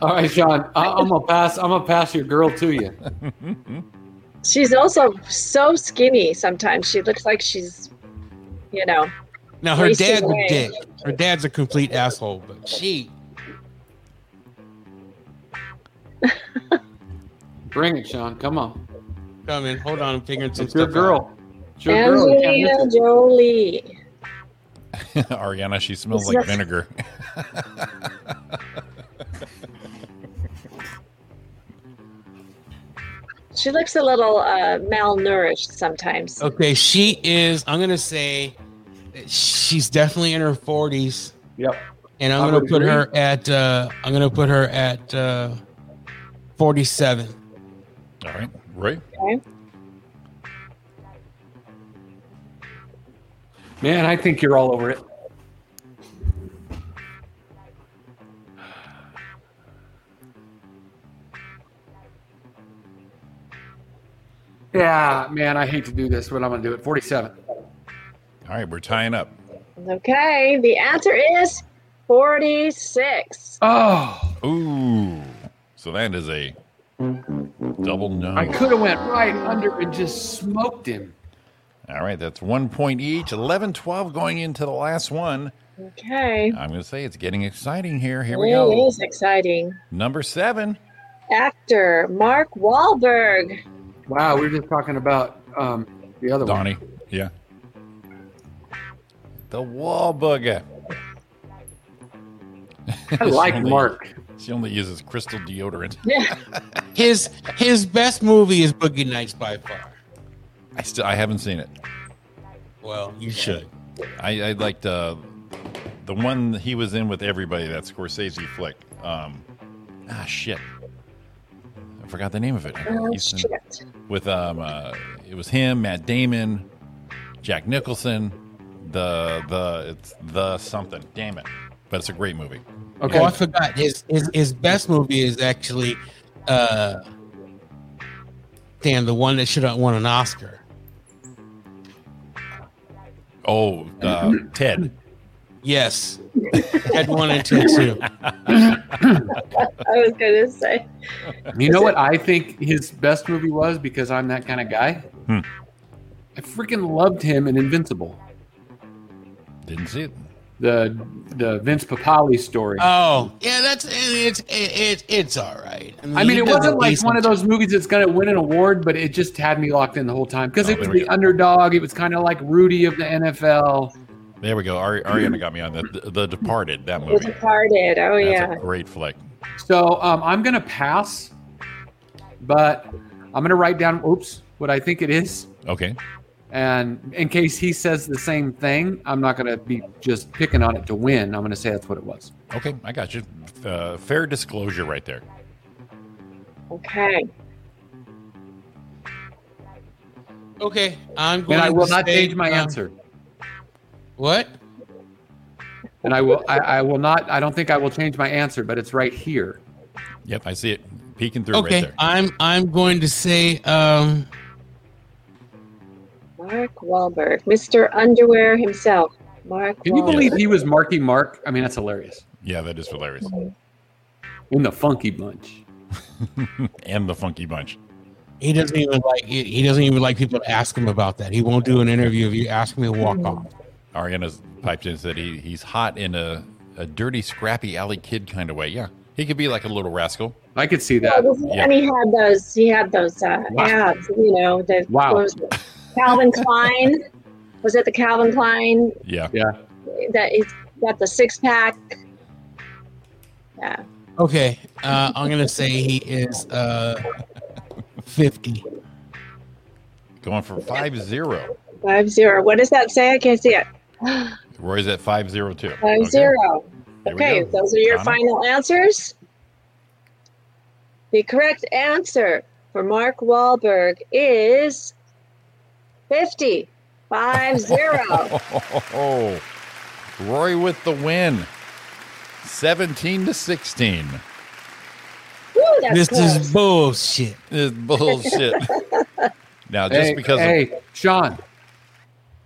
All right, Sean. I, I'm gonna pass. I'm gonna pass your girl to you.
She's also so skinny. Sometimes she looks like she's, you know,
Now her
Grace is
dad's a
away.
dick. Her dad's a complete asshole, but she
Bring it, Sean. Come on.
come in. Hold on, I'm figuring some
It's your
stuff out.
girl. It's your girl. You can't miss
Angelina
it.
Jolie.
Ariana, she smells like vinegar.
She looks a little uh, malnourished sometimes.
Okay, she is. I'm gonna say that she's definitely in her 40s,
Yep.
and I'm
I
gonna
would
put
agree.
her at. Uh, I'm gonna put her at uh, 47.
All right. Ray?
Man, I think you're all over it. Yeah, man, I hate to do this, but I'm going to do it. 47.
All right, we're tying up.
Okay, the answer is 46.
Oh.
Ooh. So that is a double no.
I could have went right under and just smoked him.
All right, that's one point each. 11, 12 going into the last one.
Okay.
I'm going to say it's getting exciting here. Here we
It
go.
is exciting.
Number seven.
Actor Mark Wahlberg.
Wow, we were just talking about um, the other
Donnie. Yeah. The Wahlburger.
I like Mark.
She only uses crystal deodorant.
His his best movie is Boogie Nights by far.
I still I haven't seen it.
Well, you should.
I, I liked uh, the one he was in with everybody. That Scorsese flick. Um, ah, shit. I forgot the name of it.
Oh,
He's in-
shit.
with um, uh, it was him, Matt Damon, Jack Nicholson. The the it's the something. Damn it! But it's a great movie.
Okay. Oh, I forgot. His his, his best movie is actually uh damn the one that should have won an Oscar.
Oh, uh, Ted.
Yes. Ted one and Ted two.
I was going to say.
You know what I think his best movie was because I'm that kind of guy?
Hmm.
I freaking loved him in Invincible,
Didn't see it.
the the Vince Papali story.
Uh,
Oh, yeah, that's it's it, it, it's all right.
I mean,
he
it
does a
wasn't like
decent
one of those movies that's going to win an award, but it just had me locked in the whole time because
Oh,
it was
there we
the underdog. It was kind of like Rudy of the NFL.
There we go. Ari- Ariana got me on that. The, the Departed. That
The
movie.
Departed. Oh,
That's
yeah.
a great flick.
So um, I'm going to pass, but I'm going to write down, oops, what I think it is.
Okay.
And in case he says the same thing, I'm not going to be just picking on it to win. I'm going to say that's what it was.
Okay, I got you. Uh, fair disclosure, right there.
Okay.
Okay, I'm going
And I will
to
not
say,
change my
uh,
um,
answer.
What?
And I will. I, I will not. I don't think I will change my answer, but it's right here.
Yep, I see it peeking through
Okay,
right there.
I'm I'm going to say um
Mark Wahlberg, Mr. Underwear himself. Mark
Can you
Wahlberg.
believe he was Marky Mark? I mean, that's hilarious.
Yeah, that is hilarious.
In the Funky Bunch.
and the Funky Bunch.
he doesn't even like he he doesn't even like people to ask him about that. He won't do an interview if you ask him to walk
Hmm.
off.
Ariana's piped in and said he, he's hot in a, a dirty, scrappy alley kid kind of way. Yeah, he could be like a little rascal.
I could see
Yeah, this is-
Yeah.
And he had those. He had those uh,
Wow.
abs. You know the
Wow.
what was it? Calvin Klein. Was it the Calvin Klein
Yeah.
Yeah.
that he's got the six pack? Yeah.
Okay, uh, I'm gonna say he is uh fifty.
Going for five zero.
Five zero. What does that say? I can't see it.
Roy's at five zero two.
Five zero.
There we
Okay,
go.
those are your
Uh-huh.
Donna?
final answers. The correct answer for Mark Wahlberg is 50. Five zero.
Oh, Roy with the win. 17 to 16.
Woo, that's
this
close.
is bullshit.
This is bullshit. now, just
hey,
because
Hey,
of,
Sean. It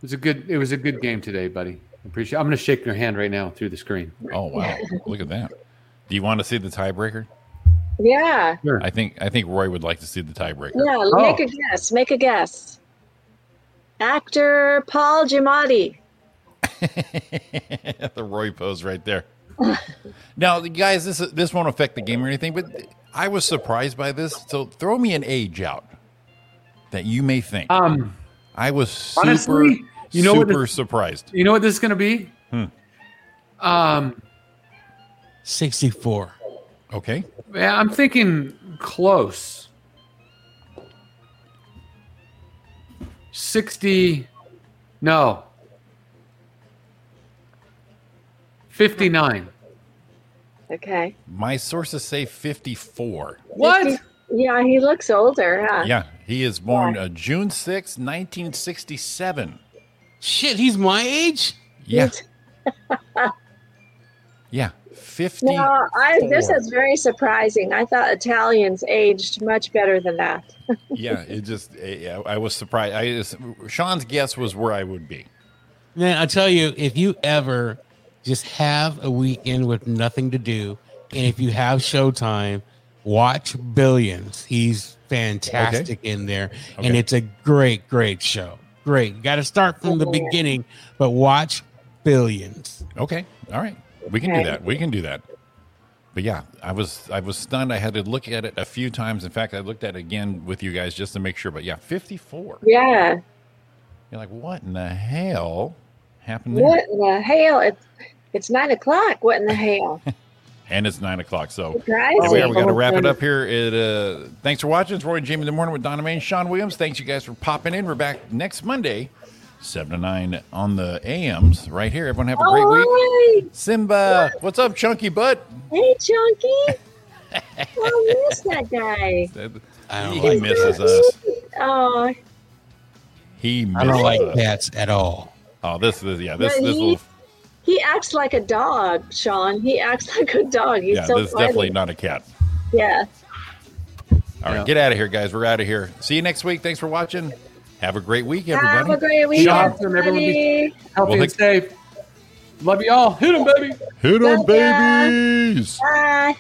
was a good. It was a good game today, buddy. Appreciate. I'm going to shake your hand right now through the screen.
Oh, wow. Look at that. Do you want to see the tiebreaker?
Yeah.
I think I think Roy would like to see the tiebreaker.
Yeah. Make a guess. Make a guess. Actor Paul Giamatti.
the Roy pose right there. now, guys, this this won't affect the game or anything, but I was surprised by this. So throw me an age out that you may think.
Um,
I was super,
honestly, you know what
super
this-
surprised.
You know what this is going to be?
Hmm.
Um,
Sixty-four.
Okay.
yeah, I'm thinking close. Sixty. No. Fifty-nine.
Okay.
My sources say 54.
What? Yeah, he looks older, huh?
Yeah, he is born uh, June 6, 1967.
Shit, he's my age?
Yeah. yeah, 50.
No, Uh, I, this is very surprising. I thought Italians aged much better than that.
yeah, it just, I, I was surprised. I just, Sean's guess was where I would be.
Man, I tell you, if you ever just have a weekend with nothing to do, and if you have showtime, watch Billions. He's fantastic in there, and
Okay.
it's a great, great show. Great. Got to start from the
Okay.
beginning, but watch Billions.
Okay. All right. We can
Okay.
do that. We can do that. But yeah, I was I was stunned. I had to look at it a few times. In fact, I looked at it again with you guys just to make sure. But yeah, 54.
Yeah.
You're like, what in the hell happened there?
What in the hell? It's it's nine o'clock. What in the hell?
And it's nine o'clock. So
Surprise
there we are. We
me.
got to wrap it up here. It, uh, thanks for watching. It's Roy and Jamie in the morning with Donna May and Sean Williams. Thanks you guys for popping in. We're back next Monday, seven to nine on the AMs right here. Everyone have a great week.
Oh.
Simba, what's up, Chunky Butt?
Hey, Chunky. I miss that guy.
he
like
misses
cats.
us.
Oh,
He misses
I don't like
us.
cats at all.
Oh, this is yeah. This
But
this
he-
will
he acts like a dog, Sean. He acts like a dog. He's
yeah.
so
this is
funny.
definitely not a cat.
Yeah.
All right, get out of here, guys. We're out of here. See you next week. Thanks for watching. Have a great week, everybody.
Have a great
week,
weekend.
Sean.
everyone be
buddy.
Healthy
Well,
and safe. Love you all. Hit him, baby.
Hit 'em,
Bye, guys.
babies.
Bye.